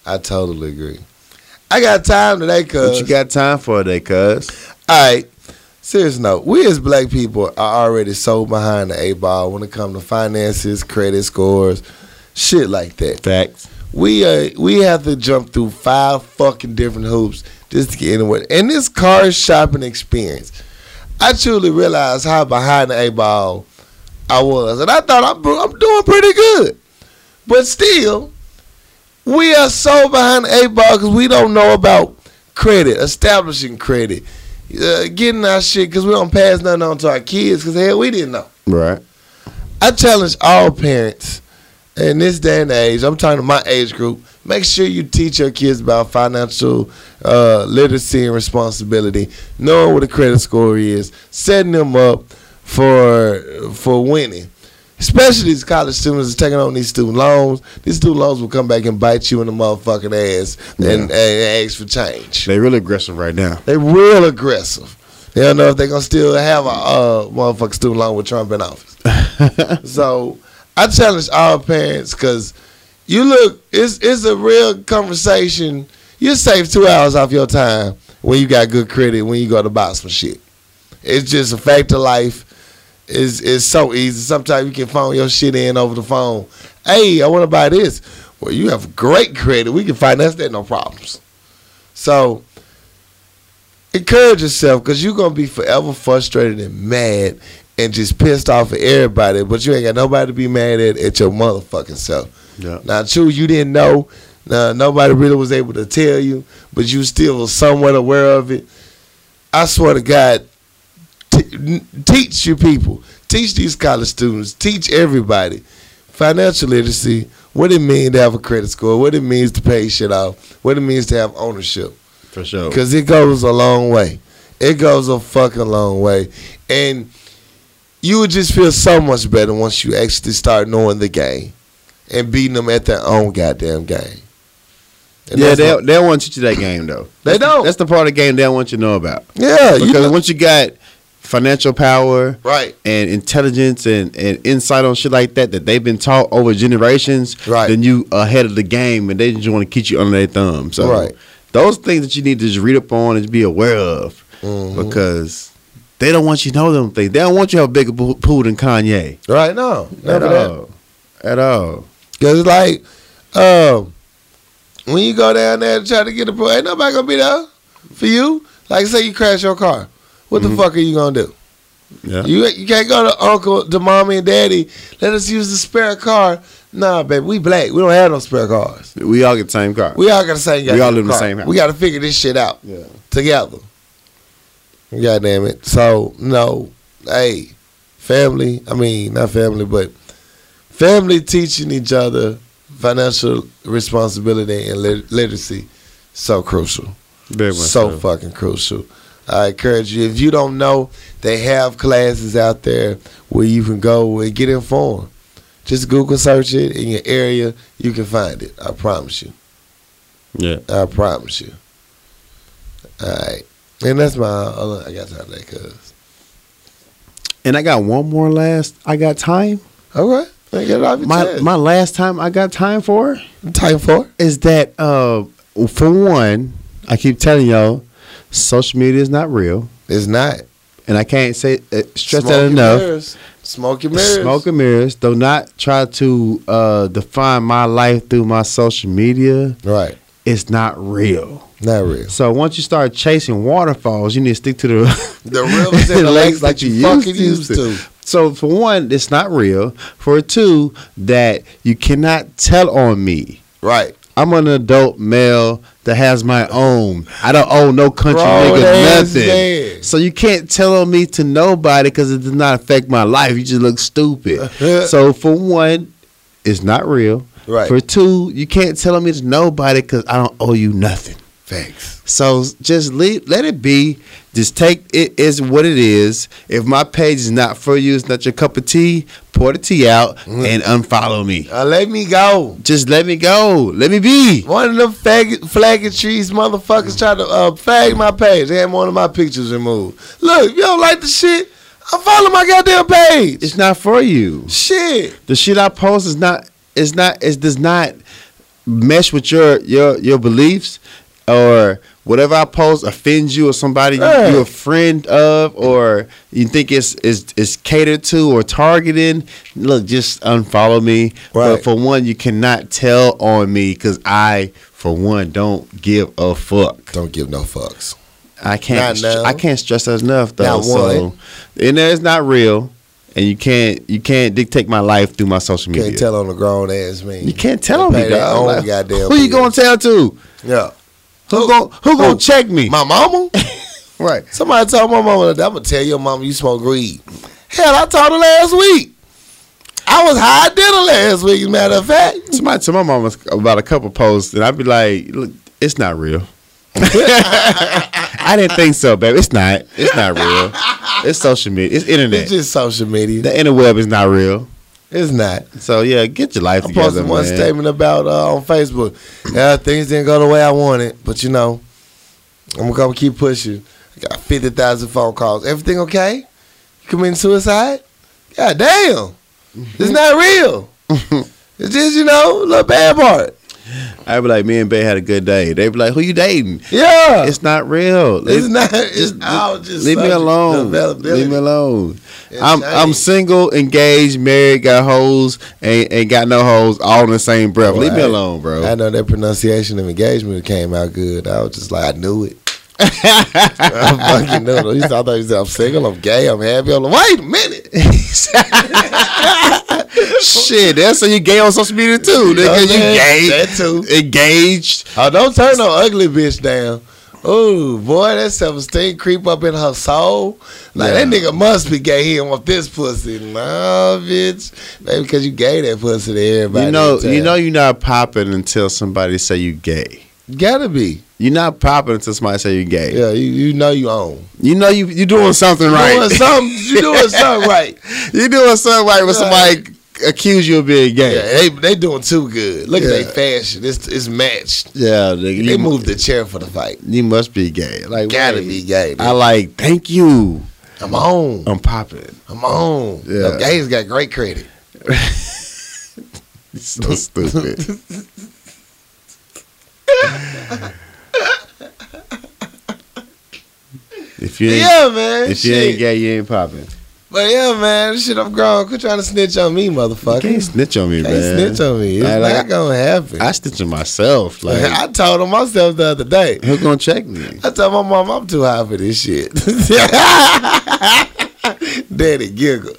[SPEAKER 2] I totally agree. I got time today, cuz.
[SPEAKER 1] What you got time for today, cuz?
[SPEAKER 2] All right. Serious note, we as black people are already so behind the eight ball when it comes to finances, credit scores, shit like that.
[SPEAKER 1] Facts.
[SPEAKER 2] We uh, we have to jump through five fucking different hoops just to get anywhere. And this car shopping experience, I truly realized how behind the eight ball I was, and I thought I'm I'm doing pretty good, but still, we are so behind the eight ball because we don't know about credit, establishing credit, uh, getting our shit because we don't pass nothing on to our kids because hell, we didn't know.
[SPEAKER 1] Right.
[SPEAKER 2] I challenge all parents in this day and age. I'm talking to my age group. Make sure you teach your kids about financial uh, literacy and responsibility, knowing what a credit score is, setting them up for for winning. Especially these college students are taking on these student loans. These student loans will come back and bite you in the motherfucking ass and, and ask for change.
[SPEAKER 1] They really aggressive right now.
[SPEAKER 2] They real aggressive. They don't know if they're gonna still have a uh, motherfucker student loan with Trump in office. so I challenge all parents because you look, it's it's a real conversation. You save two hours off your time when you got good credit when you go to buy some shit. It's just a fact of life. It's it's so easy. Sometimes you can phone your shit in over the phone. Hey, I want to buy this. Well, you have great credit. We can finance that, no problems. So encourage yourself because you're gonna be forever frustrated and mad and just pissed off at everybody, but you ain't got nobody to be mad at at your motherfucking self.
[SPEAKER 1] Yeah.
[SPEAKER 2] Now, true, you didn't know. Now, nobody really was able to tell you, but you still was somewhat aware of it. I swear to God, t- n- teach your people, teach these college students, teach everybody financial literacy, what it means to have a credit score, what it means to pay shit off, what it means to have ownership.
[SPEAKER 1] For sure.
[SPEAKER 2] Because it goes a long way. It goes a fucking long way. And you would just feel so much better once you actually start knowing the game and beating them at their own goddamn game. And
[SPEAKER 1] Yeah,
[SPEAKER 2] that's
[SPEAKER 1] they
[SPEAKER 2] what-
[SPEAKER 1] don't, they don't want you to that game though.
[SPEAKER 2] They
[SPEAKER 1] That's the-
[SPEAKER 2] don't.
[SPEAKER 1] That's the part of the game they don't want you to know about.
[SPEAKER 2] yeah,
[SPEAKER 1] Because
[SPEAKER 2] you know,
[SPEAKER 1] once you got financial power
[SPEAKER 2] right.
[SPEAKER 1] and intelligence and, and insight on shit like that that they've been taught over generations,
[SPEAKER 2] Right.
[SPEAKER 1] then you ahead of the game and they just want to keep you under their thumb. So
[SPEAKER 2] Right.
[SPEAKER 1] those things that you need to just read up on and be aware of
[SPEAKER 2] Mm-hmm.
[SPEAKER 1] Mm-hmm. because they don't want you to know them things. They don't want you to have a bigger pool pool than Kanye
[SPEAKER 2] Right now.
[SPEAKER 1] at
[SPEAKER 2] Never that.
[SPEAKER 1] all. At all.
[SPEAKER 2] Because, like, um, when you go down there and try to get a pro, ain't nobody going to be there for you. Like, say you crash your car. What
[SPEAKER 1] Mm-hmm.
[SPEAKER 2] the fuck are you going to do?
[SPEAKER 1] Yeah.
[SPEAKER 2] You you can't go to uncle to mommy and daddy. Let us use the spare car. Nah, baby, we black. We don't have no spare cars.
[SPEAKER 1] we all get the same car.
[SPEAKER 2] We all got the same.
[SPEAKER 1] We all
[SPEAKER 2] goddamn
[SPEAKER 1] live in the
[SPEAKER 2] car.
[SPEAKER 1] same house.
[SPEAKER 2] We got to figure this shit out
[SPEAKER 1] yeah.
[SPEAKER 2] together. God damn it. So no, hey, family. I mean, not family, but family teaching each other financial responsibility and lit- literacy so crucial
[SPEAKER 1] Very much
[SPEAKER 2] so fucking crucial. I encourage you. If you don't know, they have classes out there where you can go and get informed. Just Google search it in your area. You can find it. I promise you.
[SPEAKER 1] Yeah.
[SPEAKER 2] I promise you. All right. And that's my. Other, I got time for that, cuz.
[SPEAKER 1] And I got one more last I got time.
[SPEAKER 2] Okay. Then Get it off your
[SPEAKER 1] my
[SPEAKER 2] chest.
[SPEAKER 1] my last time I got time for
[SPEAKER 2] time for
[SPEAKER 1] is that uh for one, I keep telling y'all, social media is not real,
[SPEAKER 2] It's not.
[SPEAKER 1] and I can't say uh, stress
[SPEAKER 2] Smoke
[SPEAKER 1] that
[SPEAKER 2] and
[SPEAKER 1] enough.
[SPEAKER 2] Mirrors. Smoke and mirrors.
[SPEAKER 1] Smoke and mirrors. Do not try to uh, define my life through my social media.
[SPEAKER 2] Right.
[SPEAKER 1] It's not real.
[SPEAKER 2] Not real.
[SPEAKER 1] So once you start chasing waterfalls, you need to stick to the
[SPEAKER 2] The rivers and the lakes like you, fucking used to.
[SPEAKER 1] So for one, it's not real. For two, that you cannot tell on me.
[SPEAKER 2] Right.
[SPEAKER 1] I'm an adult male that has my own. I don't owe no country
[SPEAKER 2] Grown
[SPEAKER 1] nigga
[SPEAKER 2] ass
[SPEAKER 1] nothing.
[SPEAKER 2] man.
[SPEAKER 1] So you can't tell on me to nobody because it does not affect my life. You just look stupid. so for one, it's not real.
[SPEAKER 2] Right.
[SPEAKER 1] For two, you can't tell them it's nobody because I don't owe you nothing.
[SPEAKER 2] Facts.
[SPEAKER 1] So just leave, let it be. Just take it is what it is. If my page is not for you, it's not your cup of tea. Pour the tea out and unfollow me.
[SPEAKER 2] Uh, let me go.
[SPEAKER 1] Just let me go. Let me be.
[SPEAKER 2] One of them faggot, flagging trees motherfuckers tried to uh, flag my page. They had one of my pictures removed. Look, if you don't like the shit, I follow my goddamn page.
[SPEAKER 1] It's not for you.
[SPEAKER 2] shit.
[SPEAKER 1] The shit I post is not is not it does not mesh with your your your beliefs or whatever I post offends you or somebody you,
[SPEAKER 2] Right.
[SPEAKER 1] you're a friend of or you think it's is is catered to or targeting. Look, just unfollow me. But
[SPEAKER 2] Right.
[SPEAKER 1] for one, you cannot tell on me because I, for one, don't give a fuck.
[SPEAKER 2] Don't give no fucks.
[SPEAKER 1] I can't.
[SPEAKER 2] Not now.
[SPEAKER 1] I can't stress that enough though.
[SPEAKER 2] Not
[SPEAKER 1] so, and it's not real, and you can't you can't dictate my life through my social
[SPEAKER 2] Can't
[SPEAKER 1] media.
[SPEAKER 2] tell on a grown ass man.
[SPEAKER 1] You can't tell me
[SPEAKER 2] They pay their
[SPEAKER 1] that.
[SPEAKER 2] own
[SPEAKER 1] Like,
[SPEAKER 2] goddamn
[SPEAKER 1] who you
[SPEAKER 2] bills.
[SPEAKER 1] gonna tell to?
[SPEAKER 2] Yeah.
[SPEAKER 1] Who
[SPEAKER 2] Who?
[SPEAKER 1] gon' who gonna
[SPEAKER 2] Who?
[SPEAKER 1] check me?
[SPEAKER 2] My mama?
[SPEAKER 1] right.
[SPEAKER 2] Somebody told my mama, I'm going to tell your mama you smoke weed. Hell, I told her last week. I was high at dinner last week, as a matter of fact.
[SPEAKER 1] Somebody told my mom about a couple posts, and I'd be like, "Look, it's not real." I didn't think so, baby. It's not. It's not real. It's social media. It's internet.
[SPEAKER 2] It's just social media.
[SPEAKER 1] the interweb is not real.
[SPEAKER 2] It's not.
[SPEAKER 1] So yeah, get your life
[SPEAKER 2] I
[SPEAKER 1] together,
[SPEAKER 2] posted one
[SPEAKER 1] man.
[SPEAKER 2] statement about uh, on Facebook. Yeah, things didn't go the way I wanted, but you know, I'm gonna keep pushing. I got fifty thousand phone calls. Everything okay? You committing suicide? God damn!
[SPEAKER 1] Mm-hmm.
[SPEAKER 2] It's not real. it's just you know, a little bad part.
[SPEAKER 1] I'd be like, me and Bay had a good day. They'd be like, who you dating?
[SPEAKER 2] Yeah, it's,
[SPEAKER 1] It's not real. Leave-
[SPEAKER 2] not. It's
[SPEAKER 1] just-
[SPEAKER 2] all just
[SPEAKER 1] leave me
[SPEAKER 2] subject
[SPEAKER 1] alone.
[SPEAKER 2] developability.
[SPEAKER 1] Leave me alone.
[SPEAKER 2] It's
[SPEAKER 1] I'm I'm
[SPEAKER 2] shady.
[SPEAKER 1] single, engaged, married, got hoes, ain't, ain't got no hoes, all in the same breath.
[SPEAKER 2] Well,
[SPEAKER 1] leave me
[SPEAKER 2] I-
[SPEAKER 1] alone, bro.
[SPEAKER 2] I know that pronunciation of engagement came out good. I was just like, I knew it. I fucking knew it. He said- I thought he said, I'm single, I'm gay, I'm happy. I'm like, wait a minute.
[SPEAKER 1] Shit, that's so you gay on social media too,
[SPEAKER 2] know
[SPEAKER 1] nigga.
[SPEAKER 2] what
[SPEAKER 1] You
[SPEAKER 2] I'm
[SPEAKER 1] gay,
[SPEAKER 2] saying? That too.
[SPEAKER 1] engaged.
[SPEAKER 2] Oh, don't turn no ugly bitch down. Oh boy, that self esteem creep up in her soul. Like that
[SPEAKER 1] Yeah.
[SPEAKER 2] nigga must be gay. He don't want this pussy. No, bitch. Maybe because you gave that pussy to everybody.
[SPEAKER 1] You know,
[SPEAKER 2] in town.
[SPEAKER 1] you know, you're not popping until somebody say you gay.
[SPEAKER 2] gotta be.
[SPEAKER 1] You're not popping until somebody say you gay.
[SPEAKER 2] Yeah, you, you know you own.
[SPEAKER 1] You know, you you doing something right.
[SPEAKER 2] You doing something. You doing something right.
[SPEAKER 1] You doing something right when
[SPEAKER 2] Right.
[SPEAKER 1] somebody accuse you of being
[SPEAKER 2] Yeah,
[SPEAKER 1] gay.
[SPEAKER 2] they they doing too good. Look
[SPEAKER 1] Yeah.
[SPEAKER 2] at their fashion. It's it's matched.
[SPEAKER 1] Yeah, nigga,
[SPEAKER 2] They
[SPEAKER 1] you,
[SPEAKER 2] moved the chair for the fight.
[SPEAKER 1] you must be gay. Like
[SPEAKER 2] Gotta
[SPEAKER 1] wait.
[SPEAKER 2] be gay.
[SPEAKER 1] I
[SPEAKER 2] nigga.
[SPEAKER 1] like thank you.
[SPEAKER 2] I'm on.
[SPEAKER 1] I'm popping.
[SPEAKER 2] I'm on.
[SPEAKER 1] Yeah.
[SPEAKER 2] Yeah. Gays got great credit.
[SPEAKER 1] So stupid. if you ain't,
[SPEAKER 2] Yeah, man.
[SPEAKER 1] if you ain't
[SPEAKER 2] Shit.
[SPEAKER 1] gay, you ain't popping.
[SPEAKER 2] But yeah, man, this shit, I'm grown. Quit trying to snitch on me,
[SPEAKER 1] You
[SPEAKER 2] motherfucker.
[SPEAKER 1] can't snitch on me,
[SPEAKER 2] Can't
[SPEAKER 1] man.
[SPEAKER 2] snitch on me. It's
[SPEAKER 1] I- like,
[SPEAKER 2] not gonna happen.
[SPEAKER 1] I snitch on myself. Like
[SPEAKER 2] I told him myself the other day.
[SPEAKER 1] who gonna check me?
[SPEAKER 2] I told my mom I'm too high for this shit. Daddy giggled.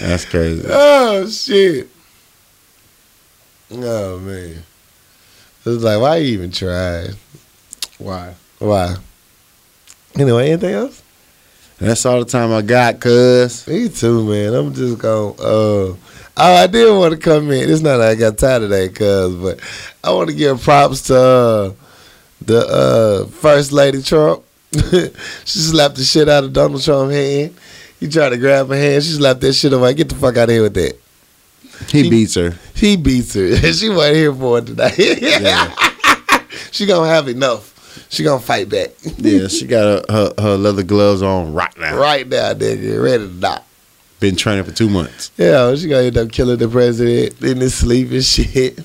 [SPEAKER 1] That's crazy.
[SPEAKER 2] oh shit. Oh man. It's like why you even try?
[SPEAKER 1] Why?
[SPEAKER 2] Why? Anyway, anything else?
[SPEAKER 1] That's all the time I got, cuz.
[SPEAKER 2] Me too, man. I'm just gonna. Uh, oh, I did want to come in. It's not that I got tired of that, cuz, but I want to give props to uh, the uh, first lady Trump. she slapped the shit out of Donald Trump's hand. He tried to grab her hand. She slapped that shit away. Get the fuck out of here with that.
[SPEAKER 1] He beats her.
[SPEAKER 2] He beats her. she wasn't here for it today. she gonna have enough. She gonna fight back
[SPEAKER 1] Yeah, she got her, her, her leather gloves on right now.
[SPEAKER 2] right now, nigga. Ready to knock.
[SPEAKER 1] Been training for two months.
[SPEAKER 2] Yeah, she gonna end up killing the president in his sleep and shit.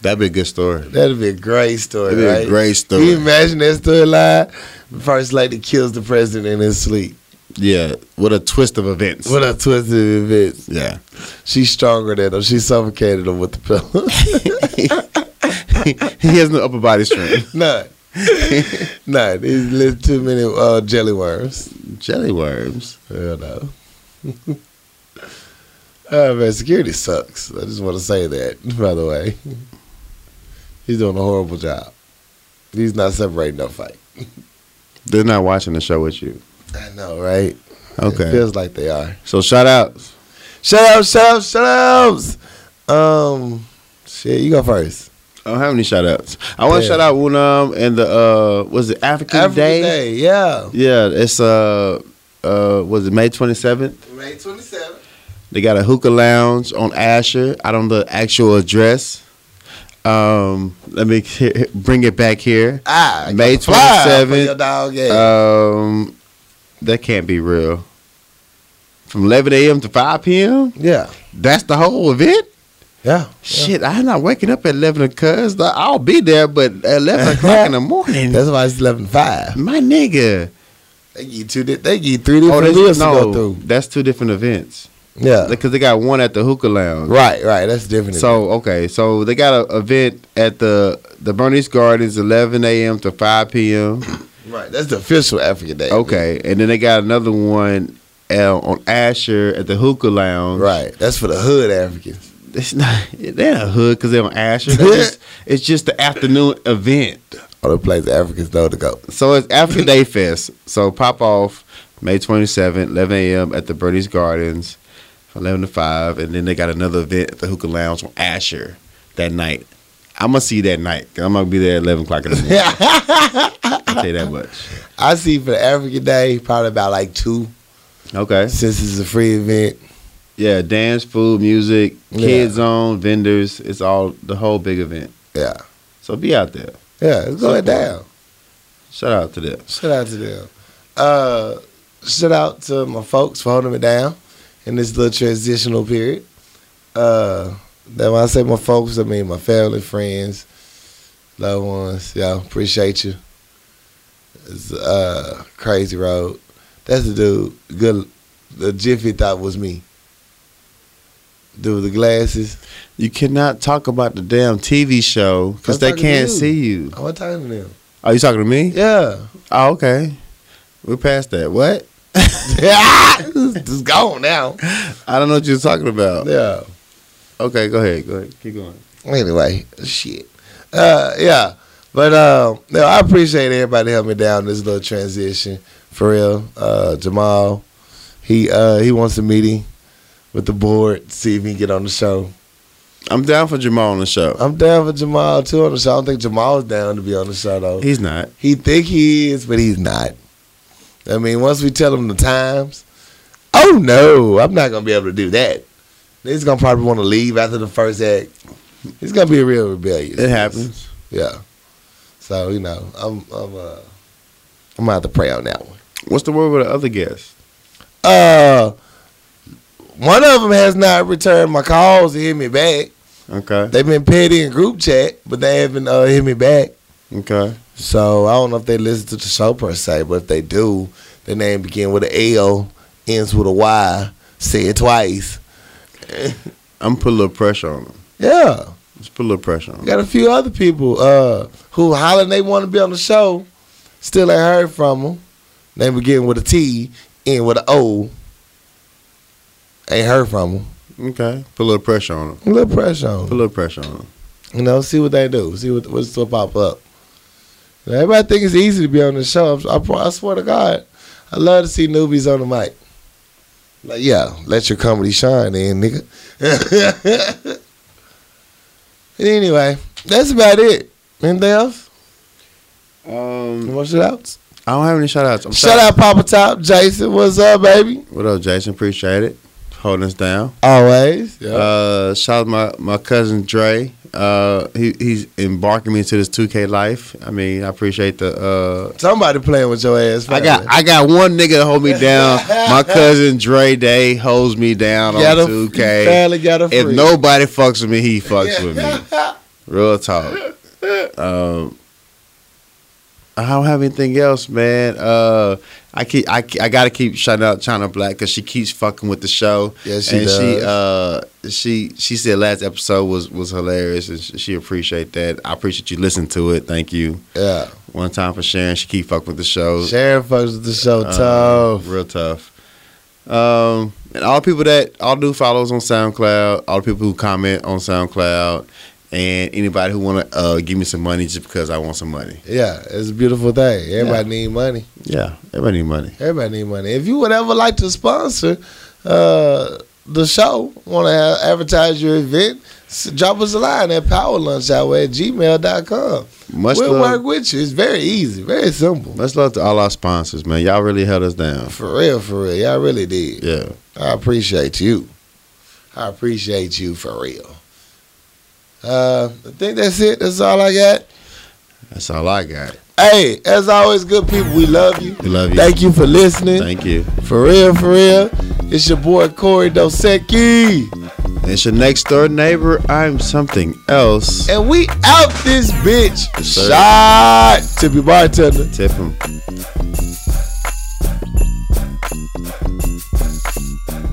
[SPEAKER 1] That'd be a good story.
[SPEAKER 2] That'd be a great story,
[SPEAKER 1] That'd be
[SPEAKER 2] right?
[SPEAKER 1] a great
[SPEAKER 2] Can you
[SPEAKER 1] story.
[SPEAKER 2] imagine that storyline? First lady kills the president in his sleep.
[SPEAKER 1] Yeah, with a twist of events.
[SPEAKER 2] What a twisted event.
[SPEAKER 1] yeah.
[SPEAKER 2] She's stronger than him. She suffocated him with the pillow.
[SPEAKER 1] he has no upper body strength.
[SPEAKER 2] None. None. He lived too many uh, jelly worms.
[SPEAKER 1] Jelly worms.
[SPEAKER 2] Hell no. oh man, security sucks. I just want to say that, by the way. He's doing a horrible job. He's not separating no fight.
[SPEAKER 1] They're not watching the show with you.
[SPEAKER 2] I know, right? It
[SPEAKER 1] Okay.
[SPEAKER 2] feels like they are.
[SPEAKER 1] So shout outs.
[SPEAKER 2] Shout outs, shout outs, shout outs. Um, shit, you go first.
[SPEAKER 1] I don't have any shout outs. I want to
[SPEAKER 2] Yeah.
[SPEAKER 1] shout out Wunam and the uh was it African,
[SPEAKER 2] African
[SPEAKER 1] Day?
[SPEAKER 2] Day, yeah.
[SPEAKER 1] Yeah, it's uh uh was it May 27th?
[SPEAKER 2] May 27th.
[SPEAKER 1] They got a hookah lounge on Asher, out on the actual address. Um let me he- bring it back here.
[SPEAKER 2] Ah, I got
[SPEAKER 1] May
[SPEAKER 2] the flyer for
[SPEAKER 1] 27th,
[SPEAKER 2] Your dog, yeah.
[SPEAKER 1] Um that can't be real. From 11 a.m. to 5 p.m.
[SPEAKER 2] yeah,
[SPEAKER 1] That's the whole event.
[SPEAKER 2] yeah.
[SPEAKER 1] Shit, I'm not waking up at 11 because I'll be there, but at 11 o'clock in the morning,
[SPEAKER 2] That's why it's 11 5.
[SPEAKER 1] my nigga.
[SPEAKER 2] They give you two, di- they give you three different
[SPEAKER 1] that's-
[SPEAKER 2] meals to
[SPEAKER 1] Oh, no,
[SPEAKER 2] go through.
[SPEAKER 1] that's two different events
[SPEAKER 2] Yeah.
[SPEAKER 1] because they got one at the hookah lounge.
[SPEAKER 2] right, right. That's different.
[SPEAKER 1] So okay, so they got an event at the the Bernice Gardens, 11 a.m. to 5 p.m.
[SPEAKER 2] right, that's the official African Day.
[SPEAKER 1] Okay, and then they got another one uh, on Asher at the hookah lounge.
[SPEAKER 2] Right, that's for the hood Africans.
[SPEAKER 1] it's not they ain't a hood because they're on Asher. That's just- it's just the afternoon event.
[SPEAKER 2] All the places Africans know to go.
[SPEAKER 1] So it's African Day Fest. So pop off May 27th, 11 a.m. at the Bernie's Gardens, from 11 to 5. And then they got another event at the Hookah Lounge on Asher that night. I'm going to see you that night. i I'm going to be there at 11 o'clock in the morning. I'll tell you that much.
[SPEAKER 2] I see for the African Day probably about like two,
[SPEAKER 1] Okay.
[SPEAKER 2] since it's a free event.
[SPEAKER 1] Yeah, dance, food, music,
[SPEAKER 2] Yeah.
[SPEAKER 1] kids on, vendors. It's all the whole big event.
[SPEAKER 2] Yeah,
[SPEAKER 1] So be out there.
[SPEAKER 2] yeah, it's going down.
[SPEAKER 1] Shout out to them.
[SPEAKER 2] Shout out to them. Uh, shout out to my folks for holding me down in this little transitional period. Uh, that when I say my folks, I mean my family, friends, loved ones. Y'all appreciate you. It's uh crazy road. That's the dude. Good. The jiffy thought was me. Dude, with the glasses.
[SPEAKER 1] You cannot talk about the damn TV show because
[SPEAKER 2] I'm
[SPEAKER 1] they
[SPEAKER 2] talking to
[SPEAKER 1] can't
[SPEAKER 2] you.
[SPEAKER 1] see you.
[SPEAKER 2] I was talking to them.
[SPEAKER 1] Are you talking to me?
[SPEAKER 2] Yeah.
[SPEAKER 1] Oh, okay. We're past that. What?
[SPEAKER 2] it's gone now.
[SPEAKER 1] I don't know what you're talking about.
[SPEAKER 2] Yeah.
[SPEAKER 1] Okay, go ahead. Go ahead. Keep going.
[SPEAKER 2] anyway, shit. Uh, yeah, but um, no, I appreciate everybody helping me down this little transition for real. Uh, Jamal, he uh, he wants a meeting with the board to see if he can get on the show.
[SPEAKER 1] I'm down for Jamal on the show.
[SPEAKER 2] I'm down for Jamal too on the show. I don't think Jamal's down to be on the show though.
[SPEAKER 1] He's not.
[SPEAKER 2] He think he is, but he's not. I mean, once we tell him the times, oh no, I'm not gonna be able to do that. He's gonna probably want to leave after the first act. He's gonna be a real rebellious.
[SPEAKER 1] It happens.
[SPEAKER 2] Yeah. So you know, I'm I'm uh I'm gonna have to pray on that one.
[SPEAKER 1] What's the word with the other guest?
[SPEAKER 2] Uh, one of them has not returned my calls to hit me back.
[SPEAKER 1] Okay.
[SPEAKER 2] They've been petty in group chat, but they haven't uh, hit me back.
[SPEAKER 1] Okay.
[SPEAKER 2] So I don't know if they listen to the show per se, but if they do, their name begin with a L, ends with a Y. Say it twice.
[SPEAKER 1] I'm put a little pressure on him.
[SPEAKER 2] Yeah.
[SPEAKER 1] Just put a little pressure on
[SPEAKER 2] We
[SPEAKER 1] him.
[SPEAKER 2] got a few other people uh, who hollering they want to be on the show, still ain't heard from them. They begin with a T, end with an O. Ain't heard from them.
[SPEAKER 1] Okay. Put a little pressure on him.
[SPEAKER 2] A little pressure on
[SPEAKER 1] Put a
[SPEAKER 2] 'em.
[SPEAKER 1] little pressure on him.
[SPEAKER 2] You know, see what they do. See what what's to pop up. Now, everybody think it's easy to be on the show. I, pro- I swear to God, I love to see newbies on the mic. Like, yeah, let your comedy shine then, nigga. anyway, that's about it. Anything else? You
[SPEAKER 1] Um,
[SPEAKER 2] want shout outs?
[SPEAKER 1] I don't have any shout outs. I'm
[SPEAKER 2] Shout
[SPEAKER 1] sorry.
[SPEAKER 2] out Papa Top, Jason. What's up, baby?
[SPEAKER 1] What up, Jason? Appreciate it. Holding us down.
[SPEAKER 2] Always.
[SPEAKER 1] Uh, shout out my, my cousin Dre. Uh, he, he's embarking me into this 2K life. I mean, I appreciate the uh,
[SPEAKER 2] Somebody playing with your ass.
[SPEAKER 1] I got
[SPEAKER 2] family.
[SPEAKER 1] I got one nigga to hold me down. My cousin Dre Day holds me down on
[SPEAKER 2] Got a-
[SPEAKER 1] two
[SPEAKER 2] you
[SPEAKER 1] K.
[SPEAKER 2] Finally got a free.
[SPEAKER 1] If nobody fucks with me, he fucks with me. Real talk. Um, I don't have anything else, man. Uh, I keep I, ke- I gotta keep shouting out China Black because she keeps fucking with the show.
[SPEAKER 2] Yeah, she
[SPEAKER 1] and she
[SPEAKER 2] does.
[SPEAKER 1] uh she she said last episode was was hilarious and she, she appreciate that. I appreciate you listening to it. Thank you
[SPEAKER 2] yeah.
[SPEAKER 1] one time for sharing. She keep fucking with the show.
[SPEAKER 2] Sharon fucks with the show
[SPEAKER 1] Uh,
[SPEAKER 2] tough.
[SPEAKER 1] Real tough. Um, and all the people that all the new followers on SoundCloud, all the people who comment on SoundCloud, and anybody who wanna uh, give me some money just because I want some money.
[SPEAKER 2] Yeah, it's a beautiful thing. Everybody need money.
[SPEAKER 1] Yeah, everybody need money.
[SPEAKER 2] Everybody need money. If you would ever like to sponsor uh, the show, want to advertise your event, s- drop us a line at powerlunchhour at gmail.com.
[SPEAKER 1] Much
[SPEAKER 2] we'll
[SPEAKER 1] love.
[SPEAKER 2] work with you. It's very easy, very simple.
[SPEAKER 1] Much love to all our sponsors, man. Y'all really held us down.
[SPEAKER 2] For real, for real. Y'all really did.
[SPEAKER 1] Yeah.
[SPEAKER 2] I appreciate you. I appreciate you for real. Uh, I think that's it. That's all I got.
[SPEAKER 1] That's all I got.
[SPEAKER 2] Hey, as always, good people, we love you.
[SPEAKER 1] We love you.
[SPEAKER 2] Thank you for listening.
[SPEAKER 1] Thank you.
[SPEAKER 2] For real, for real. It's your boy Corey Dosecki.
[SPEAKER 1] And it's your next door neighbor. I'm something else.
[SPEAKER 2] And we out this bitch.
[SPEAKER 1] sir.
[SPEAKER 2] Shot to be bartender.
[SPEAKER 1] Tip him.